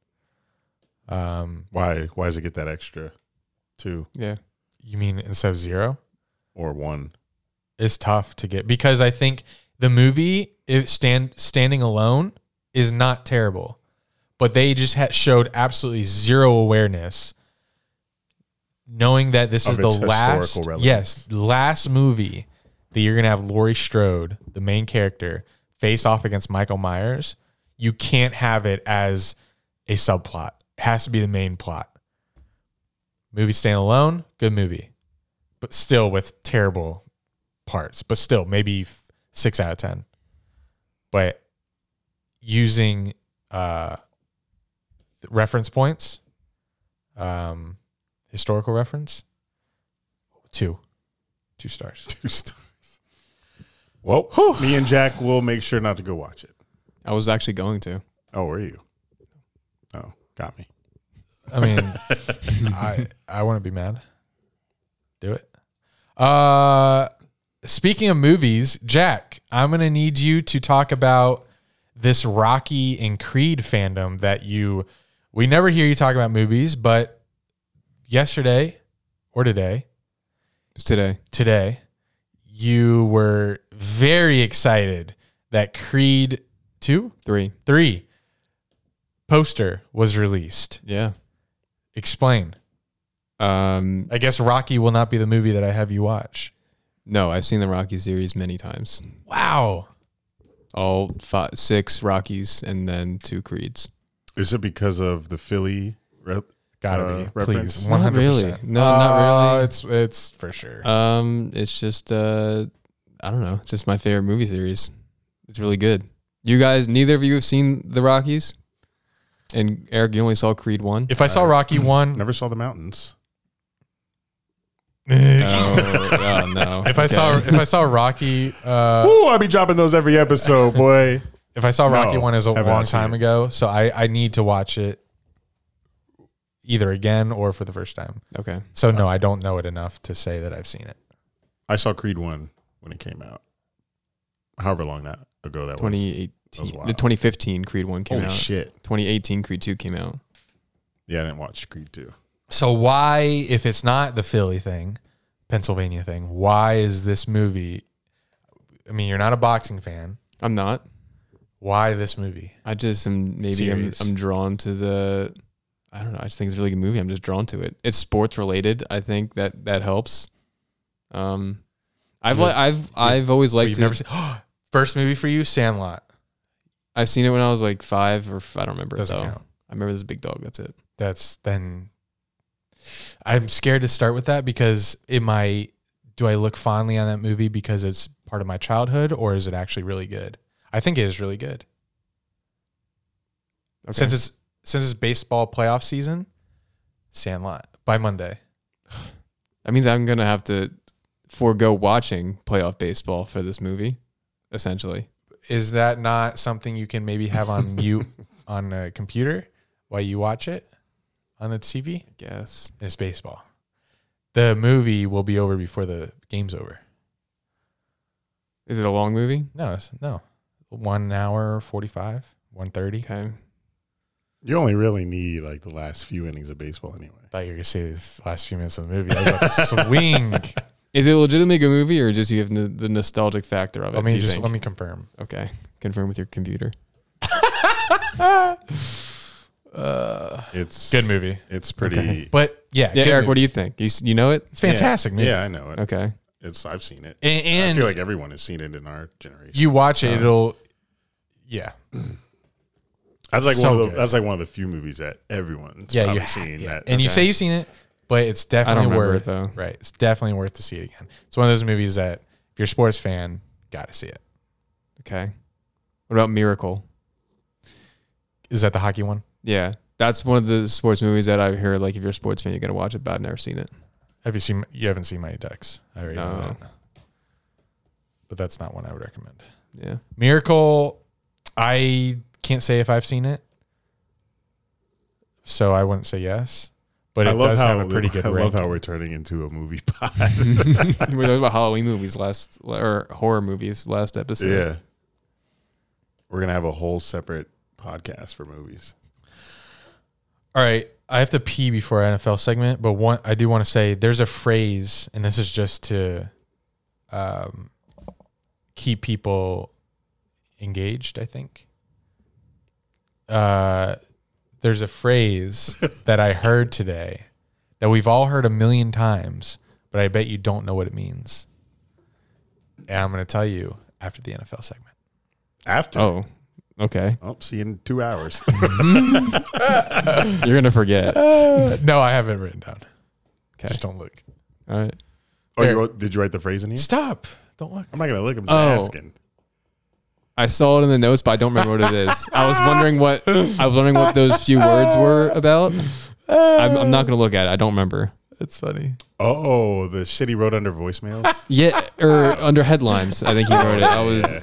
Speaker 1: Um,
Speaker 2: Why? Why does it get that extra two
Speaker 4: Yeah.
Speaker 1: you mean instead of zero?
Speaker 2: or one?
Speaker 1: It's tough to get because I think the movie it stand standing alone is not terrible, but they just had showed absolutely zero awareness, knowing that this
Speaker 2: Of
Speaker 1: is the
Speaker 2: its
Speaker 1: last
Speaker 2: historical relevance.
Speaker 1: yes last movie that you're gonna have Laurie Strode, the main character, face off against Michael Myers. You can't have it as a subplot. It has to be the main plot. Movie stand alone, good movie, but still with terrible parts, but still maybe f- six out of ten. But using uh, reference points, um, historical reference, two, two stars.
Speaker 2: Two stars. (laughs) Well, me and Jack will make sure not to go watch it.
Speaker 4: I was actually going to.
Speaker 2: Oh, were you? Oh, got me.
Speaker 1: I mean, I I wouldn't be mad. Do it. Uh, speaking of movies, Jack, I'm gonna need you to talk about this Rocky and Creed fandom that you. We never hear you talk about movies, but yesterday or today,
Speaker 4: It's today.
Speaker 1: today, you were very excited that Creed two,
Speaker 4: Three.
Speaker 1: three poster was released.
Speaker 4: Yeah.
Speaker 1: Explain.
Speaker 4: Um,
Speaker 1: I guess Rocky will not be the movie that I have you watch.
Speaker 4: no, I've seen the Rocky series many times.
Speaker 1: Wow.
Speaker 4: All five, six Rockies and then two Creeds.
Speaker 2: Is it because of the Philly? Rep?
Speaker 1: Gotta
Speaker 2: Uh,
Speaker 1: be.
Speaker 2: reference?
Speaker 1: Please.
Speaker 4: Not
Speaker 1: 100%.
Speaker 4: really. No, not really.
Speaker 1: Uh, It's it's for sure.
Speaker 2: Uh,
Speaker 4: Um, it's just uh, I don't know, just my favorite movie series. It's really good. You guys, neither of you have seen the Rockies, and Eric, you only saw Creed
Speaker 1: (laughs)
Speaker 4: one.
Speaker 1: if I
Speaker 2: uh,
Speaker 1: saw Rocky (laughs) 1,
Speaker 2: Never saw the mountains.
Speaker 4: oh, oh, no!
Speaker 1: if I saw
Speaker 4: Okay.
Speaker 1: if I saw Rocky
Speaker 2: (laughs)
Speaker 1: uh
Speaker 2: Ooh, I'll be dropping those every
Speaker 4: (laughs)
Speaker 2: episode, boy.
Speaker 1: if I saw Rocky
Speaker 2: No,
Speaker 1: 1 is a
Speaker 2: haven't
Speaker 1: long
Speaker 2: seen
Speaker 1: time
Speaker 2: it.
Speaker 1: ago, so I I need to watch it either again or for the first time.
Speaker 4: (laughs) okay,
Speaker 1: So no, I don't know it enough to say that I've seen it.
Speaker 2: I saw Creed one when it came out. However long that ago that was.
Speaker 4: twenty
Speaker 2: was
Speaker 4: eighteen,
Speaker 2: wild.
Speaker 4: the twenty fifteen Creed one came
Speaker 2: Holy
Speaker 4: out.
Speaker 2: shit!
Speaker 4: Twenty eighteen Creed two came out.
Speaker 2: Yeah, I didn't watch Creed two.
Speaker 1: So why, if it's not the Philly thing, Pennsylvania thing, why is this movie? I mean, you're not a boxing fan.
Speaker 4: I'm not.
Speaker 1: Why this movie?
Speaker 4: I just am maybe I'm,
Speaker 1: Series.
Speaker 4: I'm drawn to the. I don't know. I just think it's a really good movie. I'm just drawn to it. It's sports related. I think that that helps. Um, I've
Speaker 1: You're-
Speaker 4: li- I've I've always liked.
Speaker 1: you've
Speaker 4: to-
Speaker 1: never seen (gasps) first movie for you, Sandlot.
Speaker 4: I've seen it when I was like five or f- I don't remember.
Speaker 1: Doesn't
Speaker 4: though.
Speaker 1: count.
Speaker 4: I remember this big dog. That's it.
Speaker 1: That's then. I'm scared to start with that because it might. Do I look fondly on that movie because it's part of my childhood, or is it actually really good? I think it is really good
Speaker 4: Okay.
Speaker 1: since it's since it's baseball playoff season. Sandlot by Monday.
Speaker 4: that means I'm gonna have to forego watching playoff baseball for this movie, essentially.
Speaker 1: Is that not something you can maybe have
Speaker 4: (laughs)
Speaker 1: on mute on a computer while you watch it on the TV?
Speaker 4: I guess.
Speaker 1: It's baseball. The movie will be over before the game's over.
Speaker 4: Is it a long movie?
Speaker 1: No, it's, no. One hour forty-five, one thirty.
Speaker 4: Okay.
Speaker 2: You only really need like the last few innings of baseball anyway.
Speaker 1: Thought you were gonna say the last few minutes of the movie. I was about
Speaker 4: (laughs)
Speaker 1: to swing.
Speaker 4: Is it a legitimately good movie or just you have n- the nostalgic factor of it?
Speaker 1: Let me
Speaker 4: do you
Speaker 1: just
Speaker 4: think?
Speaker 1: let me confirm.
Speaker 4: Okay. Confirm with your computer.
Speaker 2: It's
Speaker 1: Good movie,
Speaker 2: It's pretty.
Speaker 1: but yeah,
Speaker 4: Uh, Yeah,
Speaker 1: good
Speaker 4: Eric,
Speaker 1: movie.
Speaker 4: what do you think? You, s- you know it?
Speaker 1: it's fantastic movie.
Speaker 2: Yeah, I know it.
Speaker 4: Okay.
Speaker 2: It's I've seen it.
Speaker 1: And,
Speaker 2: I
Speaker 1: and
Speaker 2: feel like everyone has seen it in our generation.
Speaker 1: you watch
Speaker 4: Uh,
Speaker 1: it, it'll. Yeah,
Speaker 2: that's like
Speaker 1: so
Speaker 2: one of the,
Speaker 1: good.
Speaker 2: that's like one of the few movies that everyone's
Speaker 1: yeah,
Speaker 2: probably
Speaker 1: you
Speaker 2: seen.
Speaker 1: yeah.
Speaker 2: That
Speaker 1: and you say you've seen it, but it's definitely
Speaker 4: remember it,
Speaker 1: worth
Speaker 4: though.
Speaker 1: right. It's definitely worth to see it again. It's one of those movies that if you're a sports fan, gotta see it.
Speaker 4: Okay. What about Miracle?
Speaker 1: Is that the hockey one?
Speaker 4: Yeah. That's one of the sports movies that I hear like if you're a sports fan, you gotta watch it, but I've never seen it.
Speaker 1: Have you seen? You haven't seen Mighty Ducks. I already know
Speaker 4: No.
Speaker 1: that. But that's not one I would recommend.
Speaker 4: Yeah.
Speaker 1: Miracle, I can't say if I've seen it, so I wouldn't say yes. but
Speaker 2: I
Speaker 1: it
Speaker 2: love
Speaker 1: does
Speaker 2: how
Speaker 1: have a pretty good
Speaker 2: (laughs) I
Speaker 1: rank.
Speaker 2: love how we're turning into a movie (laughs) pod.
Speaker 4: we were talking about Halloween movies last or horror movies last episode.
Speaker 2: yeah, we're gonna have a whole separate podcast for movies.
Speaker 1: All right, I have to pee before our NFL segment, but one I do want to say there's a phrase, and this is just to um, keep people engaged. I think uh, there's a (laughs) phrase that I heard today that we've all heard a million times, but I bet you don't know what it means. And I'm going to tell you after the NFL segment.
Speaker 2: After oh,
Speaker 4: Oh, okay.
Speaker 2: see you in
Speaker 1: (laughs)
Speaker 2: two hours.
Speaker 4: You're gonna
Speaker 2: (laughs)
Speaker 4: forget.
Speaker 1: no, I have it written down.
Speaker 4: Okay.
Speaker 1: Just don't look.
Speaker 4: All right.
Speaker 2: oh,
Speaker 1: There.
Speaker 2: you wrote, did you write the phrase in here?
Speaker 1: Stop. Don't look.
Speaker 2: I'm not gonna look. I'm just
Speaker 4: Oh.
Speaker 2: asking.
Speaker 4: I saw it in the notes, but I don't remember what it is. I was wondering what I was wondering what those few words were about. I'm, I'm not gonna look at it. I don't remember.
Speaker 1: That's funny.
Speaker 2: Oh, the shit he wrote
Speaker 1: (laughs)
Speaker 2: under voicemails.
Speaker 4: Yeah, or under headlines. I think he wrote it. I was.
Speaker 2: yeah,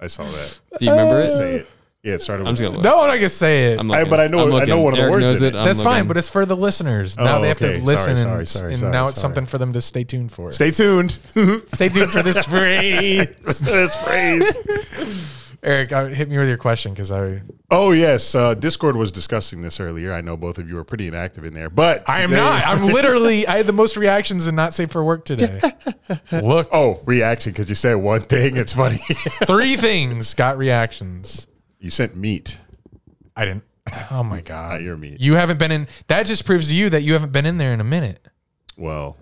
Speaker 2: I saw that.
Speaker 4: Do you remember it?
Speaker 2: Say it. Yeah, it started.
Speaker 4: I'm
Speaker 2: with
Speaker 4: just gonna look.
Speaker 1: No, I'm not gonna say it.
Speaker 4: I'm
Speaker 2: I-
Speaker 4: looking.
Speaker 2: but I know-
Speaker 4: I'm
Speaker 2: I know
Speaker 4: looking.
Speaker 2: one of the
Speaker 4: Eric
Speaker 2: words
Speaker 4: knows
Speaker 2: in it.
Speaker 4: I'm
Speaker 1: That's fine,
Speaker 4: looking.
Speaker 1: but it's for the listeners. Now
Speaker 2: Oh,
Speaker 1: they have
Speaker 2: okay.
Speaker 1: to
Speaker 2: Sorry,
Speaker 1: listen,
Speaker 2: sorry,
Speaker 1: and,
Speaker 2: sorry,
Speaker 1: and
Speaker 2: sorry,
Speaker 1: now it's
Speaker 2: sorry.
Speaker 1: something for them to stay tuned for.
Speaker 2: Stay tuned. (laughs)
Speaker 1: Stay tuned for (laughs) this free.
Speaker 2: this phrase.
Speaker 1: Eric, uh, hit me with your question because I
Speaker 2: Oh yes, uh, Discord was discussing this earlier. I know both of you are pretty inactive in there, but
Speaker 1: I am
Speaker 2: they-
Speaker 1: not.
Speaker 2: (laughs)
Speaker 1: (laughs) I'm literally I had the most reactions and not safe for work today. (laughs) Look,
Speaker 2: Oh, reaction because you said one thing. It's funny. (laughs)
Speaker 1: three things got reactions.
Speaker 2: you sent meat.
Speaker 1: I didn't. Oh my
Speaker 2: Not
Speaker 1: god,
Speaker 2: your meat.
Speaker 1: you haven't been in. That just proves to you that you haven't been in there in a minute.
Speaker 2: well,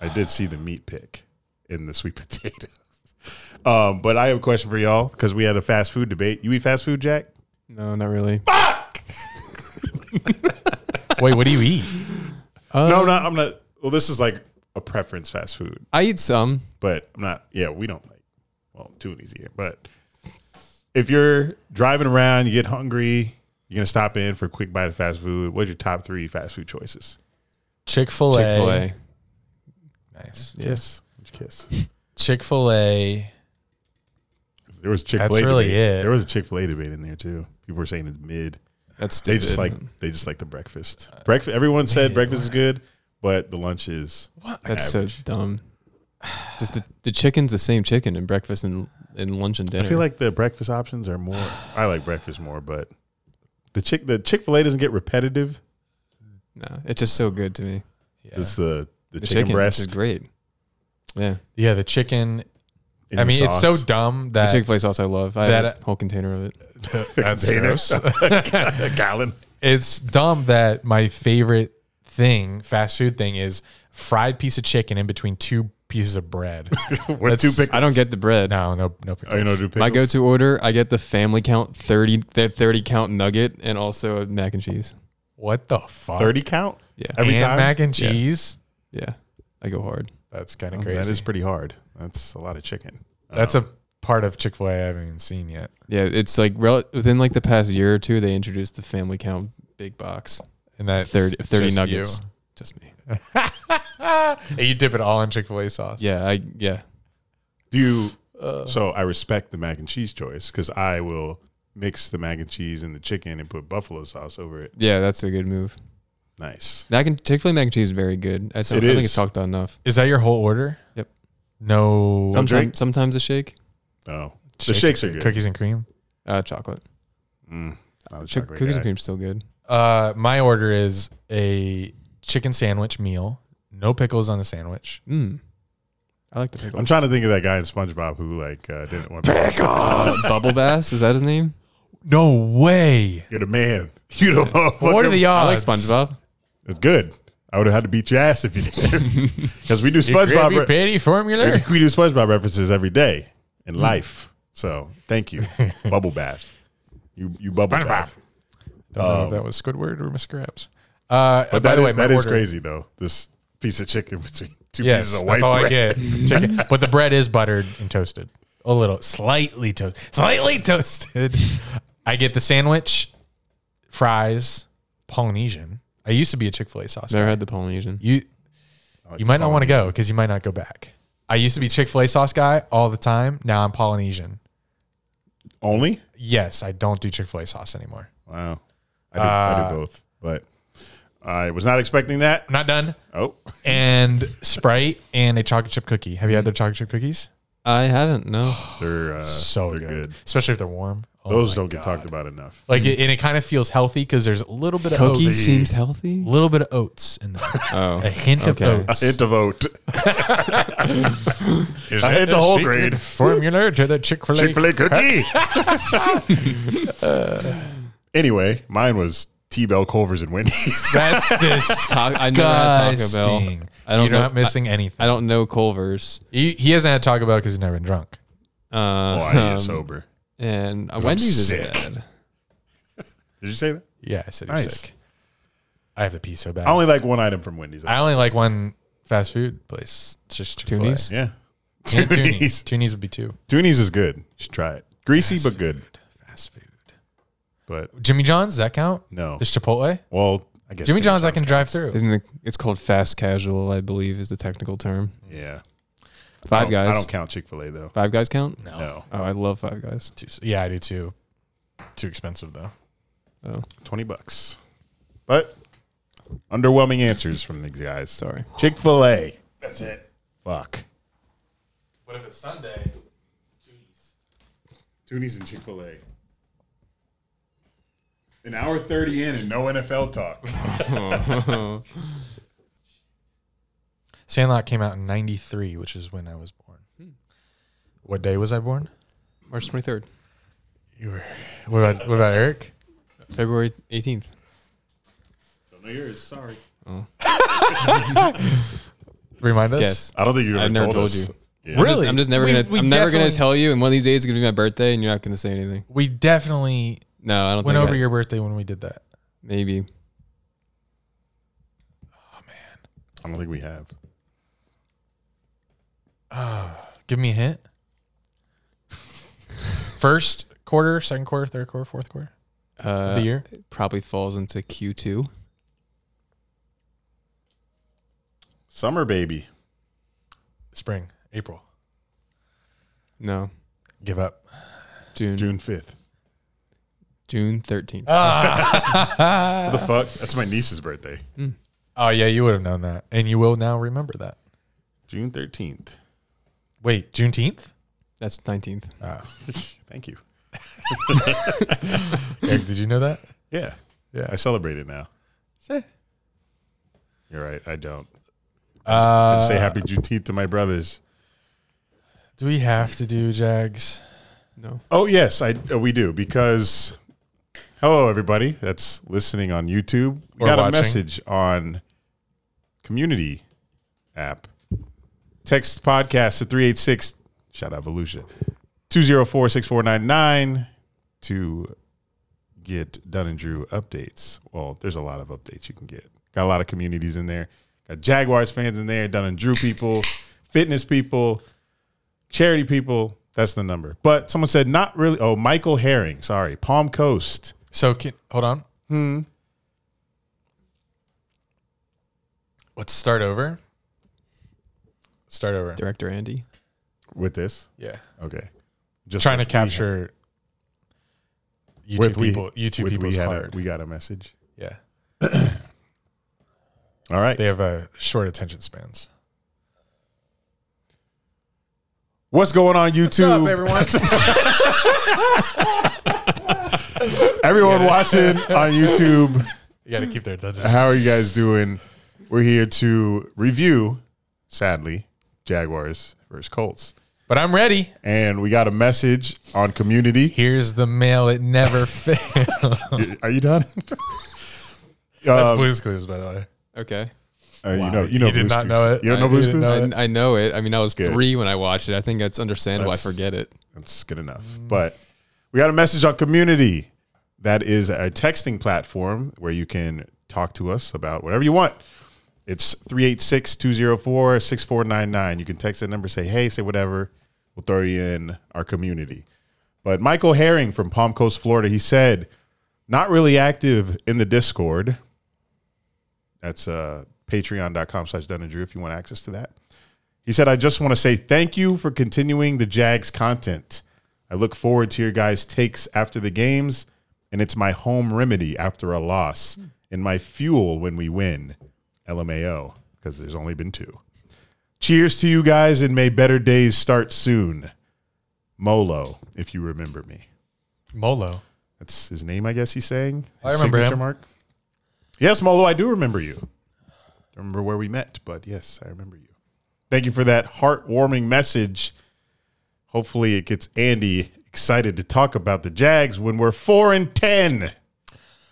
Speaker 2: I did see the meat pick in the sweet (laughs) potatoes. Um, but I have a question for y'all because we had a fast food debate. You eat fast food, Jack?
Speaker 4: No, not really.
Speaker 1: Wait, what do you eat? Uh,
Speaker 2: no, not. I'm not. Well, this is like a preference fast food,
Speaker 4: I eat some.
Speaker 2: but I'm not. Yeah, we don't like. Well, Toonies here, but if you're driving around, you get hungry, you're gonna stop in for a quick bite of fast food. What's your top three fast food choices?
Speaker 1: Chick Fil A.
Speaker 4: Chick Fil A.
Speaker 1: Nice.
Speaker 2: Yes, kiss.
Speaker 1: Chick Fil A.
Speaker 2: There was Chick Fil A.
Speaker 1: really it.
Speaker 2: There was a Chick Fil A debate in there too. People were saying it's mid.
Speaker 4: That's stupid.
Speaker 2: They just like they just like the breakfast. Breakfast. Everyone said breakfast is good, but the lunch is.
Speaker 4: That's so dumb. Just the, the chicken's the same chicken in breakfast and, and lunch and dinner.
Speaker 2: I feel like the breakfast options are more. I like breakfast more, but the chick the Chick Fil A doesn't get repetitive.
Speaker 4: no, it's just so good to me.
Speaker 1: Yeah.
Speaker 2: It's the the,
Speaker 4: The
Speaker 2: chicken,
Speaker 4: chicken, breast is
Speaker 2: breast.
Speaker 4: great. Yeah,
Speaker 1: Yeah, the chicken.
Speaker 2: in
Speaker 1: I
Speaker 2: the
Speaker 1: mean, it's so
Speaker 2: sauce.
Speaker 1: dumb
Speaker 4: the
Speaker 1: that
Speaker 4: Chick Fil A sauce I love. I
Speaker 1: that-
Speaker 4: have a whole container of it.
Speaker 1: (laughs) that's
Speaker 2: Container.
Speaker 1: gross. (laughs)
Speaker 2: a (laughs) gallon.
Speaker 1: it's dumb that my favorite thing, fast food thing, is fried piece of chicken in between two pieces of
Speaker 2: (laughs)
Speaker 1: bread.
Speaker 2: What two
Speaker 1: That's-
Speaker 2: pick?
Speaker 4: I don't get the bread.
Speaker 1: no, no, no. Pickles.
Speaker 2: Oh, you know, do uh, pickles.
Speaker 4: My go-to order, I get the family count thirty, the thirty count nugget, and also a mac and cheese.
Speaker 1: What the fuck?
Speaker 2: thirty count.
Speaker 4: Yeah,
Speaker 2: every
Speaker 1: and
Speaker 2: time.
Speaker 1: mac and
Speaker 4: Yeah.
Speaker 1: cheese.
Speaker 4: yeah, I go hard.
Speaker 1: That's kind of
Speaker 2: Oh,
Speaker 1: crazy.
Speaker 2: that is pretty hard. That's a lot of chicken. Um,
Speaker 1: That's a part of Chick Fil A I haven't even seen yet.
Speaker 4: Yeah, it's like rel- within like the past year or two, they introduced the family count big box
Speaker 1: And that's
Speaker 4: 30, 30
Speaker 1: just
Speaker 4: nuggets. Just me.
Speaker 1: You. And you dip it all in Chick Fil A sauce.
Speaker 4: Yeah, I yeah.
Speaker 2: Do you?
Speaker 1: Uh.
Speaker 2: so I respect the mac and cheese choice because I will mix the mac and cheese and the chicken and put buffalo sauce over it.
Speaker 4: Yeah, that's a good move.
Speaker 2: Nice.
Speaker 4: Mac and Chick Fil A mac and cheese is very good. I, don't-
Speaker 2: It
Speaker 4: I think
Speaker 2: is.
Speaker 4: it's talked about enough.
Speaker 1: Is that your whole order?
Speaker 4: Yep.
Speaker 1: No
Speaker 2: drink?
Speaker 4: Sometimes sometimes a shake,
Speaker 2: Oh, the shakes are good.
Speaker 1: Cookies and cream.
Speaker 4: uh, chocolate.
Speaker 2: mm, Not a
Speaker 4: Chick-
Speaker 2: chocolate
Speaker 4: cookies
Speaker 2: guy.
Speaker 4: and cream's still good.
Speaker 1: Uh, my order is a chicken sandwich meal, no pickles on the sandwich.
Speaker 4: Mm. I like the pickle.
Speaker 2: I'm trying to think of that guy in SpongeBob who like uh, didn't want pickles.
Speaker 4: Bubble Bass is that his name?
Speaker 1: No way.
Speaker 2: You're the man. (laughs) You don't know.
Speaker 1: What are the
Speaker 4: I
Speaker 1: odds?
Speaker 4: like SpongeBob.
Speaker 2: It's good. I would have had to beat your ass if you did, (laughs) because we do SpongeBob.
Speaker 1: Gravy
Speaker 2: re-
Speaker 1: patty formula.
Speaker 2: we do SpongeBob references every day in
Speaker 1: Hmm.
Speaker 2: life. So
Speaker 1: (laughs)
Speaker 2: thank you, bubble bath. You you bubble bath.
Speaker 1: Don't know if that was Squidward or Muskrats. Uh,
Speaker 2: Um, But
Speaker 1: by
Speaker 2: that
Speaker 1: the way,
Speaker 2: is-
Speaker 1: my
Speaker 2: that is
Speaker 1: order-
Speaker 2: crazy though. This piece of chicken (laughs) between two
Speaker 1: Yes,
Speaker 2: pieces of
Speaker 1: that's
Speaker 2: white
Speaker 1: all I
Speaker 2: bread.
Speaker 1: get.
Speaker 2: (laughs)
Speaker 1: Chicken. but the bread is buttered and toasted a little, slightly toasted, slightly (laughs) toasted. I get the sandwich, fries, Polynesian. I used to be a Chick Fil A sauce.
Speaker 4: Never
Speaker 1: guy.
Speaker 4: had the Polynesian.
Speaker 1: You
Speaker 2: I like
Speaker 1: You might not want to
Speaker 2: Polynesian.
Speaker 1: go because you might not go back. I used to be Chick fil A sauce guy all the time. Now I'm Polynesian.
Speaker 2: only.
Speaker 1: Yes, I don't do Chick fil A sauce anymore.
Speaker 2: Wow, I do, I do both, but I was not expecting that.
Speaker 1: I'm not done.
Speaker 2: Oh,
Speaker 1: And Sprite and a chocolate chip cookie. Have you had their chocolate chip cookies?
Speaker 4: I
Speaker 2: (sighs)
Speaker 4: haven't. No.
Speaker 2: they're uh,
Speaker 1: (sighs) So
Speaker 2: they're
Speaker 1: good.
Speaker 2: good.
Speaker 1: especially if they're warm. Oh
Speaker 2: Those
Speaker 1: my
Speaker 2: don't get
Speaker 1: God.
Speaker 2: talked about enough.
Speaker 1: Like, it, and it kind of feels healthy because there's a little bit of
Speaker 4: Cookie
Speaker 1: oats,
Speaker 4: seems healthy.
Speaker 1: a little bit of oats in there,
Speaker 4: Oh.
Speaker 1: (laughs) a hint
Speaker 4: Okay.
Speaker 1: of
Speaker 2: A
Speaker 1: oats.
Speaker 2: hint
Speaker 1: (laughs)
Speaker 2: of oat.
Speaker 1: Is
Speaker 2: I
Speaker 1: that
Speaker 2: hit the whole
Speaker 1: secret
Speaker 2: grade.
Speaker 1: Formula to the Chick Fil A.
Speaker 2: Chick fil A cookie. Uh, anyway, mine was T Bell Culver's and Wendy's. (laughs)
Speaker 1: That's
Speaker 4: Ta- I never had Taco Bell.
Speaker 1: disgusting.
Speaker 4: I don't
Speaker 1: You're
Speaker 4: know-
Speaker 1: not missing anything.
Speaker 4: I don't know Culver's.
Speaker 1: he, he hasn't had Taco Bell because he's never been drunk.
Speaker 4: Uh,
Speaker 2: oh, I
Speaker 4: um,
Speaker 2: ate sober.
Speaker 4: And uh, Wendy's is
Speaker 2: sick.
Speaker 4: bad.
Speaker 2: Did you say that?
Speaker 1: Yeah, I said he's
Speaker 2: Nice.
Speaker 1: sick. I have to pee so bad.
Speaker 2: I only like one item from Wendy's.
Speaker 1: I only like one fast food place. It's just Chick-fil-A.
Speaker 4: Toonies?
Speaker 2: yeah. (laughs)
Speaker 1: And Toonies.
Speaker 2: Toonies.
Speaker 1: Toonies would be two.
Speaker 2: Toonies is good. You should try it. Greasy but good.
Speaker 1: Fast food.
Speaker 2: But
Speaker 1: Jimmy John's, does that count?
Speaker 2: no.
Speaker 1: There's Chipotle.
Speaker 2: Well, I guess
Speaker 1: Jimmy
Speaker 2: Jimmy
Speaker 1: John's I can
Speaker 2: counts.
Speaker 1: drive through.
Speaker 4: Isn't it? It's called fast casual, I believe, is the technical term.
Speaker 2: Yeah. I
Speaker 4: Five
Speaker 2: don't-
Speaker 4: guys.
Speaker 2: I don't count Chick fil A though.
Speaker 4: Five guys count?
Speaker 1: No.
Speaker 2: No.
Speaker 4: Oh, I love Five Guys.
Speaker 1: Too, yeah, I do too. Too expensive though.
Speaker 2: 20 bucks. But underwhelming answers from these guys.
Speaker 4: Sorry.
Speaker 2: Chick fil A.
Speaker 1: That's it.
Speaker 2: Fuck.
Speaker 1: What if it's Sunday?
Speaker 2: Toonies and Chick fil A. An hour 30 in and no NFL talk.
Speaker 1: Sandlot came out in '93, which is when I was born. What day was I born?
Speaker 4: March 23rd,
Speaker 1: You were. What about what about Eric?
Speaker 4: February 18th.
Speaker 2: Don't know yours. Sorry.
Speaker 1: Remind us.
Speaker 4: Yes.
Speaker 2: I don't think you ever
Speaker 4: I've never
Speaker 2: told,
Speaker 4: told
Speaker 2: us.
Speaker 4: you.
Speaker 2: Yeah.
Speaker 1: Really?
Speaker 4: I'm just never
Speaker 1: We-
Speaker 4: gonna.
Speaker 1: we
Speaker 4: I'm never gonna
Speaker 1: definitely-
Speaker 4: tell you. And one of these days, it's gonna be my birthday, and you're not gonna say anything.
Speaker 1: We definitely
Speaker 4: No, I don't.
Speaker 1: went
Speaker 4: think
Speaker 1: over
Speaker 4: I-
Speaker 1: your birthday when we did that.
Speaker 4: Maybe.
Speaker 2: I don't think we have.
Speaker 1: Give me a hint. First quarter, second quarter, third quarter, fourth quarter
Speaker 4: Uh,
Speaker 1: of the year.
Speaker 4: it probably falls into Q2.
Speaker 2: Summer baby.
Speaker 1: Spring, April.
Speaker 4: No,
Speaker 1: Give up.
Speaker 4: June.
Speaker 2: June
Speaker 4: June,
Speaker 2: 5th.
Speaker 4: 13th.
Speaker 1: Ah.
Speaker 2: What the fuck? That's my niece's birthday.
Speaker 1: Oh yeah, you would have known that, and you will now remember that.
Speaker 2: June 13th.
Speaker 1: Wait,
Speaker 2: (laughs)
Speaker 1: Juneteenth.
Speaker 4: That's 19th.
Speaker 2: Thank you.
Speaker 1: Eric, did you know that?
Speaker 2: Yeah.
Speaker 1: Yeah.
Speaker 2: I celebrate it now.
Speaker 1: Say.
Speaker 2: You're right. I don't. I just- I just say happy Juneteenth to my brothers.
Speaker 1: Do we have to do Jags?
Speaker 4: No.
Speaker 2: Oh yes, I uh, we do because hello everybody that's listening on YouTube. We
Speaker 1: Or
Speaker 2: got a
Speaker 1: watching.
Speaker 2: message on community app. Text podcast at 386 shout out Volusia 204-6499 to get Dunn and Drew updates. Well, there's a lot of updates you can get. Got a lot of communities in there. Got Jaguars fans in there, Dunn and Drew people, fitness people, charity people. That's the number. But someone said not really. Oh, Michael Herring. Sorry, Palm Coast.
Speaker 1: So can, hold on. Hmm. Let's start over. Start over.
Speaker 4: Director Andy.
Speaker 2: With this,
Speaker 1: Yeah.
Speaker 2: okay. Just
Speaker 1: Trying to
Speaker 2: with-
Speaker 1: capture YouTube
Speaker 2: with we-
Speaker 1: people. YouTube
Speaker 2: with we
Speaker 1: people's
Speaker 2: had a-
Speaker 1: hard.
Speaker 2: we got a message.
Speaker 1: yeah.
Speaker 2: All right.
Speaker 1: They have uh, short attention spans.
Speaker 2: What's going on, YouTube? (laughs)
Speaker 1: everyone? (laughs)
Speaker 2: Everyone watching on YouTube,
Speaker 1: you got to keep their attention.
Speaker 2: how are you guys doing? We're here to review, sadly, Jaguars versus Colts.
Speaker 1: But I'm ready.
Speaker 2: And we got a message on
Speaker 1: (laughs)
Speaker 2: community.
Speaker 1: Here's the mail. It never
Speaker 2: (laughs)
Speaker 1: fails.
Speaker 2: Are you done?
Speaker 1: That's
Speaker 2: Um,
Speaker 1: Blue's Clues, by the way.
Speaker 4: Okay.
Speaker 2: uh, you know, you know,
Speaker 1: You did
Speaker 2: Blue's
Speaker 1: not
Speaker 2: Clues.
Speaker 1: know it.
Speaker 2: You don't
Speaker 1: I
Speaker 2: know Blue's
Speaker 1: didn't
Speaker 2: Clues?
Speaker 1: know
Speaker 4: I, I know it. I mean, I was
Speaker 2: Good.
Speaker 4: three when I watched it. I think that's understandable.
Speaker 2: That's-
Speaker 4: I forget it.
Speaker 2: That's good enough. But we got a message on community. That is a texting platform where you can talk to us about whatever you want. It's 386 204 6499. You can text that number, say, hey, say whatever. We'll throw you in our community. But Michael Herring from Palm Coast, Florida, he said, not really active in the Discord. That's uh, patreon.com slash Dun and Drew if you want access to that. He said, I just want to say thank you for continuing the Jags content. I look forward to your guys' takes after the games, and it's my home remedy after a loss. and my fuel when we win. LMAO, because there's only been two. Cheers to you guys, and may better days start soon. Molo, if you remember me.
Speaker 1: Molo.
Speaker 2: That's his name, I guess he's saying.
Speaker 1: I
Speaker 2: His
Speaker 1: remember
Speaker 2: signature
Speaker 1: him.
Speaker 2: Mark. Yes, Molo, I do remember you. I remember where we met, but yes, I remember you. Thank you for that heartwarming message. Hopefully, it gets Andy excited to talk about the Jags when we're four and ten.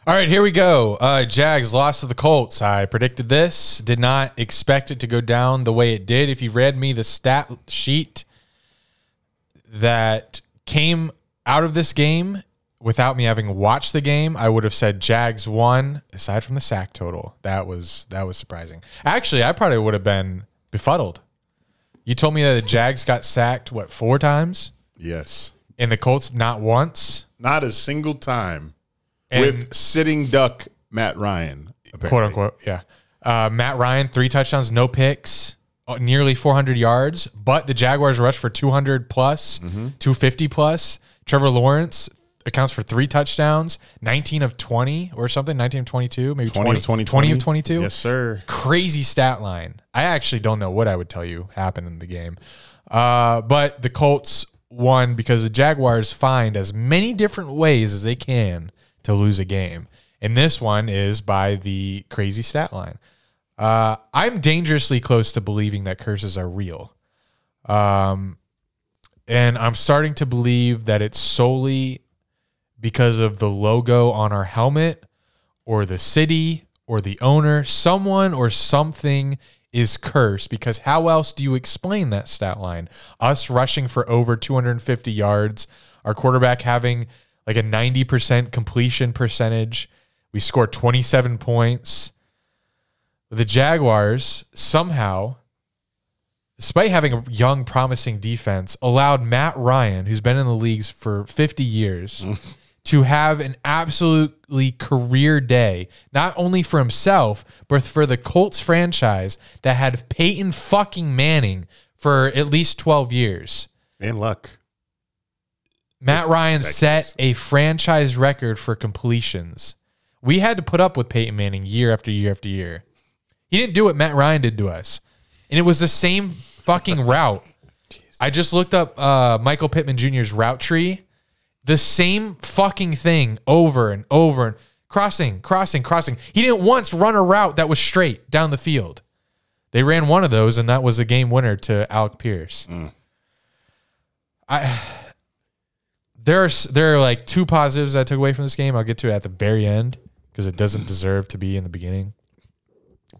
Speaker 1: All right, here we go. Uh, Jags lost to the Colts. I predicted this. Did not expect it to go down the way it did. If you read me the stat sheet that came out of this game without me having watched the game, I would have said Jags won. Aside from the sack total, that was that was surprising. Actually, I probably would have been befuddled. You told me that the Jags got sacked what four times,
Speaker 2: Yes,
Speaker 1: and the Colts not once.
Speaker 2: not a single time.
Speaker 1: And
Speaker 2: with sitting duck Matt Ryan, apparently.
Speaker 1: quote unquote. Yeah. Uh, Matt Ryan, three touchdowns, no picks, uh, nearly 400 yards, but the Jaguars rushed for 200 plus,
Speaker 2: Mm-hmm.
Speaker 1: 250 plus. Trevor Lawrence accounts for three touchdowns, 19 of 20 or something, 19 of 22, maybe 20,
Speaker 2: 20 20,
Speaker 1: 20 of 22
Speaker 2: Yes, sir.
Speaker 1: crazy stat line. I actually don't know what I would tell you happened in the game. Uh, but the Colts won because the Jaguars find as many different ways as they can to lose a game. And this one is by the crazy stat line. Uh, I'm dangerously close to believing that curses are real. Um, and I'm starting to believe that it's solely because of the logo on our helmet or the city or the owner, someone or something is cursed because how else do you explain that stat line? Us rushing for over 250 yards, our quarterback having like a 90% completion percentage. We scored 27 points. The Jaguars somehow, despite having a young, promising defense, allowed Matt Ryan, who's been in the leagues for 50 years, to have an absolutely career day, not only for himself, but for the Colts franchise that had Peyton fucking Manning for at least 12 years.
Speaker 2: And luck.
Speaker 1: Matt Ryan
Speaker 2: that
Speaker 1: set a franchise record for completions. We had to put up with Peyton Manning year after year after year. He didn't do what Matt Ryan did to us. And it was the same fucking route. I just looked up uh, Michael Pittman Jr.'s route tree. The same fucking thing over and over and crossing, crossing, crossing. He didn't once run a route that was straight down the field. They ran one of those, and that was a game winner to Alec Pierce. there's there are like two positives I took away from this game. I'll get to it at the very end because it doesn't deserve to be in the beginning.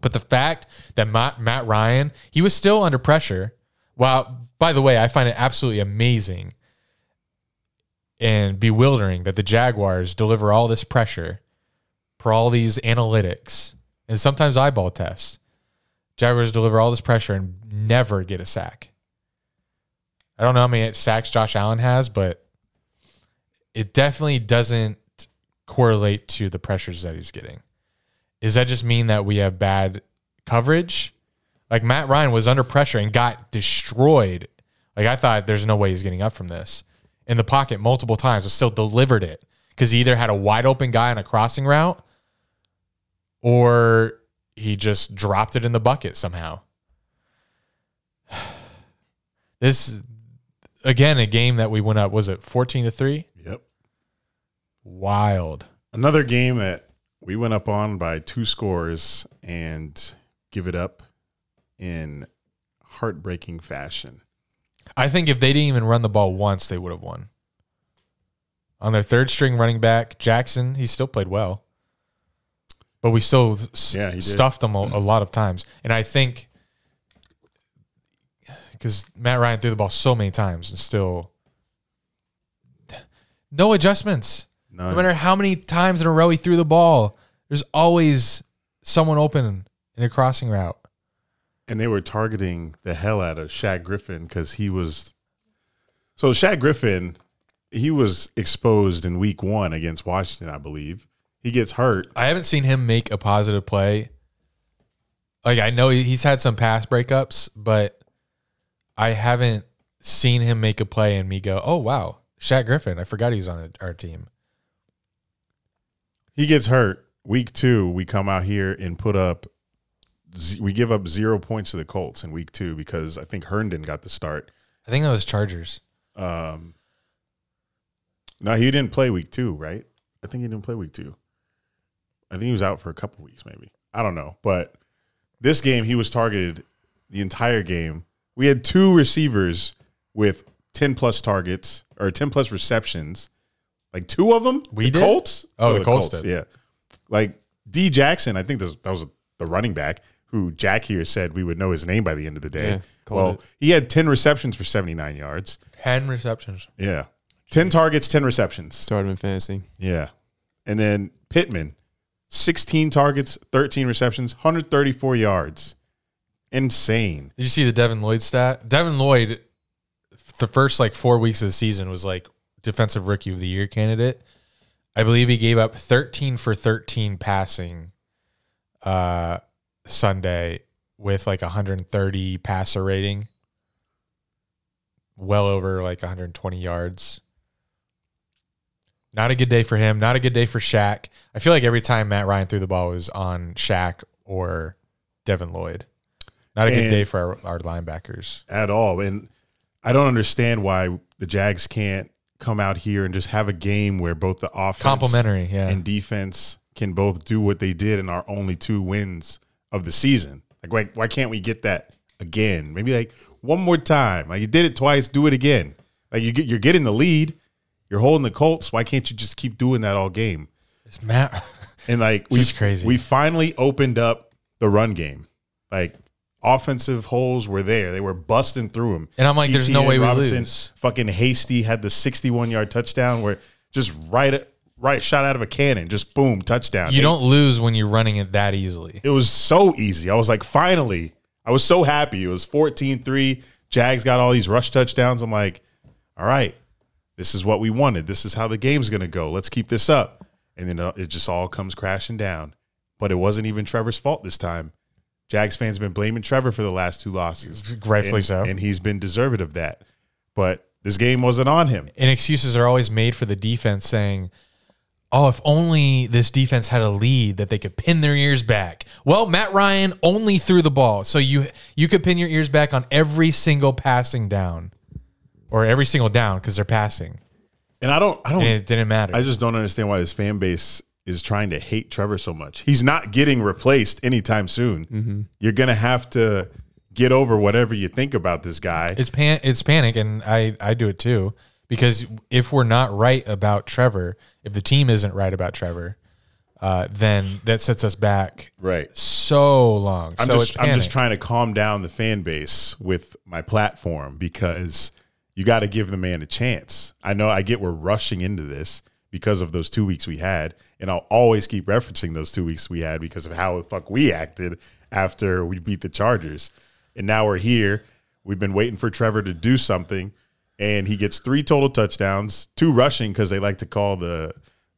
Speaker 1: But the fact that Matt, Matt Ryan he was still under pressure. Wow. By the way, I find it absolutely amazing and bewildering that the Jaguars deliver all this pressure for all these analytics and sometimes eyeball tests. Jaguars deliver all this pressure and never get a sack. I don't know how many sacks Josh Allen has, but it definitely doesn't correlate to the pressures that he's getting. Does that just mean that we have bad coverage? Like Matt Ryan was under pressure and got destroyed. Like I thought there's no way he's getting up from this. In the pocket multiple times, but still delivered it because he either had a wide open guy on a crossing route or he just dropped it in the bucket somehow. (sighs) This again a game that we went up was it 14 to 3?
Speaker 2: Yep.
Speaker 1: Wild.
Speaker 2: Another game that we went up on by two scores and give it up in heartbreaking fashion.
Speaker 1: I think if they didn't even run the ball once, they would have won. On their third string running back, Jackson, he still played well. But we still s-
Speaker 2: Yeah, he did.
Speaker 1: stuffed them a, a lot of times. And I think because Matt Ryan threw the ball so many times and still no adjustments.
Speaker 2: None.
Speaker 1: No matter how many times in a row he threw the ball, there's always someone open in a crossing route.
Speaker 2: and they were targeting the hell out of Shaq Griffin because he was. So Shaq Griffin, he was exposed in week one against Washington, I believe. He gets hurt.
Speaker 1: I haven't seen him make a positive play. Like I know he's had some pass breakups, but I haven't seen him make a play and me go, "Oh wow, Shaq Griffin! I forgot he was on our team."
Speaker 2: He gets hurt week two, we come out here and put up, z- we give up zero points to the Colts in week two because I think Herndon got the start.
Speaker 1: I think that was Chargers.
Speaker 2: Um, no, he didn't play week two, right? I think he didn't play week two. I think he was out for a couple weeks, maybe. I don't know. But this game, he was targeted the entire game. We had two receivers with 10 plus targets or 10 plus receptions. Like two of them?
Speaker 1: We did?
Speaker 2: the Colts?
Speaker 1: Oh, the Colts did.
Speaker 2: Yeah. Like D Jackson, I think this, that was the running back who Jack here said we would know his name by the end of the day.
Speaker 4: Yeah, called
Speaker 2: well,
Speaker 4: it.
Speaker 2: he had 10 receptions for 79 yards.
Speaker 1: 10 receptions.
Speaker 2: Yeah. 10 targets, 10 receptions.
Speaker 4: Started in fantasy.
Speaker 2: Yeah. And then Pittman, 16 targets, 13 receptions, 134 yards. Insane.
Speaker 1: Did you see the Devin Lloyd stat? Devin Lloyd, f- the first like four weeks of the season was like defensive rookie of the year candidate. I believe he gave up 13 for 13 passing uh, Sunday with like 130 passer rating, well over like 120 yards. Not a good day for him. Not a good day for Shaq. I feel like every time Matt Ryan threw the ball it was on Shaq or Devin Lloyd. Not a good
Speaker 2: And-
Speaker 1: day for our, our linebackers.
Speaker 2: at all. And I don't understand why the Jags can't come out here and just have a game where both the offense
Speaker 1: Complimentary, yeah.
Speaker 2: and defense can both do what they did in our only two wins of the season. Like why why can't we get that again? Maybe like one more time. Like you did it twice, do it again. Like you get you're getting the lead, you're holding the Colts. Why can't you just keep doing that all game?
Speaker 1: It's (laughs) Matt.
Speaker 2: And like we
Speaker 1: Just crazy.
Speaker 2: we finally opened up the run game. Like offensive holes were there. They were busting through E them.
Speaker 1: And I'm like, there's no
Speaker 2: ETN
Speaker 1: way we lose.
Speaker 2: Fucking Hasty had the 61 yard touchdown where just right right shot out of a cannon, just boom, touchdown.
Speaker 1: You
Speaker 2: It-
Speaker 1: don't lose when you're running it that easily.
Speaker 2: it was so easy. I was like, finally. I was so happy. It was 14-3. Jags got all these rush touchdowns. I'm like, all right, this is what we wanted. This is how the game's gonna go. Let's keep this up. And then uh, it just all comes crashing down. But it wasn't even Trevor's fault this time. Jags fans have been blaming Trevor for the last two losses.
Speaker 1: Rightfully
Speaker 2: And-
Speaker 1: so.
Speaker 2: And he's been deserving of that. But this game wasn't on him.
Speaker 1: and excuses are always made for the defense saying, "Oh, if only this defense had a lead that they could pin their ears back." Well, Matt Ryan only threw the ball, so you you could pin your ears back on every single passing down or every single down cuz they're passing.
Speaker 2: And I don't I don't
Speaker 1: And it didn't matter.
Speaker 2: I just don't understand why his fan base is trying to hate Trevor so much. He's not getting replaced anytime soon. You're gonna have to get over whatever you think about this guy.
Speaker 1: it's pan it's panic and I I do it too because if we're not right about Trevor, if the team isn't right about Trevor, uh, then that sets us back
Speaker 2: right.
Speaker 1: so long.
Speaker 2: I'm
Speaker 1: so it's
Speaker 2: just I'm just
Speaker 1: panic.
Speaker 2: trying to calm down the fan base with my platform because you got to give the man a chance. I know I get we're rushing into this because of those two weeks we had, and I'll always keep referencing those two weeks we had because of how the fuck we acted after we beat the Chargers, and now we're here. We've been waiting for Trevor to do something, and he gets three total touchdowns, two rushing because they like to call the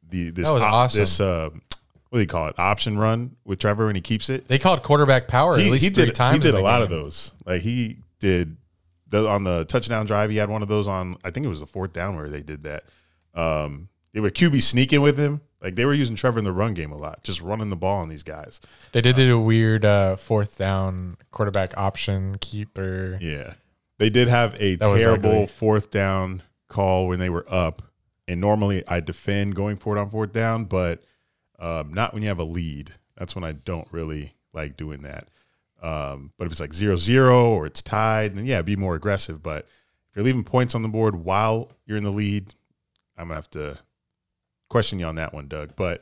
Speaker 2: the this
Speaker 1: That was
Speaker 2: op-
Speaker 1: awesome.
Speaker 2: this uh, what do you call it option run with Trevor, and he keeps it
Speaker 1: They called quarterback power at least three
Speaker 2: did,
Speaker 1: times.
Speaker 2: He did
Speaker 1: in
Speaker 2: a
Speaker 1: the
Speaker 2: lot of
Speaker 1: game.
Speaker 2: those. Like he did the, on the touchdown drive. He had one of those on. I think it was the fourth down where they did that. Um, they were QB sneaking with him. Like they were using Trevor in the run game a lot, just running the ball on these guys.
Speaker 1: They did do a weird uh, fourth down quarterback option keeper.
Speaker 2: Yeah, they did have a
Speaker 1: That was ugly.
Speaker 2: terrible fourth down call when they were up. And normally I defend going for it on fourth down, but um, not when you have a lead. That's when I don't really like doing that. Um, but if it's like zero zero or it's tied, then yeah, be more aggressive. But if you're leaving points on the board while you're in the lead, I'm gonna have to question you on that one, Doug. But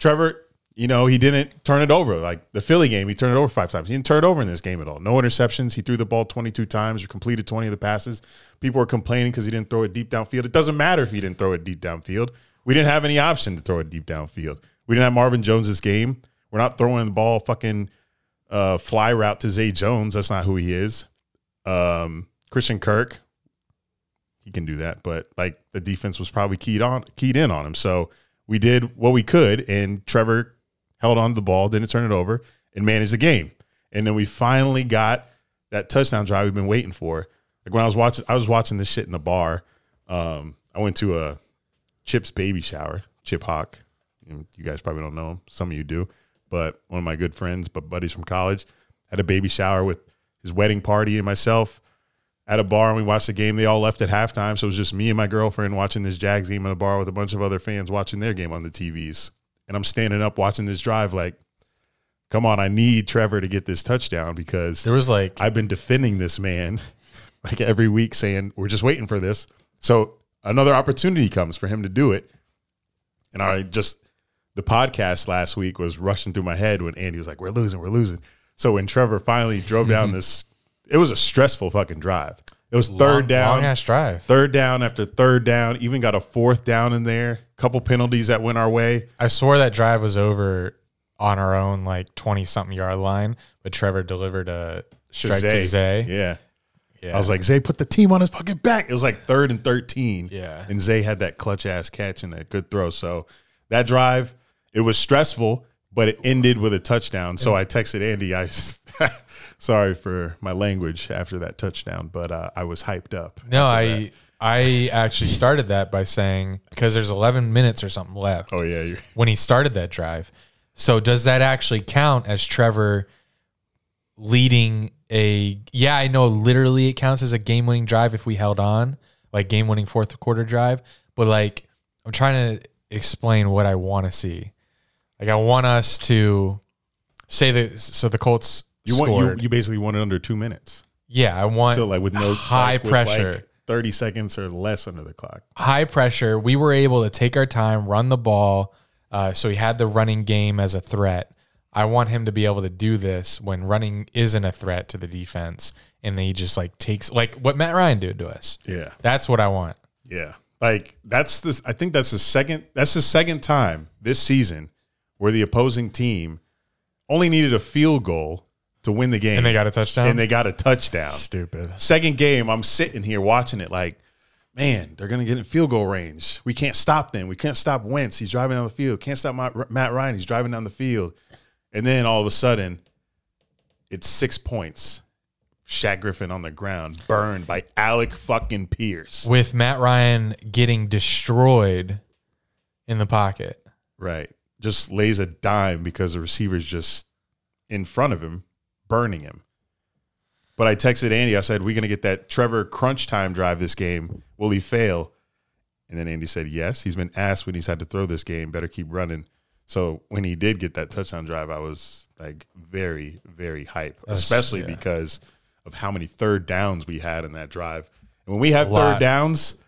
Speaker 2: Trevor, you know, he didn't turn it over. Like the Philly game, he turned it over five times. He didn't turn it over in this game at all. No interceptions. He threw the ball 22 times or completed 20 of the passes. People were complaining because he didn't throw it deep downfield. It doesn't matter if he didn't throw it deep downfield. We didn't have any option to throw it deep downfield. We didn't have Marvin Jones this game. We're not throwing the ball fucking uh, fly route to Zay Jones. That's not who he is. Um, Christian Kirk, he can do that, but like the defense was probably keyed on keyed in on him. So we did what we could, and Trevor held on to the ball, didn't turn it over, and managed the game. And then we finally got that touchdown drive we've been waiting for. Like when I was watching, I was watching this shit in the bar. Um, I went to a Chip's baby shower. Chip Hawk, and you guys probably don't know him. Some of you do, but one of my good friends, but buddies from college, had a baby shower with his wedding party and myself at a bar, and we watched the game. They all left at halftime, so it was just me and my girlfriend watching this Jags game in a bar with a bunch of other fans watching their game on the TVs. And I'm standing up watching this drive, like, come on, I need Trevor to get this touchdown because
Speaker 1: There was like
Speaker 2: I've been defending this man (laughs) like every week saying we're just waiting for this. So another opportunity comes for him to do it. And I just the podcast last week was rushing through my head when Andy was like, We're losing, we're losing. So when Trevor finally
Speaker 1: (laughs)
Speaker 2: drove down this it was a stressful fucking drive. It was
Speaker 1: long-
Speaker 2: third down
Speaker 1: long ass drive.
Speaker 2: third down after third down, even got a fourth down in there, couple penalties that went our way.
Speaker 1: I swore that drive was over on our own like twenty something yard line, but Trevor delivered a strike to Zay.
Speaker 2: Yeah.
Speaker 1: Yeah.
Speaker 2: I was like, Zay put the team on his fucking back. It was like third and 13.
Speaker 1: Yeah.
Speaker 2: And Zay had that clutch ass catch and that good throw. So that drive, it was stressful, but it ended with a touchdown. So I texted Andy, I (laughs) sorry for my language after that touchdown, but uh, I was hyped up.
Speaker 1: no, I I actually started that by saying because there's 11 minutes or something left
Speaker 2: Oh, yeah. you
Speaker 1: when he started that drive. So does that actually count as Trevor leading a? Yeah, I know. Literally, it counts as a game-winning drive if we held on, like game-winning fourth quarter drive. But like, I'm trying to explain what I want to see. Like, I want us to say that. So the Colts
Speaker 2: you,
Speaker 1: scored.
Speaker 2: want, you, you basically want it under two minutes.
Speaker 1: yeah, I want
Speaker 2: So, like, with no
Speaker 1: High
Speaker 2: like, with, like,
Speaker 1: pressure.
Speaker 2: 30 seconds or less under the clock.
Speaker 1: high pressure. We were able to take our time, run the ball. Uh, so he had the running game as a threat. I want him to be able to do this when running isn't a threat to the defense, and he just like takes like what Matt Ryan did to us.
Speaker 2: Yeah.
Speaker 1: That's what I want.
Speaker 2: Yeah. Like that's the I think that's the second that's the second time this season where the opposing team only needed a field goal to win the game.
Speaker 1: And they got a touchdown.
Speaker 2: and they got a touchdown.
Speaker 1: stupid.
Speaker 2: Second game, I'm sitting here watching it like, man, they're gonna get in field goal range. We can't stop them. We can't stop Wentz. He's driving down the field. Can't stop my, Matt Ryan. He's driving down the field. And then all of a sudden, it's six points. Shaq Griffin on the ground, burned by Alec fucking Pierce.
Speaker 1: With Matt Ryan getting destroyed in the pocket.
Speaker 2: Right. Just lays a dime because the receiver's just in front of him, burning him. But I texted Andy, I said, We're gonna get that Trevor crunch time drive this game. Will he fail? And then Andy said, Yes. He's been asked when he's had to throw this game, better keep running. So when he did get that touchdown drive, I was like very, very hype.
Speaker 1: That's-
Speaker 2: especially
Speaker 1: yeah.
Speaker 2: because of how many third downs we had in that drive. And when we have
Speaker 1: A lot.
Speaker 2: third downs,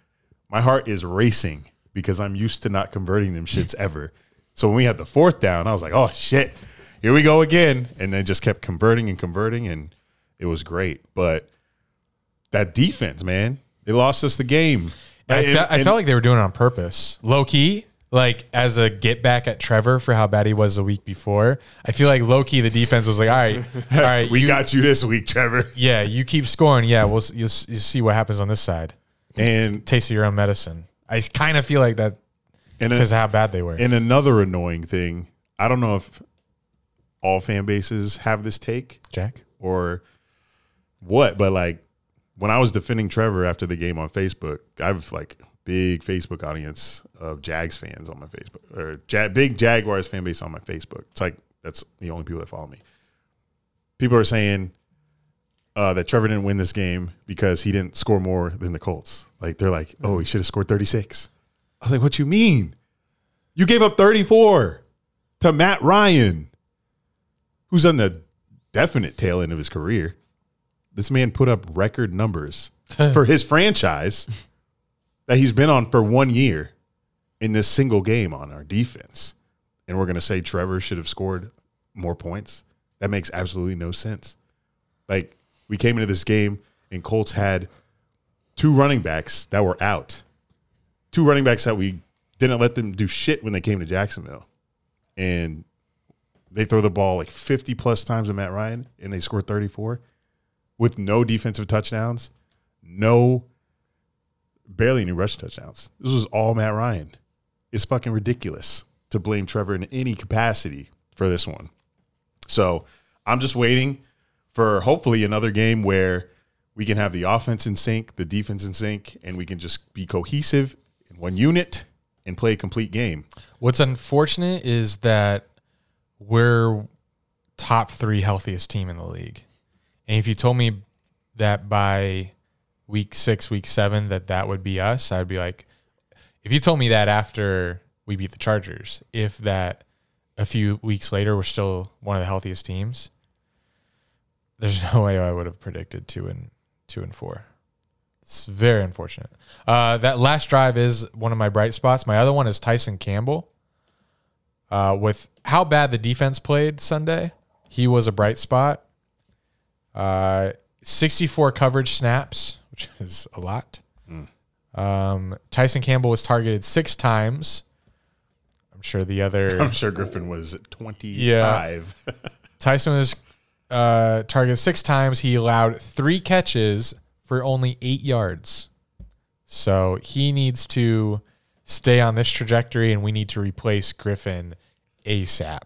Speaker 2: my heart is racing because I'm used to not converting them
Speaker 1: (laughs)
Speaker 2: shits ever. So when we had the fourth down, I was like, oh shit, here we go again. And then just kept converting and converting, and it was great. But that defense, man, they lost us the game.
Speaker 1: I,
Speaker 2: And-
Speaker 1: fe- I
Speaker 2: and-
Speaker 1: felt like they were doing it on purpose, low key. Like as a get back at Trevor for how bad he was the week before. I feel like low key the defense was like, all right, (laughs) all right,
Speaker 2: we
Speaker 1: you-
Speaker 2: got you this
Speaker 1: (laughs)
Speaker 2: week, Trevor.
Speaker 1: Yeah, you keep scoring. Yeah, we'll s- you'll, s- you'll see what happens on this side.
Speaker 2: And
Speaker 1: Taste of your own medicine. I kind of feel like that
Speaker 2: and
Speaker 1: because how bad they were.
Speaker 2: And another annoying thing, I don't know if all fan bases have this take.
Speaker 1: Jack,
Speaker 2: or what, but like when I was defending Trevor after the game on Facebook, I have like big Facebook audience of Jags fans on my Facebook or ja- big Jaguars fan base on my Facebook. It's like that's the only people that follow me. People are saying uh, that Trevor didn't win this game because he didn't score more than the Colts. Like they're like, oh, he should have scored 36. I was like, what you mean? You gave up 34 to Matt Ryan, who's on the definite tail end of his career. This man put up record numbers for his franchise that he's been on for one year in this single game on our defense. And we're going to say Trevor should have scored more points. That makes absolutely no sense. Like, we came into this game and Colts had two running backs that were out, two running backs that we didn't let them do shit when they came to Jacksonville. And they throw the ball like 50 plus times to Matt Ryan and they score 34 with no defensive touchdowns, no barely any rushing touchdowns. This was all Matt Ryan. It's fucking ridiculous to blame Trevor in any capacity for this one. So I'm just waiting for hopefully another game where we can have the offense in sync, the defense in sync, and we can just be cohesive in one unit and play a complete game.
Speaker 1: What's unfortunate is that we're top three healthiest team in the league. And if you told me that by week six, week seven, that that would be us, I'd be like, if you told me that after we beat the Chargers, if that a few weeks later we're still one of the healthiest teams, there's (laughs) no way I would have predicted two and two and four. It's very unfortunate. Uh, that last drive is one of my bright spots. My other one is Tyson Campbell. Uh, with how bad the defense played Sunday, he was a bright spot. Uh, 64 coverage snaps, which (laughs) is a lot. Um, Tyson Campbell was targeted six times. I'm sure the other
Speaker 2: (laughs) I'm sure Griffin was 25. (laughs)
Speaker 1: Tyson was uh, targeted six times. He allowed three catches for only eight yards. So he needs to stay on this trajectory, and we need to replace Griffin ASAP.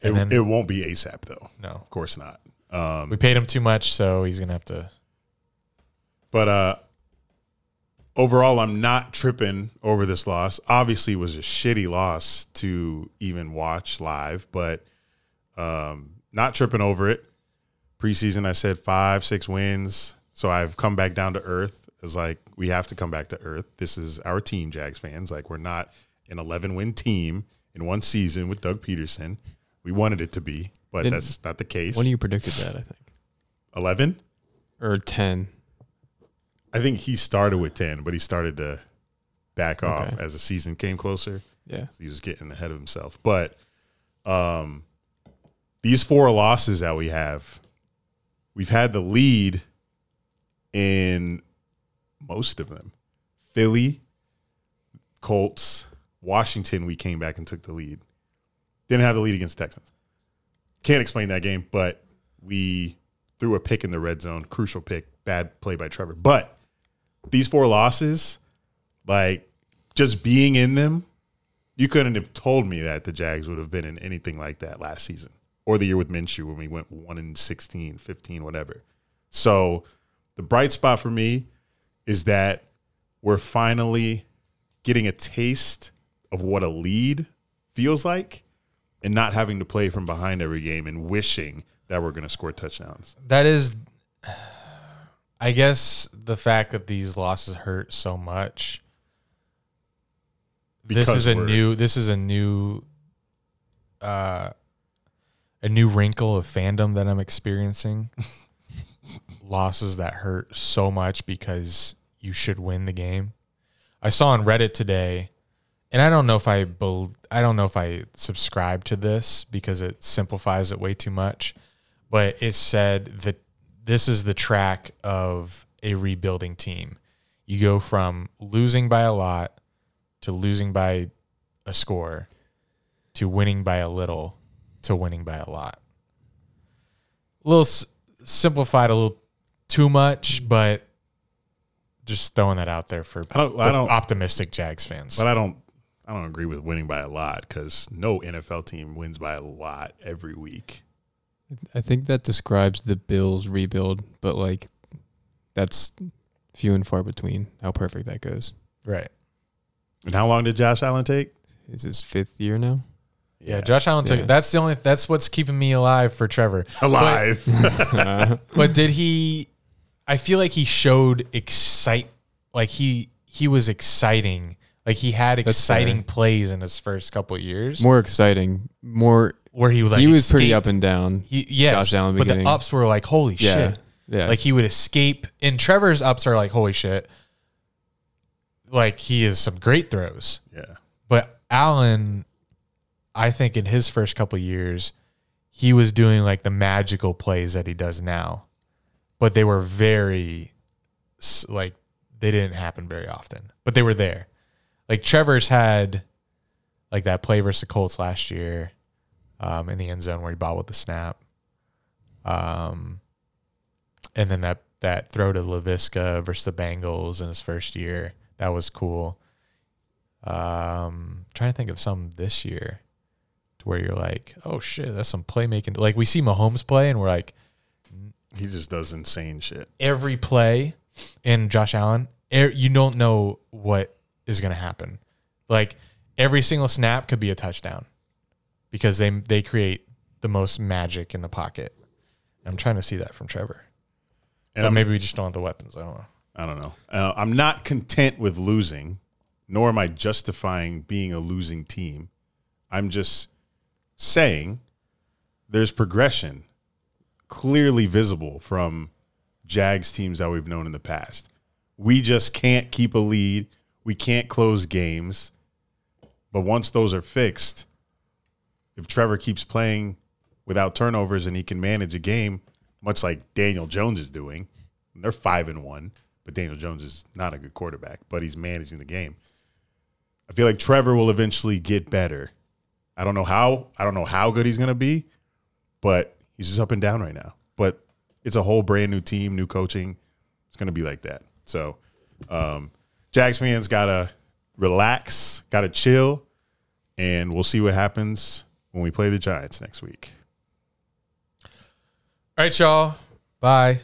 Speaker 2: it,
Speaker 1: And then-
Speaker 2: it won't be ASAP though.
Speaker 1: No,
Speaker 2: Of course not. Um,
Speaker 1: we paid him too much, so he's gonna have to.
Speaker 2: But uh, overall, I'm not tripping over this loss. Obviously, it was a shitty loss to even watch live, but um, not tripping over it. Preseason, I said five, six wins. So I've come back down to earth. It's like we have to come back to earth. This is our team, Jags fans. Like we're not an 11 win team in one season with Doug Peterson. We wanted it to be, but
Speaker 4: Didn't-
Speaker 2: that's not the case.
Speaker 4: When you predicted that, I think,
Speaker 2: 11?
Speaker 4: or ten.
Speaker 2: I think he started with 10, but he started to back off as the season came closer.
Speaker 4: Yeah,
Speaker 2: He was getting ahead of himself. But um, these four losses that we have, we've had the lead in most of them Philly, Colts, Washington, we came back and took the lead. Didn't have the lead against Texans. Can't explain that game, but we threw a pick in the red zone, crucial pick, bad play by Trevor. But these four losses, like just being in them, you couldn't have told me that the Jags would have been in anything like that last season or the year with Minshew when we went 1 in 16, 15, whatever. So the bright spot for me is that we're finally getting a taste of what a lead feels like and not having to play from behind every game and wishing that we're going to score touchdowns.
Speaker 1: That is, (sighs) I guess, the fact that these losses hurt so much. this is a
Speaker 2: we're-
Speaker 1: new. This is a new. Uh, a new wrinkle of fandom that I'm experiencing. Losses that hurt so much because you should win the game. I saw on Reddit today, and I don't know if I bel- I don't know if I subscribe to this because it simplifies it way too much, but it said that this is the track of a rebuilding team. You go from losing by a lot to losing by a score to winning by a little to winning by a lot. A little s- simplified, a little too much, but just throwing that out there for
Speaker 2: I don't- I
Speaker 1: the
Speaker 2: don't-
Speaker 1: optimistic Jags fans.
Speaker 2: But I don't I don't agree with winning by a lot because no NFL team wins by a lot every week.
Speaker 4: I think that describes the Bills rebuild, but like, that's few and far between. How perfect that goes.
Speaker 1: Right.
Speaker 2: And how long did Josh Allen take?
Speaker 4: Is his fifth year
Speaker 1: (laughs)
Speaker 4: now?
Speaker 1: Yeah, Josh Allen took
Speaker 4: Yeah.
Speaker 1: it. That's the only that's what's keeping me alive for Trevor.
Speaker 2: (laughs) alive.
Speaker 4: Uh,
Speaker 1: But (laughs) did he I feel like he showed excite like he he was exciting. Like he had exciting plays in his first couple of years
Speaker 4: More exciting. More.
Speaker 1: where he would like
Speaker 4: he was pretty
Speaker 1: escape-
Speaker 4: up and down.
Speaker 1: He, yes,
Speaker 4: Josh Allen
Speaker 1: but the
Speaker 4: beginning.
Speaker 1: ups were like holy
Speaker 4: yeah.
Speaker 1: shit.
Speaker 4: Yeah.
Speaker 1: Like
Speaker 4: Like
Speaker 1: he would escape, and Trevor's ups are like holy shit. Like he has some great throws.
Speaker 2: (laughs) yeah.
Speaker 1: But Allen, I think in his first couple years, he was doing like the magical plays that he does now, but they were very, s- like, they didn't happen very often, but they were there. Like Trevor's had, like that play versus the Colts last year, um, in the end zone where he bobbled the snap, um, and then that that throw to Lavisca versus the Bengals in his first year that was cool. Um, trying to think of some this year to where you're like, oh shit, that's some playmaking. Like we see Mahomes play, and we're like,
Speaker 2: He just does insane shit.
Speaker 1: every play in Josh Allen, er, you don't know what is going to happen. Like every single snap could be a touchdown because they they create the most magic in the pocket. I'm trying to see that from Trevor.
Speaker 2: And
Speaker 1: but
Speaker 2: I'm-
Speaker 1: maybe we just don't have the weapons. I don't know.
Speaker 2: I don't know. Uh, I'm not content with losing, nor am I justifying being a losing team. I'm just saying there's progression clearly visible from Jags teams that we've known in the past. We just can't keep a lead. We can't close games. But once those are fixed, if Trevor keeps playing without turnovers and he can manage a game, much like Daniel Jones is doing, and they're five and one, but Daniel Jones is not a good quarterback, but he's managing the game. I feel like Trevor will eventually get better. I don't know how. I don't know how good he's going to be, but he's just up and down right now. But it's a whole brand new team, new coaching. It's going to be like that. So, um, Jags fans got to relax, got to chill, and we'll see what happens when we play the Giants next week.
Speaker 1: All right, y'all. Bye.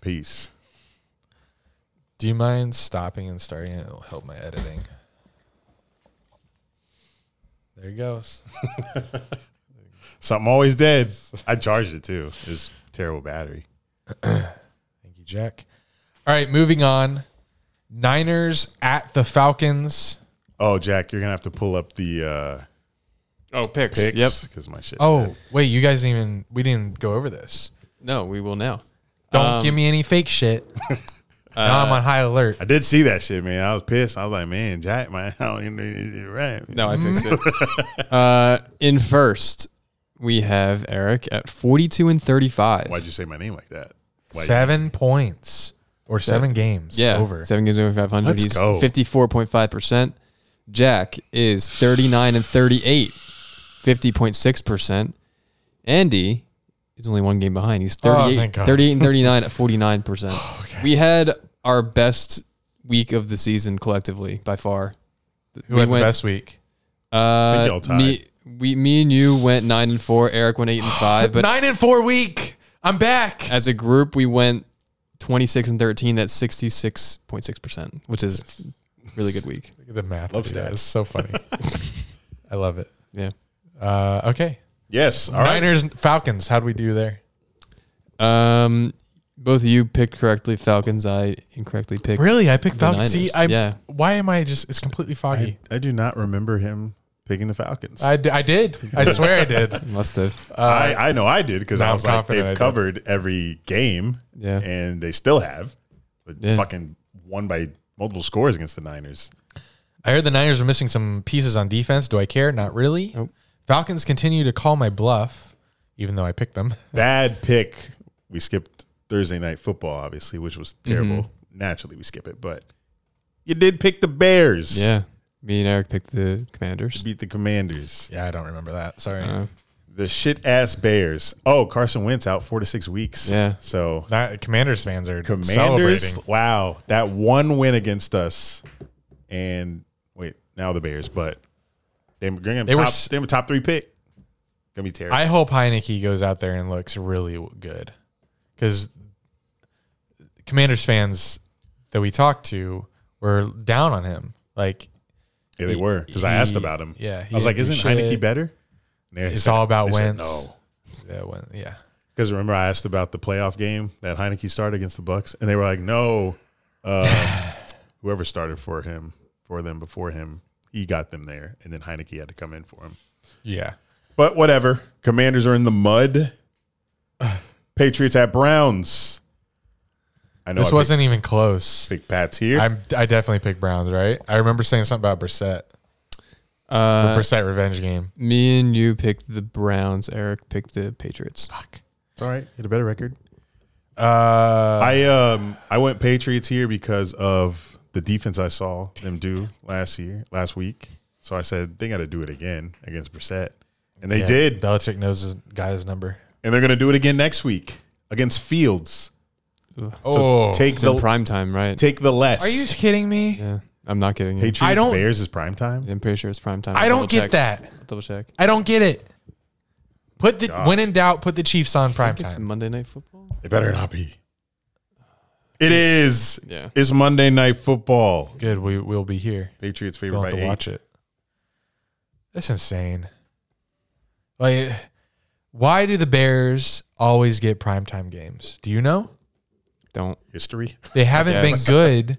Speaker 2: Peace.
Speaker 1: Do you mind stopping and starting? it? It'll help my editing. There he goes.
Speaker 2: Something always dead. I charged it too. It was terrible battery.
Speaker 1: Thank you, Jack. All right, moving on. Niners at the Falcons.
Speaker 2: Oh, Jack, you're gonna have to pull up the uh,
Speaker 4: Oh, picks.
Speaker 2: picks.
Speaker 4: Yep.
Speaker 2: because my shit.
Speaker 1: Oh, wait, you guys didn't even we didn't go over this.
Speaker 4: No, we will now.
Speaker 1: Don't
Speaker 4: Um,
Speaker 1: give me any fake
Speaker 4: (laughs)
Speaker 1: shit. now I'm on high alert.
Speaker 2: I did see that shit, man. I was pissed. I was like, man, Jack, man, (laughs) I don't even know right.
Speaker 4: No, I fixed it.
Speaker 1: (laughs)
Speaker 4: uh, in first, we have Eric at 42 and 35.
Speaker 2: Why'd you say my name like that? Why'd
Speaker 1: Seven points or seven games
Speaker 4: yeah,
Speaker 1: over.
Speaker 4: Seven games over 500.
Speaker 2: Let's
Speaker 4: He's
Speaker 2: go.
Speaker 4: 54.5%. Jack is 39 and 38, 50.6%. Andy is only one game behind. He's
Speaker 1: Oh,
Speaker 4: 38,
Speaker 1: thank God. Oh,
Speaker 4: 38 and 39 at
Speaker 1: (laughs)
Speaker 4: 49%. We had our best week of the season collectively by far.
Speaker 1: Who
Speaker 4: we
Speaker 1: had
Speaker 4: went-
Speaker 1: the best week?
Speaker 4: Uh,
Speaker 2: y'all tied.
Speaker 4: Me, we, me and you went 9 and 4. Eric went
Speaker 1: (gasps)
Speaker 4: 8 and 5. But
Speaker 1: Nine and four week. I'm back.
Speaker 4: as a group, we went 26 and 13. That's 66.6%, which is really good week.
Speaker 1: Look at the math.
Speaker 2: Love
Speaker 1: I do that.
Speaker 2: stats.
Speaker 1: It's so funny.
Speaker 4: (laughs)
Speaker 1: I love it.
Speaker 4: Yeah.
Speaker 1: Uh, okay.
Speaker 2: Yes. All right.
Speaker 1: Niners Falcons. How'd we do there?
Speaker 4: Um, both of you picked correctly Falcons. I incorrectly picked.
Speaker 1: Really? I picked Falcons. See,
Speaker 4: Niners,
Speaker 1: I
Speaker 4: yeah.
Speaker 1: why am I just it's completely
Speaker 2: I,
Speaker 1: foggy.
Speaker 2: I do not remember him picking the Falcons.
Speaker 1: I, d- I did. (laughs) I swear I did.
Speaker 4: Must have.
Speaker 1: Uh,
Speaker 2: I, I know I did because
Speaker 1: No,
Speaker 2: I
Speaker 1: I'm
Speaker 2: was like,
Speaker 1: confident I
Speaker 2: they've
Speaker 1: did.
Speaker 2: covered every game,
Speaker 4: Yeah.
Speaker 2: and they still have, but
Speaker 4: Yeah.
Speaker 2: fucking won by multiple scores against the Niners.
Speaker 1: I heard the Niners were missing some pieces on defense. Do I care? Not really.
Speaker 4: Nope.
Speaker 1: Falcons continue to call my bluff, even though I picked them. (laughs)
Speaker 2: Bad pick. We skipped Thursday night football, obviously, which was
Speaker 1: Mm-hmm.
Speaker 2: terrible. Naturally, we skip it, but you did pick the Bears.
Speaker 4: yeah. Me and Eric picked the Commanders.
Speaker 2: beat the Commanders.
Speaker 1: yeah, I don't remember that. Sorry.
Speaker 4: Uh,
Speaker 2: The shit ass Bears. Oh, Carson Wentz out four to six weeks.
Speaker 4: Yeah.
Speaker 2: So
Speaker 1: Not- Commanders fans are
Speaker 2: Commanders.
Speaker 1: celebrating.
Speaker 2: Wow, that one win against us, and wait, now the Bears, but they were going
Speaker 1: They
Speaker 2: they
Speaker 1: were
Speaker 2: top,
Speaker 1: s-
Speaker 2: they were top three pick. Gonna be terrible.
Speaker 1: I hope Heineke goes out there and looks really w- good, because Commanders fans that we talked to were down on him. Like
Speaker 2: yeah, they were because I
Speaker 1: he-
Speaker 2: asked about him.
Speaker 1: yeah, he
Speaker 2: I was like,
Speaker 1: didn't
Speaker 2: isn't
Speaker 1: do shit.
Speaker 2: Heineke better? And they
Speaker 1: It's
Speaker 2: said-
Speaker 1: all about
Speaker 2: they said
Speaker 1: Wentz.
Speaker 2: No,
Speaker 1: that one, yeah.
Speaker 2: because remember I asked about the playoff game that Heineke started against the Bucks, and they were like, no,
Speaker 1: (sighs)
Speaker 2: uh, whoever started for him for them before him, he got them there, and then Heineke had to come in for him.
Speaker 1: Yeah.
Speaker 2: But whatever. Commanders are in the mud. (sighs) Patriots at Browns. I know
Speaker 1: This
Speaker 2: I picked-
Speaker 1: wasn't even close.
Speaker 2: picked Pats here.
Speaker 1: I'm, I definitely picked Browns, right? I remember saying something about Brissett.
Speaker 4: uh,
Speaker 1: Brissett revenge game.
Speaker 4: me and you picked the Browns. Eric picked the Patriots.
Speaker 1: Fuck.
Speaker 2: All right, get a better record.
Speaker 1: Uh,
Speaker 2: I um I went Patriots here because of the defense I saw
Speaker 1: (laughs)
Speaker 2: them do last year, last week. So I said they got to do it again against Brissett, and they
Speaker 1: yeah,
Speaker 2: did,
Speaker 1: Belichick knows his, got his number.
Speaker 2: and they're gonna do it again next week against Fields.
Speaker 1: Oh,
Speaker 2: Take
Speaker 4: It's in
Speaker 2: the
Speaker 4: prime time, right?
Speaker 2: take the less.
Speaker 1: are you kidding me?
Speaker 4: yeah. I'm not kidding. You.
Speaker 2: Patriots
Speaker 1: I don't-
Speaker 2: Bears is prime time?
Speaker 4: I'm pretty sure it's prime time.
Speaker 1: I
Speaker 4: I'll
Speaker 1: don't
Speaker 4: double
Speaker 1: get
Speaker 4: check.
Speaker 1: that.
Speaker 4: I'll double check.
Speaker 1: I don't get it. Put the when in doubt, put the Chiefs on prime
Speaker 4: It's
Speaker 1: time.
Speaker 4: Monday Night Football.
Speaker 2: It better not be. It is.
Speaker 4: Yeah.
Speaker 2: It's Monday Night Football.
Speaker 1: Good. We will be here.
Speaker 2: Patriots
Speaker 1: You'll have
Speaker 2: favorite by
Speaker 1: to
Speaker 2: eight.
Speaker 1: watch it. That's insane. Like, why do the Bears always get primetime games? Do you know?
Speaker 4: Don't
Speaker 2: History.
Speaker 1: They haven't been
Speaker 4: guess.
Speaker 1: good.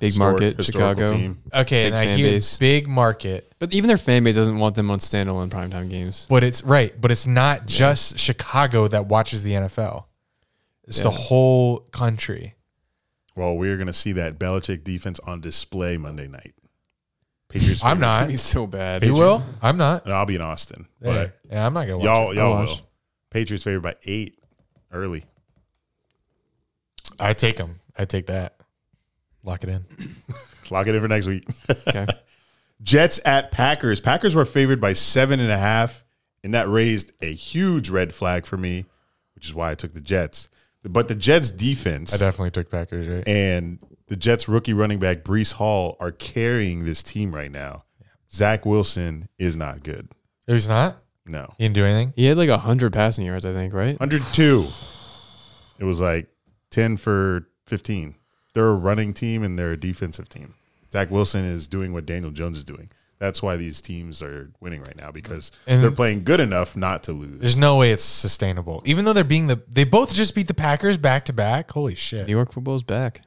Speaker 4: big
Speaker 2: Historic-
Speaker 4: market
Speaker 2: historical
Speaker 4: Chicago,
Speaker 2: Team.
Speaker 1: Okay,
Speaker 4: Big
Speaker 1: and I
Speaker 4: fan
Speaker 1: hear
Speaker 4: base.
Speaker 1: big market,
Speaker 4: but even their fan base doesn't want them on standalone primetime games. (laughs)
Speaker 1: but it's right. But it's not just Chicago that watches the NFL. It's the
Speaker 4: Yeah.
Speaker 1: whole country.
Speaker 2: Well, we're going to see that Belichick defense on display Monday night.
Speaker 1: (laughs)
Speaker 2: Patriots.
Speaker 1: I'm
Speaker 2: favorite.
Speaker 1: not.
Speaker 4: He's so bad.
Speaker 1: You will? I'm not.
Speaker 2: And I'll be in Austin.
Speaker 1: Hey, yeah, I'm not gonna
Speaker 2: But
Speaker 1: watch.
Speaker 2: y'all,
Speaker 4: I'll
Speaker 2: y'all
Speaker 4: watch.
Speaker 2: will. Patriots favored by eight early.
Speaker 1: it. I take them. I take that. Lock it in.
Speaker 2: Lock it in for next week. (laughs)
Speaker 4: Okay.
Speaker 2: Jets at Packers. Packers were favored by seven and a half, and that raised a huge red flag for me, which is why I took the Jets. But the Jets defense
Speaker 1: I definitely took Packers. Right.
Speaker 2: and the Jets rookie running back Brees Hall are carrying this team right now. Zach Wilson is not good.
Speaker 1: If he's not.
Speaker 2: No.
Speaker 1: He didn't do anything.
Speaker 4: He had like hundred passing yards, I think,
Speaker 1: Oh,
Speaker 4: right?
Speaker 2: 102. It was like 10 for 15. They're a running team and they're a defensive team. Zach Wilson is doing what Daniel Jones is doing. That's why these teams are winning right now because
Speaker 1: And-
Speaker 2: they're playing good enough not to lose.
Speaker 1: There's no way it's sustainable. Even though they're being the they both just beat the Packers back to back. Holy
Speaker 4: New
Speaker 1: shit.
Speaker 4: York football's back.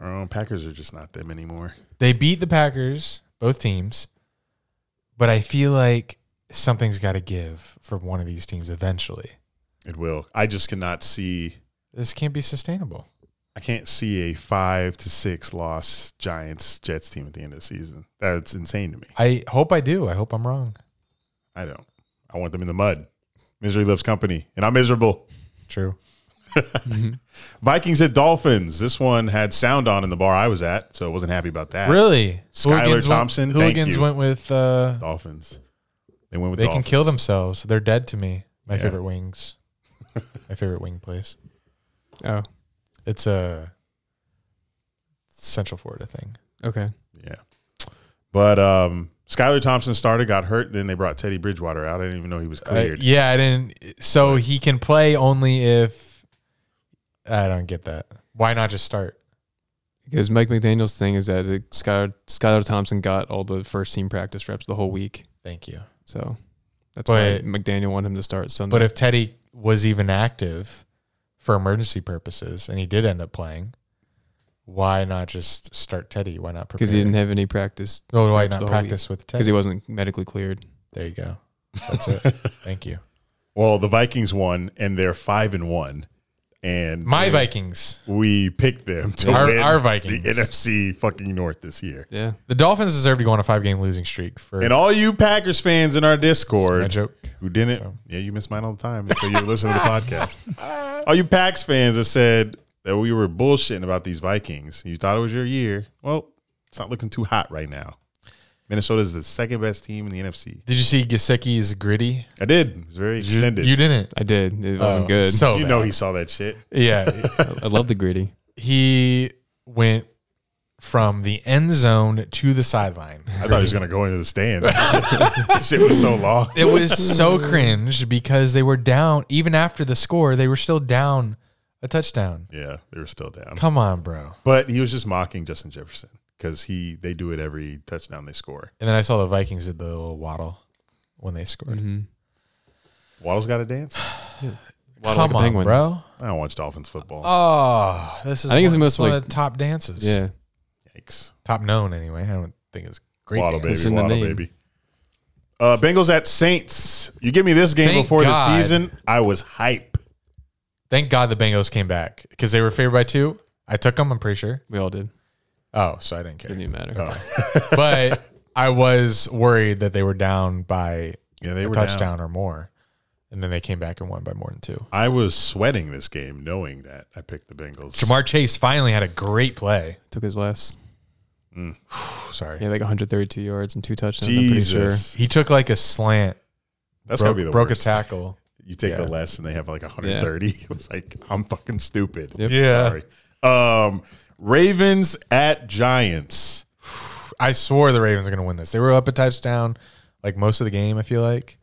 Speaker 2: Our own Oh, Packers are just not them anymore.
Speaker 1: They beat the Packers, both teams. But I feel like something's got to give for one of these teams eventually.
Speaker 2: It will. I just cannot see.
Speaker 1: This can't be sustainable.
Speaker 2: I can't see a five to six loss Giants Jets team at the end of the season. That's insane to me.
Speaker 1: I hope I do. I hope I'm wrong.
Speaker 2: I don't. I want them in the mud. Misery loves company, and I'm miserable.
Speaker 1: True.
Speaker 2: Vikings at Dolphins. This one had sound on in the bar I was at, so I wasn't happy about that.
Speaker 1: Really?
Speaker 2: Skylar
Speaker 1: Hooligans went-
Speaker 2: Thompson, thank
Speaker 1: Hooligans
Speaker 2: you.
Speaker 1: went with uh
Speaker 2: Dolphins. They went with.
Speaker 1: they can kill
Speaker 2: Dolphins.
Speaker 1: themselves. They're dead to me. My
Speaker 2: Yeah.
Speaker 1: favorite wings. My favorite wing place.
Speaker 4: Oh,
Speaker 1: It's a Central Florida thing.
Speaker 4: okay.
Speaker 2: Yeah. But um, Skylar Thompson started, got hurt, then they brought Teddy Bridgewater out. I didn't even know he was
Speaker 1: I-
Speaker 2: cleared.
Speaker 1: Uh, yeah, I didn't. So he can play only if I don't get that. Why not just start?
Speaker 4: Because Mike McDaniel's thing is that it- Skylar, Skylar Thompson got all the first team practice reps the whole week,
Speaker 1: Thank you.
Speaker 4: so that's
Speaker 1: But-
Speaker 4: why McDaniel wanted him to start Sunday.
Speaker 1: But if Teddy was even active for emergency purposes and he did end up playing, why not just start Teddy? Why not prepare?
Speaker 4: because he didn't have any practice,
Speaker 1: Oh, why
Speaker 4: the
Speaker 1: not
Speaker 4: whole
Speaker 1: practice with
Speaker 4: because
Speaker 1: Teddy?
Speaker 4: he wasn't medically cleared.
Speaker 1: there you go. That's
Speaker 4: (laughs)
Speaker 1: it. Thank you.
Speaker 2: Well, the Vikings won, and they're five and one. And
Speaker 1: My
Speaker 2: we-
Speaker 1: Vikings.
Speaker 2: we picked them to
Speaker 1: Our-
Speaker 2: win
Speaker 1: our Vikings.
Speaker 2: the NFC fucking North this year.
Speaker 4: Yeah,
Speaker 1: The Dolphins deserve to go on a five game losing streak for
Speaker 2: And all you Packers fans in our
Speaker 1: my
Speaker 2: Discord,
Speaker 1: joke.
Speaker 2: who didn't.
Speaker 1: So-
Speaker 2: Yeah, you miss mine all the time until you listen to the podcast. All you Pax fans that said that we were bullshitting about these Vikings. You thought it was your year. Well, it's not looking too hot right now. Minnesota is the second best team in the NFC.
Speaker 1: Did you see Gasecki's gritty?
Speaker 2: I did. It was very
Speaker 1: You,
Speaker 2: extended.
Speaker 1: you
Speaker 2: You,
Speaker 1: didn't.
Speaker 4: I did. It
Speaker 1: Oh,
Speaker 4: wasn't good.
Speaker 1: So bad.
Speaker 2: know he saw that shit.
Speaker 1: yeah.
Speaker 4: (laughs) I love the gritty.
Speaker 1: he went from the end zone to the sideline.
Speaker 2: I thought he was gonna go into
Speaker 1: (laughs)
Speaker 2: the stands. shit was so long.
Speaker 1: It was
Speaker 2: (laughs)
Speaker 1: so cringe because they were down even after the score, they were still down a touchdown.
Speaker 2: Yeah, they were still down.
Speaker 1: Come on, bro.
Speaker 2: But he was just mocking Justin Jefferson because he they do it every touchdown they score.
Speaker 1: And then I saw the Vikings did the little waddle when they scored.
Speaker 2: Mhm. Waddle's got to dance.
Speaker 4: Waddle like
Speaker 1: Come
Speaker 4: a
Speaker 1: on,
Speaker 4: penguin.
Speaker 1: bro.
Speaker 2: I don't watch Dolphins football.
Speaker 1: Oh, this is
Speaker 4: I think it's
Speaker 1: one-
Speaker 4: the most,
Speaker 1: one
Speaker 4: like-
Speaker 1: of the top dances.
Speaker 4: Yeah,
Speaker 2: Yikes.
Speaker 1: Top known anyway. I don't think it's great.
Speaker 2: Waddle
Speaker 1: dance.
Speaker 2: baby,
Speaker 4: in the
Speaker 2: waddle
Speaker 4: name.
Speaker 2: baby. Uh, Bengals at Saints. You give me this game
Speaker 1: Thank
Speaker 2: before
Speaker 1: God.
Speaker 2: the season, I
Speaker 1: (laughs)
Speaker 2: was hype.
Speaker 1: Thank God the Bengals came back because they were favored by two. I took them, I'm pretty sure.
Speaker 4: we all did.
Speaker 1: Oh, so I didn't care.
Speaker 4: Didn't even matter.
Speaker 2: Oh.
Speaker 1: but I was worried that they were down by
Speaker 2: Yeah, they
Speaker 1: a
Speaker 2: were
Speaker 1: touchdown or more, and then they came back and won by more than two.
Speaker 2: I was sweating this game, knowing that I picked the Bengals.
Speaker 1: Jamar Chase finally had a great play.
Speaker 4: Took his last.
Speaker 1: Phew, Sorry,
Speaker 4: Yeah, like 132 yards and two touchdowns. I'm pretty sure.
Speaker 2: Jesus,
Speaker 1: he took like a slant,
Speaker 2: that's
Speaker 1: broke,
Speaker 2: gotta be the
Speaker 1: broke
Speaker 2: worst.
Speaker 1: a tackle.
Speaker 2: You take
Speaker 1: Yeah.
Speaker 2: the less, and they have like 130. (laughs) it's like I'm fucking stupid.
Speaker 4: Yep.
Speaker 1: Yeah,
Speaker 2: (laughs) Sorry. Um, Ravens at Giants.
Speaker 1: I swore the Ravens were going to win this. They were up a touchdown like most of the game. I feel like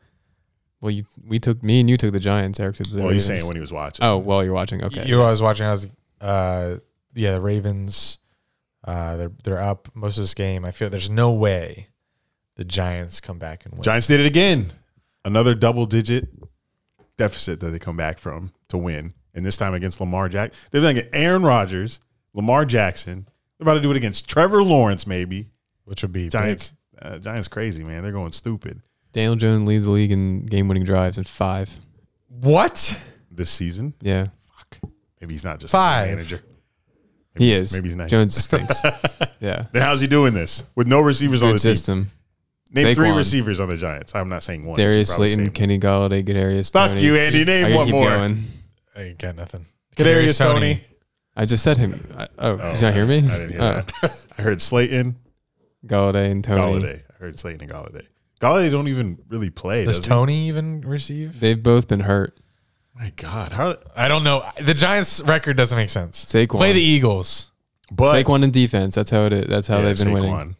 Speaker 4: Well, you, we took me and you took the Giants. Eric took the.
Speaker 2: Well, he's
Speaker 4: Ravens.
Speaker 2: saying when he was watching.
Speaker 4: Oh, while you're watching. Okay.
Speaker 1: you. I was watching. I was uh, yeah, the Ravens, uh, they're they're up most of this game. I feel there's no way the Giants come back and win.
Speaker 2: Giants did it again. Another double digit deficit that they come back from to win. And this time against Lamar Jackson. They're playing against Aaron Rodgers, Lamar Jackson. They're about to do it against Trevor Lawrence, maybe.
Speaker 1: which would be big.
Speaker 2: Giants. Uh, Giants crazy, man. They're going stupid
Speaker 4: Daniel Jones leads the league in game-winning drives in five.
Speaker 1: What?
Speaker 2: this season.
Speaker 4: Yeah,
Speaker 2: Fuck. Maybe he's not just
Speaker 1: Five.
Speaker 2: a manager. Maybe
Speaker 4: he
Speaker 2: he's-
Speaker 4: is.
Speaker 2: Maybe he's not. (laughs)
Speaker 4: Jones stinks. yeah,
Speaker 2: Then how's he doing this with no receivers on
Speaker 4: good
Speaker 2: the team?
Speaker 4: system.
Speaker 2: Name three
Speaker 4: Saquon.
Speaker 2: receivers on the Giants. I'm not saying one. I should
Speaker 4: Darius
Speaker 2: probably
Speaker 4: Slayton,
Speaker 2: say-
Speaker 4: Kenny Galladay, Gadarius.
Speaker 2: Fuck
Speaker 4: Toney.
Speaker 2: you, Andy. Name
Speaker 4: I gotta
Speaker 2: one
Speaker 4: keep
Speaker 2: more.
Speaker 4: going.
Speaker 1: I got nothing.
Speaker 2: Kadarius Tony.
Speaker 4: I just said him. I, oh, did you not hear me?
Speaker 2: I didn't hear
Speaker 4: Oh,
Speaker 2: that. (laughs) I heard Slayton,
Speaker 4: Galladay and Tony.
Speaker 2: Galladay. I heard Slayton and Galladay. Galladay don't even really play.
Speaker 1: Does
Speaker 2: does he?
Speaker 1: Tony even receive?
Speaker 4: They've both been hurt.
Speaker 2: My God, how?
Speaker 1: I don't know. The Giants' record doesn't make sense.
Speaker 4: Saquon.
Speaker 1: Play
Speaker 2: E,
Speaker 1: the Eagles.
Speaker 2: But
Speaker 4: Saquon in defense. That's how it is. That's how
Speaker 2: Yeah,
Speaker 4: they've been winning.
Speaker 2: Saquon.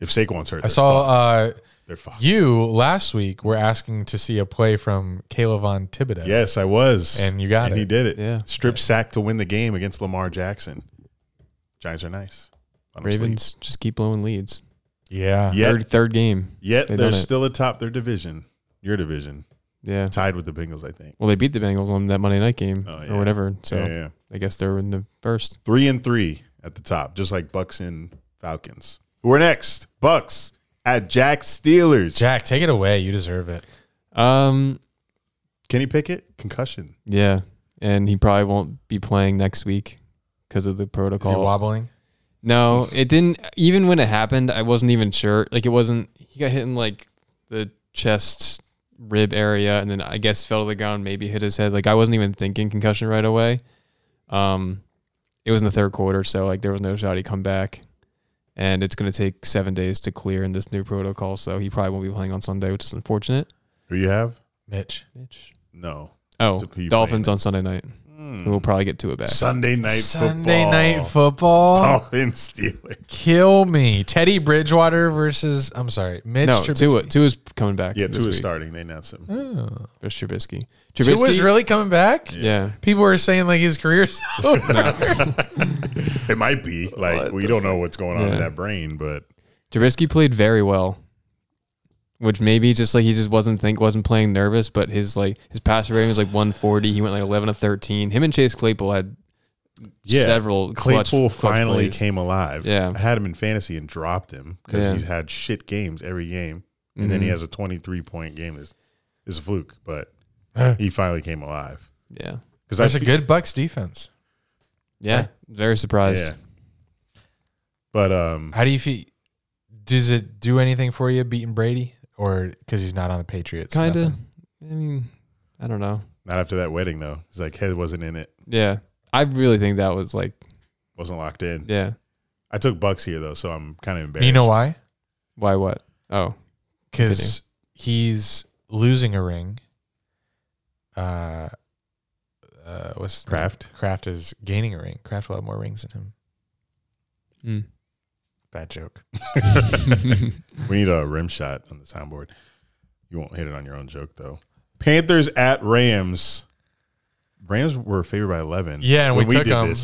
Speaker 2: If Saquon's hurt,
Speaker 1: I saw uh,
Speaker 2: they're fucked.
Speaker 1: you last week were asking to see a play from Caleb on Thibodeau.
Speaker 2: Yes, I was.
Speaker 1: And you got
Speaker 2: and he
Speaker 1: it.
Speaker 2: did it.
Speaker 4: Yeah.
Speaker 2: Strip sack to win the game against Lamar Jackson. Giants are nice. Let 'em sleep.
Speaker 4: Ravens just keep blowing leads.
Speaker 1: Yeah.
Speaker 2: Yet,
Speaker 4: Third third game.
Speaker 2: yet
Speaker 4: they
Speaker 2: they're
Speaker 4: done it.
Speaker 2: still atop their division. Your division.
Speaker 4: Yeah.
Speaker 2: Tied with the Bengals, I think.
Speaker 4: Well, they beat the Bengals on that Monday night game
Speaker 2: Oh, yeah.
Speaker 4: or whatever. So
Speaker 2: yeah, yeah.
Speaker 4: I guess they're in the first.
Speaker 2: Three and three at the top, just like Bucks and Falcons. Who are next? Bucks at Jack Steelers.
Speaker 1: Jack, take it away. You deserve it.
Speaker 4: Um.
Speaker 2: Kenny Pickett, concussion.
Speaker 4: Yeah. And he probably won't be playing next week because of the
Speaker 1: Is he
Speaker 4: protocol.
Speaker 1: wobbling?
Speaker 4: No, it didn't. Even when it happened, I wasn't even sure. Like it wasn't. He got hit in like the chest rib area, and then I guess fell to the ground. Maybe hit his head. Like I wasn't even thinking concussion right away. Um, it was in the third quarter, so like there was no shot he'd come back, and it's gonna take seven days to clear in this new protocol. So he probably won't be playing on Sunday, which is unfortunate.
Speaker 2: Who you have?
Speaker 1: Mitch.
Speaker 2: No.
Speaker 4: Oh,
Speaker 2: So who you
Speaker 4: Dolphins
Speaker 2: playing?
Speaker 4: on Sunday night.
Speaker 1: Mm.
Speaker 4: We'll probably get two it back.
Speaker 2: Sunday night
Speaker 1: Hmm. Sunday
Speaker 2: football.
Speaker 1: night football.
Speaker 2: Dolphins Steelers.
Speaker 1: Kill me. Teddy Bridgewater versus I'm sorry, Mitch
Speaker 4: No,
Speaker 1: Trubisky.
Speaker 4: two two is coming back.
Speaker 2: Yeah,
Speaker 4: this
Speaker 2: two
Speaker 4: week.
Speaker 2: is starting. They announced him.
Speaker 1: Oh.
Speaker 4: It's Trubisky.
Speaker 1: Two
Speaker 4: Trubisky
Speaker 1: was really coming back.
Speaker 4: yeah.
Speaker 1: People were saying like his career's (laughs) over.
Speaker 2: (laughs) It might be
Speaker 1: Oh,
Speaker 2: like we don't know what's going on in
Speaker 4: Yeah.
Speaker 2: that brain, but
Speaker 4: Trubisky played very well, which maybe just like he just wasn't think wasn't playing nervous, but his like his passer rating was like 140. He went like 11 to 13. Him and Chase Claypool had several clutch-
Speaker 2: Claypool
Speaker 4: clutch
Speaker 2: finally
Speaker 4: plays.
Speaker 2: came alive.
Speaker 4: Yeah.
Speaker 2: I had him in fantasy and dropped him because
Speaker 4: Yeah. Mm-hmm.
Speaker 2: he's had shit games every game, and then he has a twenty three point game is is a fluke, but he finally came alive
Speaker 4: Yeah,
Speaker 2: because
Speaker 1: There's a good Bucks defense.
Speaker 4: yeah, very surprised.
Speaker 2: yeah. But um,
Speaker 1: How do you feel? Does it do anything for you beating Brady, or because he's not on the Patriots?
Speaker 4: Kind of.
Speaker 1: nothing?
Speaker 4: I mean, I don't know.
Speaker 2: not after that wedding though, he's like head wasn't in it,
Speaker 4: Yeah, I really think that was like
Speaker 2: wasn't locked in.
Speaker 4: yeah.
Speaker 2: I took Bucks here though, so I'm kind of embarrassed.
Speaker 1: You know why?
Speaker 4: Why what? Oh,
Speaker 1: Because he's losing a ring. Uh, uh, what's his name?
Speaker 2: Kraft?
Speaker 1: Kraft is gaining a ring. Kraft will have more rings than him.
Speaker 4: Mm.
Speaker 1: Bad joke. (laughs)
Speaker 2: (laughs) We need a rim shot on the soundboard. You won't hit it on your own joke though. Panthers at Rams. Rams were favored by eleven.
Speaker 1: Yeah, and
Speaker 2: when
Speaker 1: we took them.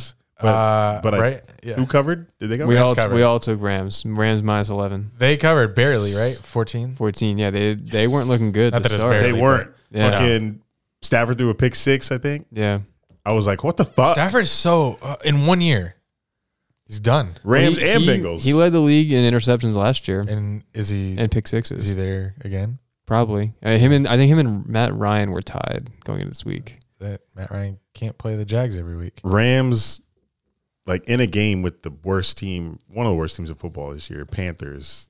Speaker 2: But,
Speaker 1: uh,
Speaker 2: but I-
Speaker 1: right? yeah.
Speaker 2: who covered? Did they cover?
Speaker 4: we
Speaker 1: Rams
Speaker 4: all
Speaker 1: covered.
Speaker 4: we all took Rams. Rams minus 11,
Speaker 1: They covered barely, right? 14.
Speaker 4: 14. Yeah, they they weren't looking good.
Speaker 1: Not
Speaker 4: to
Speaker 1: that it's
Speaker 4: start.
Speaker 1: barely.
Speaker 2: they weren't.
Speaker 4: Yeah.
Speaker 2: Fucking Stafford threw a pick six. I think
Speaker 4: Yeah.
Speaker 2: I was like, what the fuck?
Speaker 1: Stafford's so, uh, in one year, he's done.
Speaker 2: Rams
Speaker 4: He-
Speaker 2: and
Speaker 4: he-
Speaker 2: Bengals.
Speaker 4: He led the league in interceptions last year
Speaker 1: And is he,
Speaker 4: and pick
Speaker 1: is he
Speaker 4: sixes.
Speaker 1: there again?
Speaker 4: Probably Uh, him and I think him and Matt Ryan were tied going into this week.
Speaker 1: That Matt Ryan can't play the Jags every week.
Speaker 2: Rams, like in a game with the worst team, one of the worst teams in football this year, Panthers.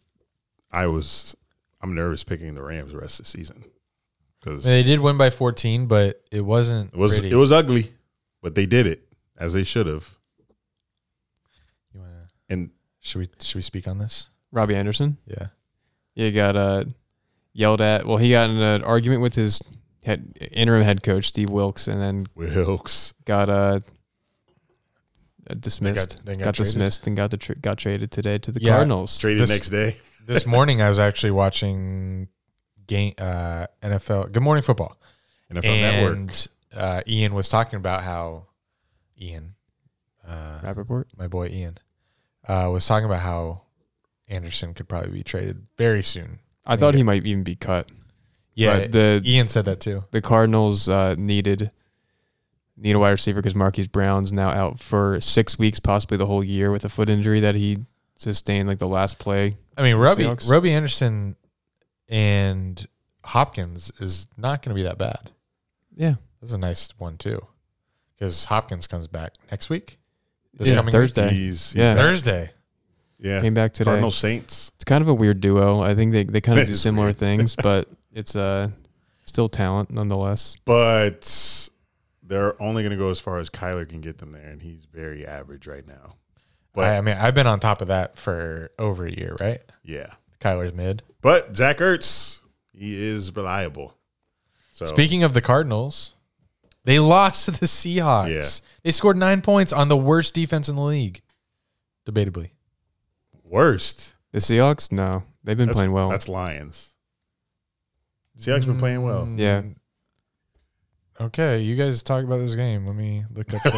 Speaker 2: I was, I'm nervous picking the Rams the rest of the season because
Speaker 1: They did win by 14, but it wasn't
Speaker 2: It was
Speaker 1: pretty.
Speaker 2: it was ugly, but they did it as they should have.
Speaker 1: You wanna-
Speaker 2: And
Speaker 1: should we should we speak on this?
Speaker 4: Robbie Anderson,
Speaker 1: Yeah.
Speaker 4: he got uh, yelled at. Well, he got in an argument with his head, interim head coach Steve Wilkes, and then
Speaker 2: Wilkes,
Speaker 4: got uh, uh, dismissed.
Speaker 1: they got
Speaker 4: got
Speaker 1: traded.
Speaker 4: dismissed and got the tr got traded today to the
Speaker 1: Yeah.
Speaker 4: Cardinals.
Speaker 2: traded
Speaker 1: This-
Speaker 2: next day.
Speaker 1: (laughs) this morning I was actually watching game uh, NFL Good Morning Football,
Speaker 2: NFL Network.
Speaker 1: and uh, Ian was talking about how Ian uh,
Speaker 4: Rappaport.
Speaker 1: my boy Ian, uh, was talking about how Anderson could probably be traded very soon.
Speaker 4: I thought he might even be cut.
Speaker 1: Yeah,
Speaker 4: but the
Speaker 1: Ian said that too.
Speaker 4: the Cardinals uh, needed need a wide receiver because Marquise Brown's now out for six weeks, possibly the whole year, with a foot injury that he sustained like the last play.
Speaker 1: I mean, Robbie
Speaker 4: Seahawks.
Speaker 1: Robbie Anderson and Hopkins is not going to be that bad.
Speaker 4: Yeah,
Speaker 1: That's a nice one too, because Hopkins comes back next week.
Speaker 4: Yeah,
Speaker 1: week?
Speaker 4: Thursday.
Speaker 2: He's,
Speaker 4: Yeah.
Speaker 2: yeah,
Speaker 1: Thursday.
Speaker 2: yeah.
Speaker 4: came back today.
Speaker 2: Cardinal Saints.
Speaker 4: It's kind of a weird duo. I think they they kind of
Speaker 2: It (laughs)
Speaker 4: do
Speaker 2: is
Speaker 4: similar
Speaker 2: weird.
Speaker 4: things, but it's uh still talent nonetheless.
Speaker 2: but they're only going to go as far as Kyler can get them there, and he's very average right now. But
Speaker 1: I, I mean, I've been on top of that for over a year, right?
Speaker 2: yeah,
Speaker 1: Kyler's mid.
Speaker 2: but Zach Ertz, he is reliable. So
Speaker 1: Speaking of the Cardinals, they lost to the Seahawks.
Speaker 2: Yeah.
Speaker 1: They scored nine points on the worst defense in the league, debatably.
Speaker 2: worst,
Speaker 4: The Seahawks, no, they've been
Speaker 2: that's,
Speaker 4: playing well.
Speaker 2: That's Lions. Seahawks been playing well.
Speaker 4: Yeah.
Speaker 1: Mm. Okay, you guys talk about this game. Let me look up.
Speaker 2: (laughs)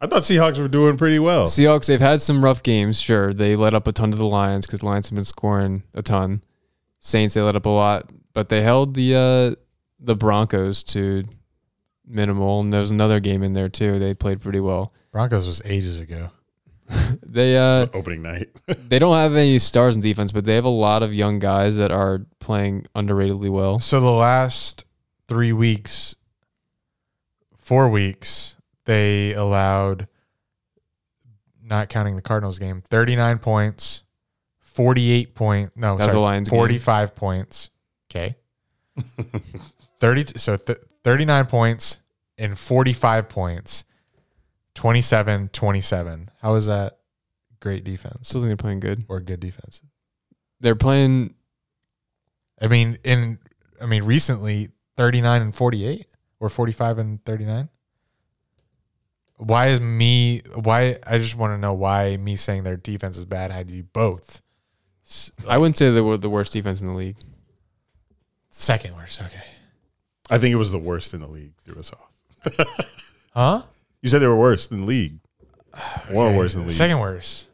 Speaker 1: The,
Speaker 2: I thought Seahawks were doing pretty
Speaker 1: Oh.
Speaker 2: well.
Speaker 4: Seahawks, they've had some rough games. Sure, they let up a ton to the Lions because Lions have been scoring a ton. Saints, they let up a lot, but they held the uh, the Broncos to minimal, and there was another game in there too. They played pretty well.
Speaker 1: Broncos was ages ago.
Speaker 4: They uh,
Speaker 2: Opening night, (laughs)
Speaker 4: they don't have any stars in defense, but they have a lot of young guys that are playing underratedly well.
Speaker 1: So the last three weeks, four weeks, they allowed, not counting the Cardinals game, 39 points, 48 point. No,
Speaker 4: That's
Speaker 1: sorry,
Speaker 4: a Lions game.
Speaker 1: 45 points.
Speaker 4: (laughs)
Speaker 1: Okay. 30, so th- 39 points and 45 points, 27 27. How is that great defense
Speaker 4: Still think they're playing good.
Speaker 1: or good defense?
Speaker 4: They're playing
Speaker 1: I mean, in I mean, recently thirty nine and forty eight, or forty five and thirty nine. Why is me? Why I just want to know why me saying their defense is bad had you both
Speaker 4: I wouldn't say they were the worst defense in the league.
Speaker 1: second worst? Okay,
Speaker 2: I think it was the worst in the league. Threw us off.
Speaker 1: huh?
Speaker 2: You said they were worse than league.
Speaker 1: (sighs)
Speaker 2: One of the worst in the league.
Speaker 1: Second worst.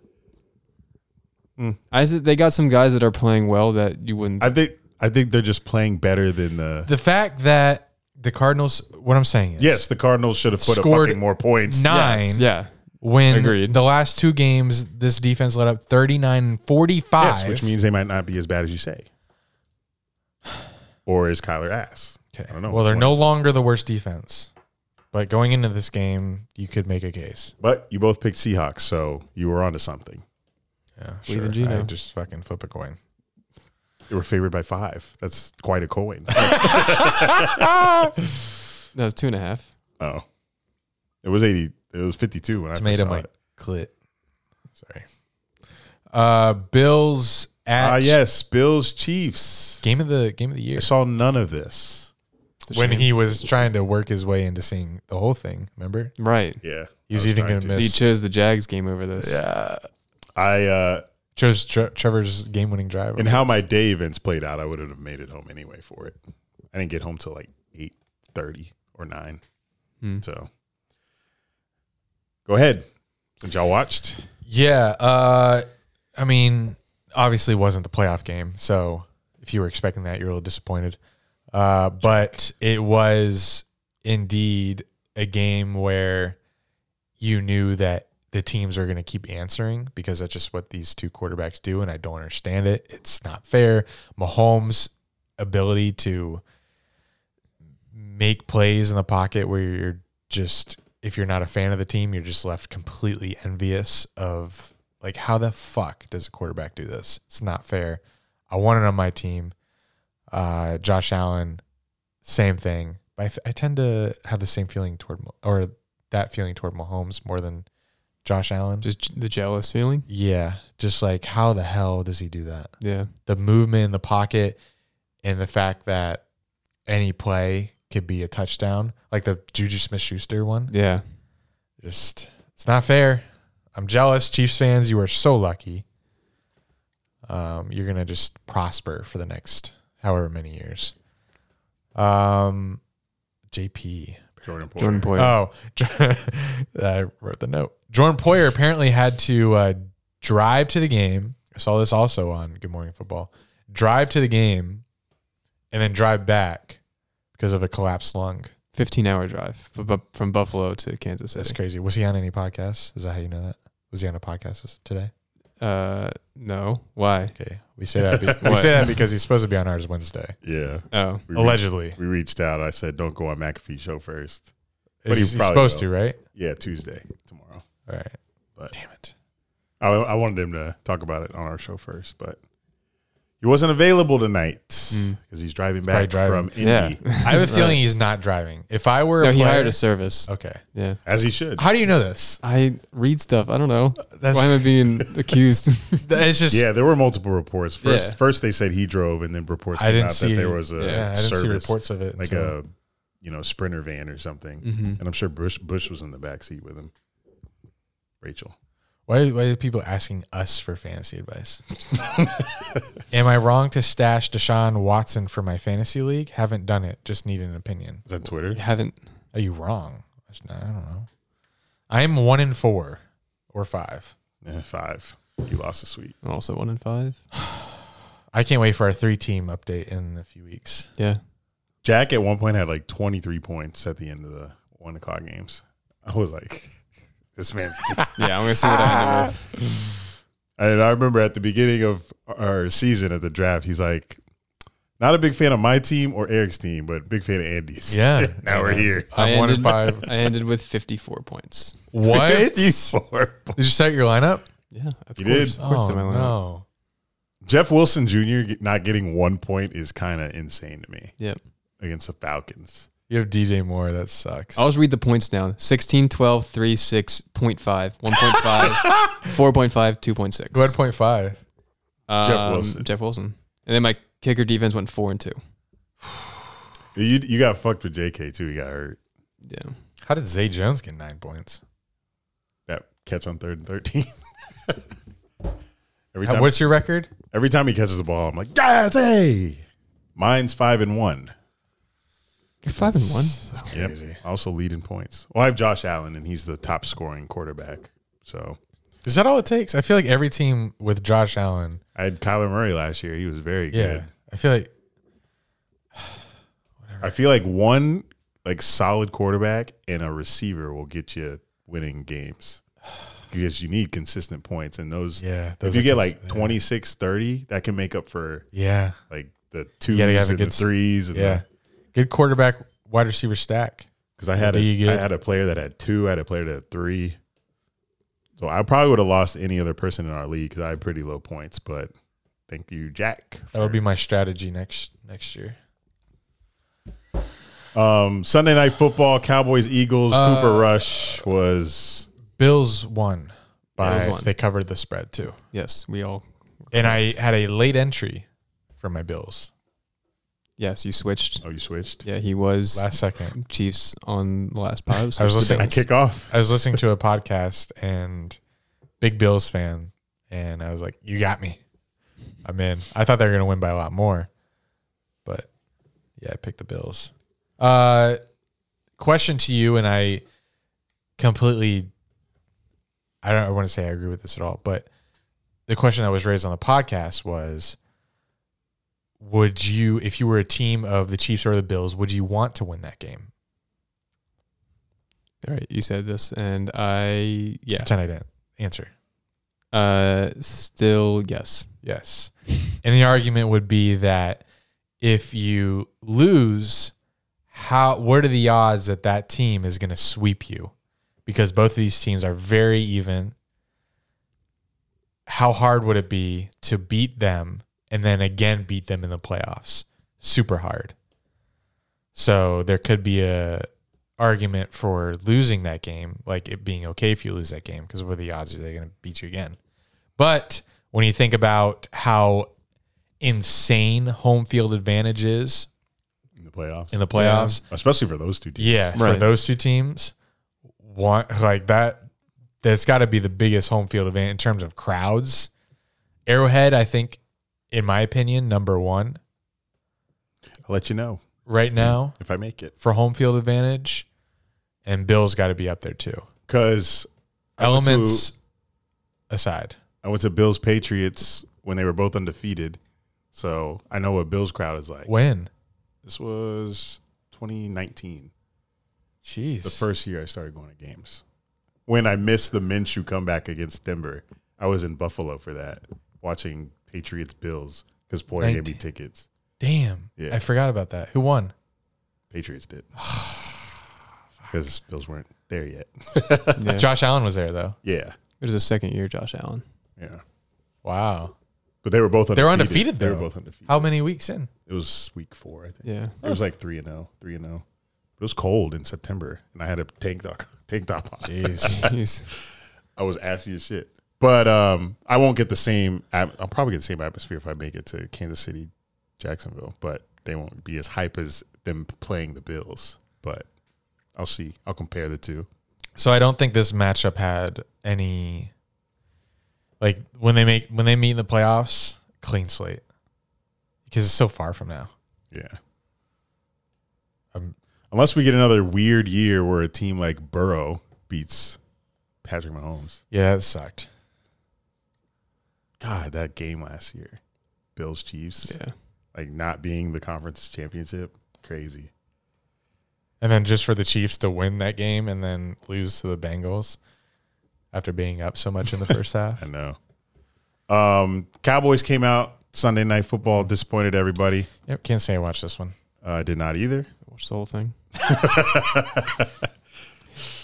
Speaker 4: I said they got some guys that are playing well that you wouldn't.
Speaker 2: I think. I think they're just playing better than the.
Speaker 1: The fact that the Cardinals. What I'm saying is
Speaker 2: Yes, the Cardinals should have put up
Speaker 1: Scored
Speaker 2: fucking more points.
Speaker 1: nine.
Speaker 4: yeah,
Speaker 1: When
Speaker 4: Agreed.
Speaker 1: the last two games, this defense let up 39 and 45.
Speaker 2: Yes, which means they might not be as bad as you say. (sighs) Or is Kyler ass?
Speaker 1: Okay.
Speaker 2: I don't know.
Speaker 1: Well, they're
Speaker 2: Which
Speaker 1: no
Speaker 2: one.
Speaker 1: longer the worst defense, but going into this game, you could make a case.
Speaker 2: But you both picked Seahawks, so you were onto something.
Speaker 1: Yeah,
Speaker 4: Believe
Speaker 1: sure.
Speaker 4: in Geno.
Speaker 1: I just fucking flip a coin.
Speaker 2: They were favored by five. That's quite a coin.
Speaker 1: (laughs)
Speaker 4: no, it's two and a half.
Speaker 2: oh, it was eighty. It was fifty-two when
Speaker 1: It's
Speaker 2: I
Speaker 1: made
Speaker 2: first
Speaker 1: of
Speaker 2: saw
Speaker 1: my
Speaker 2: it.
Speaker 1: clit. Sorry. Uh, Bills at
Speaker 2: Ah, yes, Bills Chiefs.
Speaker 1: game of the game of the
Speaker 2: I
Speaker 1: year
Speaker 2: saw none of this.
Speaker 4: It's a
Speaker 1: when
Speaker 4: shame.
Speaker 1: he was trying to work his way into seeing the whole thing. Remember,
Speaker 4: right,
Speaker 2: Yeah,
Speaker 1: he was,
Speaker 2: I
Speaker 1: even
Speaker 2: trying
Speaker 1: going to
Speaker 4: he
Speaker 1: miss.
Speaker 4: chose the Jags game over this.
Speaker 1: Yeah,
Speaker 2: I uh,
Speaker 1: chose Tre- Trevor's game-winning drive.
Speaker 2: and how my day events played out, I would have made it home anyway for it. I didn't get home till like eight thirty or nine.
Speaker 4: Hmm.
Speaker 2: So go ahead. Since y'all watched,
Speaker 1: Yeah, uh, I mean, obviously wasn't the playoff game, so if you were expecting that, you're a little disappointed. Uh, but it was indeed a game where you knew that the teams are going to keep answering because that's just what these two quarterbacks do, and I don't understand it. It's not fair. Mahomes' ability to make plays in the pocket where you're just if you're not a fan of the team, you're just left completely envious of like how the fuck does a quarterback do this? It's not fair. I want it on my team. Uh, Josh Allen, same thing. But I, f- I tend to have the same feeling toward Mah- or that feeling toward Mahomes more than Josh Allen.
Speaker 4: Just j- the jealous feeling.
Speaker 1: yeah, just like how the hell does he do that?
Speaker 4: Yeah,
Speaker 1: the movement in the pocket and the fact that any play could be a touchdown, like the Juju Smith Schuster one.
Speaker 4: yeah.
Speaker 1: Just, it's not fair. I'm jealous. Chiefs fans, you are so lucky. Um, you're going to just prosper for the next however many years. Um, JP,
Speaker 2: Jordan Poyer.
Speaker 4: Jordan Poyer.
Speaker 1: Oh, (laughs) I wrote the note. Jordan Poyer apparently had to uh, drive to the game. I saw this also on Good Morning Football. Drive to the game and then drive back because of a collapsed lung.
Speaker 4: 15 hour drive bu- bu- from Buffalo to Kansas
Speaker 1: That's
Speaker 4: City.
Speaker 1: crazy. Was he on any podcasts? Is that how you know that? Was he on a podcast this- today?
Speaker 4: Uh, no. Why?
Speaker 1: Okay, we say that.
Speaker 2: (laughs)
Speaker 1: Be- we
Speaker 4: What?
Speaker 1: say that because he's supposed to be on ours Wednesday,
Speaker 2: Yeah.
Speaker 4: Oh,
Speaker 2: We re-
Speaker 1: allegedly.
Speaker 2: we reached out. I said, don't go on McAfee show first. But
Speaker 1: Is
Speaker 2: he
Speaker 1: he's
Speaker 2: probably
Speaker 1: supposed
Speaker 2: will.
Speaker 1: to, right?
Speaker 2: Yeah, Tuesday, tomorrow.
Speaker 1: All right.
Speaker 2: But-
Speaker 1: Damn it.
Speaker 2: I, I wanted him to talk about it on our show first, but he wasn't available tonight because he's driving
Speaker 1: Mm. probably
Speaker 2: back
Speaker 1: driving.
Speaker 2: from
Speaker 4: yeah.
Speaker 2: Indy,
Speaker 1: (laughs)
Speaker 2: Uh,
Speaker 1: I
Speaker 2: (laughs)
Speaker 1: have a feeling he's not driving. If I were
Speaker 4: no,
Speaker 1: a
Speaker 4: he
Speaker 1: player,
Speaker 4: hired a service.
Speaker 1: okay.
Speaker 4: Yeah.
Speaker 2: as he should.
Speaker 1: How do you know this?
Speaker 4: I read stuff. I don't know.
Speaker 1: That's-
Speaker 4: Why am I being accused?
Speaker 1: It's just
Speaker 2: Yeah, there were multiple reports. First,
Speaker 4: Yeah.
Speaker 2: first they said he drove, and then reports
Speaker 1: I
Speaker 2: came
Speaker 1: didn't
Speaker 2: out
Speaker 1: see-
Speaker 2: that there was a
Speaker 1: Yeah, I didn't
Speaker 2: service,
Speaker 1: see reports of it.
Speaker 2: like
Speaker 1: until- Mm-hmm.
Speaker 2: a you know sprinter van or something.
Speaker 4: Mm-hmm.
Speaker 2: And I'm sure Bush Bush was in the back seat with him. Rachel,
Speaker 1: why, why are people asking us for fantasy advice? (laughs) Am I wrong to stash Deshaun Watson for my fantasy league? Haven't done it. Just need an opinion.
Speaker 2: is that Twitter?
Speaker 4: I haven't.
Speaker 1: Are you wrong? I just- I don't know. I am one in four or five.
Speaker 2: Eh, five. You lost this week.
Speaker 4: I'm also one in five.
Speaker 1: I can't wait for our three team update in a few weeks.
Speaker 4: Yeah.
Speaker 2: Jack at one point had like 23 points at the end of the one o'clock games. I was like, (laughs) this man's. T-
Speaker 4: Yeah. I'm going to see what I end up with.
Speaker 2: (laughs) and I remember at the beginning of our season at the draft, he's like, not a big fan of my team or Eric's team, but big fan of Andy's.
Speaker 1: Yeah.
Speaker 2: (laughs)
Speaker 1: Uh,
Speaker 2: now we're here.
Speaker 1: I'm
Speaker 4: I
Speaker 1: one in
Speaker 4: ended,
Speaker 1: five.
Speaker 4: (laughs) I ended with 54 points.
Speaker 1: What? Did
Speaker 2: (laughs) 54
Speaker 1: you set your lineup?
Speaker 4: Yeah. Of
Speaker 2: You
Speaker 4: course.
Speaker 2: did?
Speaker 4: Of course.
Speaker 1: oh,
Speaker 4: I went out.
Speaker 1: no.
Speaker 2: Jeff Wilson Jr. get- not getting one point is kind of insane to me
Speaker 4: Yep.
Speaker 2: against the Falcons.
Speaker 1: You have DJ Moore. That sucks.
Speaker 4: I'll just read the points down 16, 12, 3, 6.5, (laughs) 1.5, 4.5, 2.6.
Speaker 1: Go ahead, point five.
Speaker 4: Um,
Speaker 2: Wilson.
Speaker 4: Jeff Wilson. And then my kicker defense went four and two.
Speaker 2: You you got fucked with JK too. He got hurt.
Speaker 4: Yeah.
Speaker 1: How did Zay Jones get nine points?
Speaker 2: That catch on third and 13. (laughs) Every
Speaker 1: How-
Speaker 2: time,
Speaker 1: What's your record?
Speaker 2: every time he catches the ball, I'm like, guys, hey, mine's five and one.
Speaker 4: You're five and one.
Speaker 2: Yep. Also lead in points. Well, I have Josh Allen, and he's the top scoring quarterback. So
Speaker 1: Is that all it takes? I feel like every team with Josh Allen.
Speaker 2: I had Kyler Murray last year. He was very
Speaker 1: Yeah.
Speaker 2: good.
Speaker 1: I feel like
Speaker 2: I feel like one like solid quarterback and a receiver will get you winning games because you need consistent points and those
Speaker 1: yeah.
Speaker 2: if you get like 26 30 that can make up for
Speaker 1: Yeah.
Speaker 2: like the twos
Speaker 1: gotta have a
Speaker 2: and
Speaker 1: good
Speaker 2: the
Speaker 1: s-
Speaker 2: threes and
Speaker 1: Yeah. Good quarterback wide receiver stack.
Speaker 2: because I had a,
Speaker 1: Do you
Speaker 2: I
Speaker 1: get-
Speaker 2: had a player that had two I had a player that had three so I probably would have lost any other person in our league because I had pretty low points but thank you Jack
Speaker 1: That'll
Speaker 2: for-
Speaker 1: be my strategy next next year.
Speaker 2: um Sunday night football Cowboys Eagles
Speaker 1: Uh,
Speaker 2: Cooper Rush was
Speaker 1: Bills won by
Speaker 4: Bills won.
Speaker 1: they covered the spread too.
Speaker 4: Yes, we all.
Speaker 1: And I had a late entry for my Bills
Speaker 4: Yes, you switched.
Speaker 2: oh you switched
Speaker 4: Yeah, he was
Speaker 1: last second.
Speaker 4: Chiefs on the last
Speaker 1: (laughs)
Speaker 4: pod.
Speaker 1: I was
Speaker 4: switched to
Speaker 1: listening-
Speaker 2: I
Speaker 4: Bengals.
Speaker 2: kick off
Speaker 1: I was listening to a podcast and big Bills fan, and I was like, "You got me, I'm in." I thought they were gonna win by a lot more, but yeah, I picked the Bills. Uh, question to you, and I completely, I don't want to say I agree with this at all, but the question that was raised on the podcast was. Would you, if you were a team of the Chiefs or the Bills, would you want to win that game?
Speaker 4: All right, you said this, and I yeah.
Speaker 1: Pretend I didn't answer.
Speaker 4: Uh, still
Speaker 1: (laughs)
Speaker 4: yes.
Speaker 1: Yes. And the argument would be that if you lose, how what are the odds that that team is going to sweep you? Because both of these teams are very even. How hard would it be to beat them and then again beat them in the playoffs? Super hard. So there could be a argument for losing that game, like it being okay if you lose that game, because what are the odds are they going to beat you again? But when you think about how insane home field advantage is
Speaker 2: in the playoffs
Speaker 1: in the playoffs,
Speaker 2: especially for those two teams.
Speaker 1: yeah, for
Speaker 4: Right.
Speaker 1: those two teams, one like that, that's got to be the biggest home field advantage in terms of crowds. Arrowhead, I think, in my opinion, number one
Speaker 2: I'll let you know
Speaker 1: right now
Speaker 2: if I make it.
Speaker 1: for home field advantage. and Bill's got to be up there too.
Speaker 2: because
Speaker 1: Elements aside,
Speaker 2: I went to Bills Patriots when they were both undefeated, so I know what Bills crowd is like.
Speaker 1: when
Speaker 2: This was 2019,
Speaker 1: jeez,
Speaker 2: the first year I started going to games. When I missed the Minshew comeback against Denver, I was in Buffalo for that, watching Patriots Bills because Poyer gave me
Speaker 1: 19.
Speaker 2: tickets.
Speaker 1: damn,
Speaker 2: Yeah.
Speaker 1: I forgot about that. Who won? (sighs)
Speaker 2: Patriots did because Bills weren't there yet.
Speaker 4: Yeah.
Speaker 1: Josh Allen was there though.
Speaker 2: yeah,
Speaker 4: It was a second year, Josh Allen.
Speaker 2: yeah,
Speaker 1: Wow,
Speaker 2: but they were both undefeated.
Speaker 1: they were undefeated though.
Speaker 2: They were both undefeated.
Speaker 1: How many weeks in?
Speaker 2: It was week four, I think.
Speaker 1: (laughs)
Speaker 4: Yeah.
Speaker 2: It was like three and zero, three and zero. It was cold in September, and I had a tank top, (laughs) tank top on.
Speaker 1: Jeez,
Speaker 4: He's
Speaker 2: I was assy as shit. But um, I won't get the same. at- I'll probably get the same atmosphere if I make it to Kansas City, Jacksonville. But they won't be as hype as them playing the Bills. But I'll see. I'll compare the two.
Speaker 1: (laughs) So I don't think this matchup had any like when they make when they meet in the playoffs, clean slate. Because it's so far from now.
Speaker 2: Yeah.
Speaker 1: Um,
Speaker 2: Unless we get another weird year where a team like Burrow beats Patrick Mahomes.
Speaker 1: Yeah, that sucked.
Speaker 2: God, that game last year, Bills Chiefs.
Speaker 4: yeah.
Speaker 2: like not being the conference championship. Crazy.
Speaker 1: And then just for the Chiefs to win that game and then lose to the Bengals after being up so much in the (laughs) first half.
Speaker 2: I know. Um, Cowboys came out Sunday night football, disappointed everybody.
Speaker 1: Yep, can't say I watched this one.
Speaker 2: Uh, I did not either. (laughs)
Speaker 4: Watch the whole thing.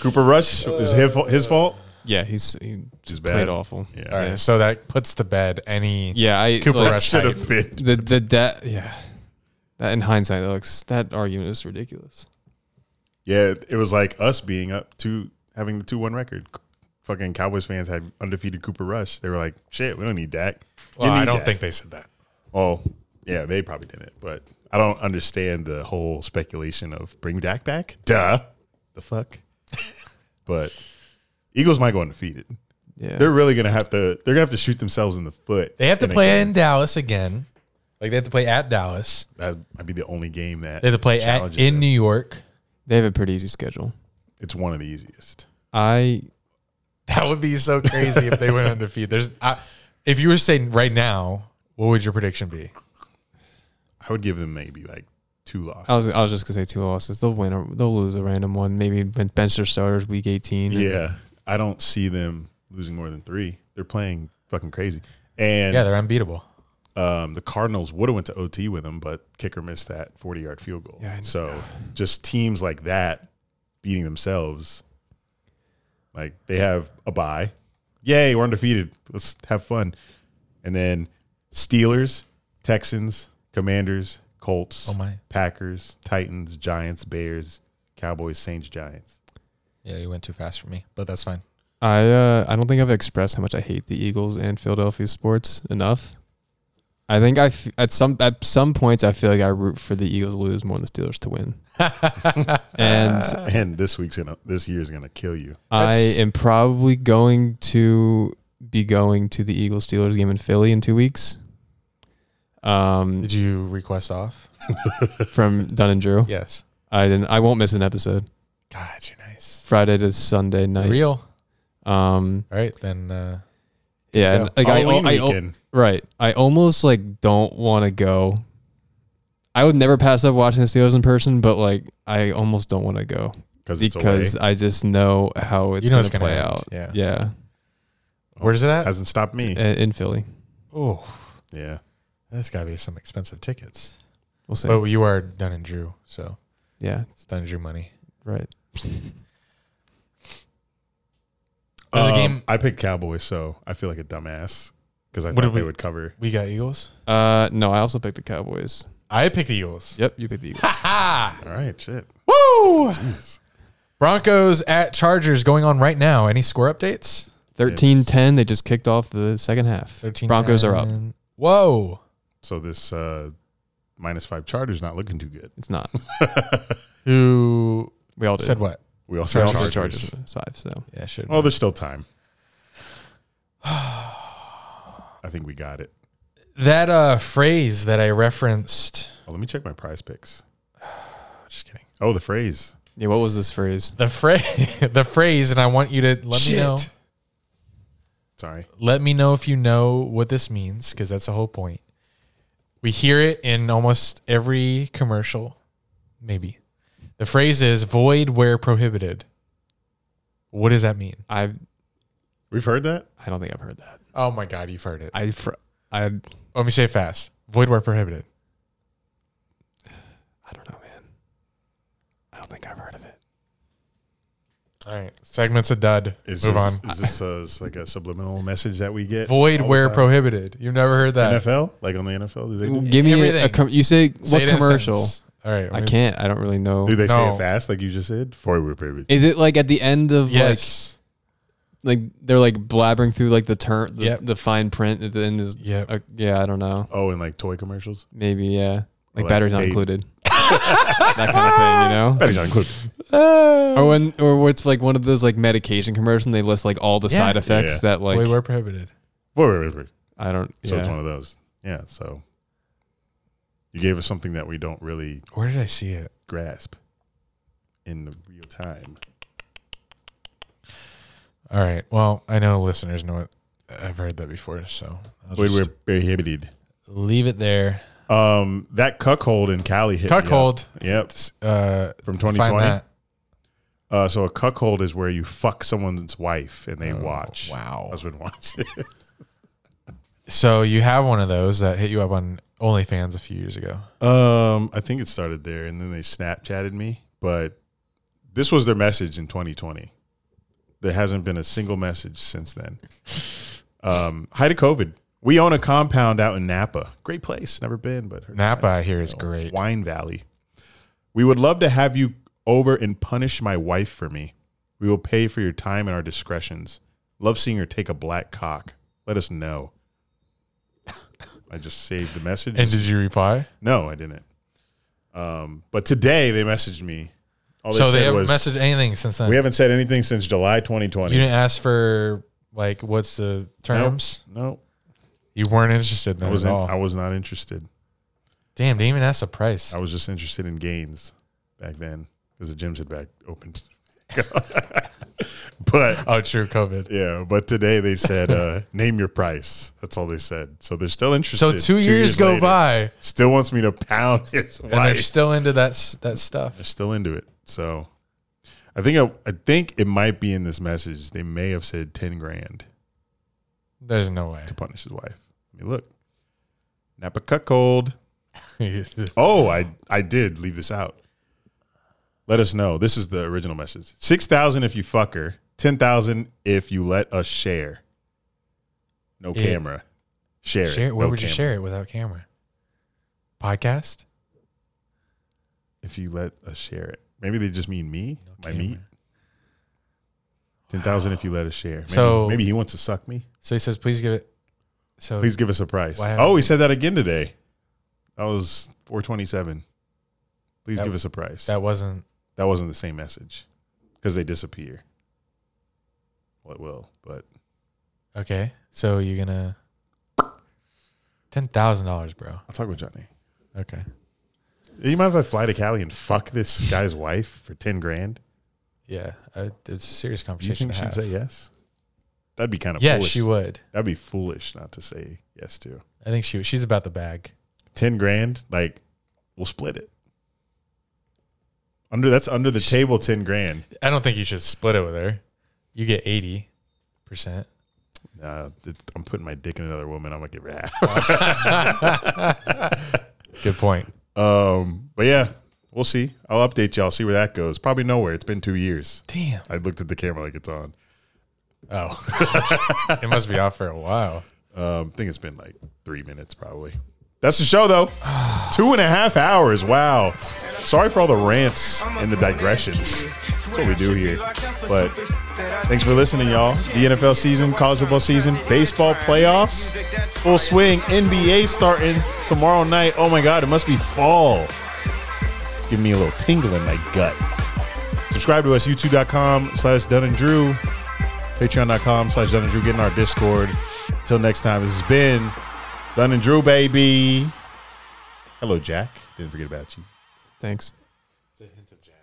Speaker 2: Cooper Rush is his, fa- his fault.
Speaker 4: Yeah, he's he
Speaker 2: Just
Speaker 4: played
Speaker 2: bad.
Speaker 4: awful.
Speaker 2: Yeah.
Speaker 1: All right, so that puts to bed any
Speaker 4: Yeah, I
Speaker 1: Cooper
Speaker 4: like,
Speaker 1: Rush.
Speaker 2: Should have been.
Speaker 4: The the that yeah. That in hindsight, that looks that argument is ridiculous.
Speaker 2: Yeah, it was like us being up to having the two one record. Fucking Cowboys fans had undefeated Cooper Rush. They were like, "Shit, we don't need Dak." You
Speaker 1: Well, I
Speaker 2: need
Speaker 1: don't
Speaker 2: Dak.
Speaker 1: think they said that.
Speaker 2: Oh, yeah, they probably didn't. But I don't understand the whole speculation of bring Dak back. Duh.
Speaker 1: (laughs)
Speaker 2: The fuck? but Eagles might go undefeated.
Speaker 4: Yeah,
Speaker 2: They're really gonna have to. They're gonna have to shoot themselves in the foot.
Speaker 1: They have to
Speaker 2: in a
Speaker 1: play
Speaker 2: game.
Speaker 1: in Dallas again. Like they have to play at Dallas.
Speaker 2: That might be the only game that
Speaker 1: They have to play at,
Speaker 2: challenges
Speaker 1: in
Speaker 2: them.
Speaker 1: New York.
Speaker 4: they have a pretty easy schedule.
Speaker 2: It's one of the easiest.
Speaker 4: I
Speaker 1: (laughs) That would be so crazy if they went undefeated. There's, I, if you were saying right now, what would your prediction be?
Speaker 2: I would give them maybe like two losses.
Speaker 1: Oh,
Speaker 4: I was I was just gonna say two losses. They'll win or they'll lose a random one. Maybe ben- bench their starters week eighteen.
Speaker 2: yeah, I don't see them losing more than three. They're playing fucking crazy. And
Speaker 1: Yeah, they're unbeatable.
Speaker 2: um, the Cardinals would have went to OT with them, but kicker missed that 40 yard field goal.
Speaker 4: Yeah, I know.
Speaker 2: so just teams like that beating themselves, like they have a bye. Yay, we're undefeated. Let's have fun. And then Steelers, Texans, Commanders, Colts,
Speaker 1: Oh my.
Speaker 2: Packers, Titans, Giants, Bears, Cowboys, Saints, Giants.
Speaker 1: Yeah, you went too fast for me, but that's fine.
Speaker 4: I uh, I don't think I've expressed how much I hate the Eagles and Philadelphia sports enough. I think I f- at some at some points I feel like I root for the Eagles to lose more than the Steelers to win. and
Speaker 2: And this week's gonna this year's gonna kill you.
Speaker 4: I
Speaker 1: That's-
Speaker 4: am probably going to be going to the Eagles Steelers game in Philly in two weeks.
Speaker 1: (laughs)
Speaker 4: Um,
Speaker 1: Did you request (laughs) off?
Speaker 4: from Dunn and Drew.
Speaker 1: Yes.
Speaker 4: I didn't. I won't miss an episode.
Speaker 1: God, you're nice.
Speaker 4: Friday to Sunday night.
Speaker 1: Real.
Speaker 4: Um,
Speaker 1: All right, then. Uh,
Speaker 4: yeah.
Speaker 1: Yeah.
Speaker 4: and, Like I,
Speaker 2: Halloween
Speaker 4: I, I,
Speaker 2: weekend.
Speaker 4: Right. I almost like don't want to go. I would never pass up watching the Steelers in person, but like I almost don't want to go
Speaker 2: it's
Speaker 4: because
Speaker 2: away.
Speaker 4: I just know how it's
Speaker 1: know
Speaker 4: going
Speaker 1: it's
Speaker 4: to
Speaker 1: gonna
Speaker 4: play
Speaker 1: end,
Speaker 4: out.
Speaker 1: yeah.
Speaker 4: Yeah.
Speaker 1: where is it at?
Speaker 2: hasn't stopped me.
Speaker 4: i- In Philly.
Speaker 1: Oh,
Speaker 2: Yeah.
Speaker 1: that's got to be some expensive tickets.
Speaker 4: We'll see.
Speaker 1: But you are done and Drew, so
Speaker 4: yeah.
Speaker 1: it's done and Drew money.
Speaker 4: Right.
Speaker 1: There's a
Speaker 2: Um,
Speaker 1: game-
Speaker 2: I picked Cowboys, so I feel like a dumbass because I
Speaker 1: What
Speaker 2: thought
Speaker 1: did
Speaker 2: they
Speaker 1: we-
Speaker 2: would cover.
Speaker 1: We got Eagles.
Speaker 4: Uh, no, I also picked the Cowboys.
Speaker 1: I picked the Eagles.
Speaker 4: Yep. You picked the Eagles.
Speaker 1: Ha!
Speaker 2: All right, shit.
Speaker 1: Woo! Broncos at Chargers going on right now. Any score updates?
Speaker 4: 13 10. They just kicked off the second half.
Speaker 1: 13
Speaker 4: Broncos are up.
Speaker 1: 10. Whoa.
Speaker 2: So this uh, minus five Chargers not looking too good. (laughs)
Speaker 4: It's not.
Speaker 1: Who
Speaker 4: We all did.
Speaker 1: said what?
Speaker 2: We also have
Speaker 4: We all
Speaker 2: Chargers.
Speaker 4: said Chargers. Five. So
Speaker 1: Yeah, should.
Speaker 2: Well, there's still time. (sighs) I think we got it.
Speaker 1: That uh phrase that I referenced.
Speaker 2: Oh, let me check my prize picks.
Speaker 1: Just kidding.
Speaker 2: Oh, the phrase.
Speaker 4: Yeah, what was this phrase?
Speaker 1: The phrase, (laughs) the phrase, and I want you to let me know.
Speaker 2: Sorry.
Speaker 1: Let me know if you know what this means, because that's the whole point. We hear it in almost every commercial, maybe. The phrase is "void where prohibited." What does that mean?
Speaker 4: I
Speaker 2: We've heard that?
Speaker 4: I don't think I've heard that.
Speaker 1: Oh my god, you've heard it.
Speaker 4: I fr- I I don't
Speaker 1: Let me say it fast. Void where prohibited.
Speaker 4: know, man. I don't think I've heard of it.
Speaker 1: All right, segment's a dud.
Speaker 2: Is
Speaker 1: Move on.
Speaker 2: this, Is this uh, is like a subliminal message that we get?
Speaker 1: Void
Speaker 2: all the
Speaker 1: where
Speaker 2: time?
Speaker 1: prohibited. You've never heard that.
Speaker 2: NFL? Like on the NFL? Do they, do
Speaker 4: Give me a
Speaker 1: Everything.
Speaker 4: com- you
Speaker 1: Say
Speaker 4: say,
Speaker 1: it
Speaker 4: what
Speaker 1: in a
Speaker 4: commercial?
Speaker 1: sentence. All right,
Speaker 4: I
Speaker 1: mean,
Speaker 4: can't. I don't really know.
Speaker 2: they say
Speaker 1: No.
Speaker 2: it fast like you just said? For we prohibited.
Speaker 4: Is it like at the end of
Speaker 1: Yes.
Speaker 4: like like they're like blabbering through like the turn the,
Speaker 1: Yep.
Speaker 4: the fine print at the end is
Speaker 1: Yep.
Speaker 4: uh, yeah I don't know
Speaker 2: Oh, and like toy commercials?
Speaker 4: maybe yeah like
Speaker 2: Like,
Speaker 4: batteries not
Speaker 2: hey. (laughs)
Speaker 4: included that kind of thing you know
Speaker 2: Better not included.
Speaker 1: Oh,
Speaker 4: or when or what's like one of those like medication commercials and they list like all the
Speaker 1: Yeah.
Speaker 4: side effects
Speaker 2: Yeah.
Speaker 4: that like
Speaker 1: Void where prohibited.
Speaker 2: Void where prohibited.
Speaker 4: I don't
Speaker 2: So it's
Speaker 4: yeah.
Speaker 2: one of those. Yeah. So you gave us something that we don't really
Speaker 1: Where did I see it?
Speaker 2: grasp in the real time.
Speaker 1: All right. Well, I know listeners know it. I've heard that before, so I'll
Speaker 2: Void where
Speaker 1: just
Speaker 2: prohibited.
Speaker 1: leave it there.
Speaker 2: Um, that cuckold in Cali hit me up.
Speaker 1: Cuckold.
Speaker 2: Yep,
Speaker 1: Uh,
Speaker 2: from
Speaker 1: find
Speaker 2: 2020.
Speaker 1: that.
Speaker 2: Uh, so a cuckold is where you fuck someone's wife and they watch.
Speaker 1: Oh, wow.
Speaker 2: husband watch. (laughs) it.
Speaker 1: So you have one of those that hit you up on OnlyFans a few years ago.
Speaker 2: um, I think it started there, and then they Snapchatted me. But this was their message in 2020. There hasn't been a single message since then. Um, hi to COVID. We own a compound out in Napa. Great place. Never been, but heard
Speaker 1: Napa,
Speaker 2: nice.
Speaker 1: I hear, is great.
Speaker 2: Wine Valley. We would love to have you over and punish my wife for me. We will pay for your time and our discretions. Love seeing her take a black cock. Let us know. I just saved the message.
Speaker 1: And did you reply?
Speaker 2: no, I didn't. Um, but today they messaged me. All they
Speaker 1: so
Speaker 2: said
Speaker 1: they haven't
Speaker 2: was,
Speaker 1: messaged anything since then.
Speaker 2: "We haven't said anything since July
Speaker 1: you
Speaker 2: 2020."
Speaker 1: didn't ask for like what's the terms.
Speaker 2: No,
Speaker 1: You weren't interested in
Speaker 2: I
Speaker 1: that
Speaker 2: was
Speaker 1: at
Speaker 2: in,
Speaker 1: all.
Speaker 2: I was not interested.
Speaker 1: Damn, they even asked the price.
Speaker 2: I was just interested in gains back then because the gyms had back opened. (laughs) but
Speaker 1: Oh, true, COVID.
Speaker 2: Yeah, but today they said uh,
Speaker 1: (laughs)
Speaker 2: name your price. That's all they said. So they're still interested.
Speaker 1: So two, years, go
Speaker 2: later.
Speaker 1: by,
Speaker 2: Still wants me to pound (laughs) his
Speaker 1: and
Speaker 2: wife.
Speaker 1: they're
Speaker 2: They're,
Speaker 1: still into that s- that stuff.
Speaker 2: still into it. So I think I, I think it might be in this message. They may have said ten grand
Speaker 1: There's no (laughs) way.
Speaker 2: to punish his wife. Let me look. Napa cuckold. Oh, I I did leave this out. Let us know. This is the original message. Six thousand if you fuck her. Ten thousand if you let us share. No
Speaker 1: Yeah.
Speaker 2: camera. Share.
Speaker 1: share
Speaker 2: it.
Speaker 1: it. Where
Speaker 2: No
Speaker 1: would you
Speaker 2: camera.
Speaker 1: share it without camera? Podcast.
Speaker 2: If you let us share it, maybe they just mean me,
Speaker 1: No
Speaker 2: my
Speaker 1: camera.
Speaker 2: meat. Ten thousand if you let us share. Maybe,
Speaker 1: So-
Speaker 2: maybe he wants to suck me.
Speaker 1: So he says, "Please give it." So
Speaker 2: Please give us a price.
Speaker 1: Why haven't
Speaker 2: Oh, he said that again today. That was four twenty-seven. Please
Speaker 1: That-
Speaker 2: give us a price.
Speaker 1: that wasn't.
Speaker 2: that wasn't the same message because they disappear. Well, it will, but
Speaker 1: Okay, so you're gonna ten thousand dollars, bro.
Speaker 2: I'll talk with Johnny.
Speaker 1: Okay.
Speaker 2: You mind if I fly to Cali and fuck this guy's wife for 10 grand?
Speaker 1: Yeah, I, it's a serious
Speaker 2: Do you
Speaker 1: conversation.
Speaker 2: think
Speaker 1: to
Speaker 2: she'd
Speaker 1: have.
Speaker 2: say yes? That'd be kind of
Speaker 1: Yes,
Speaker 2: foolish.
Speaker 1: she would.
Speaker 2: That'd be foolish not to say yes to.
Speaker 1: I think she. She's about the bag.
Speaker 2: 10 grand, like, we'll split it. Under That's under the table 10 grand.
Speaker 1: I don't think you should split it with her. You get eighty percent.
Speaker 2: Nah, th- Uh, I'm putting my dick in another woman. I'm going to give her half.
Speaker 1: Good point.
Speaker 2: (laughs) um, but yeah, we'll see. I'll update y'all, see where that goes. Probably nowhere. It's been two years.
Speaker 1: Damn.
Speaker 2: I looked at the camera like it's on.
Speaker 1: Oh, (laughs) it must be off for a while.
Speaker 2: Um, I think it's been like three minutes probably. That's the show though. (sighs) Two and a half hours. Wow. Sorry for all the rants and the digressions. That's what we do here. But thanks for listening, y'all. The NFL season, college football season, baseball playoffs, full swing. NBA starting tomorrow night. Oh my God, it must be fall. It's giving me a little tingle in my gut. Subscribe to us, youtube.com slash Dunn and Drew, patreon.com slash Dunn and Drew. Get in our Discord. Until next time, this has been Dunn and Drew, baby. Hello, Jack. Didn't forget about you.
Speaker 4: thanks.
Speaker 1: It's a hint of jazz.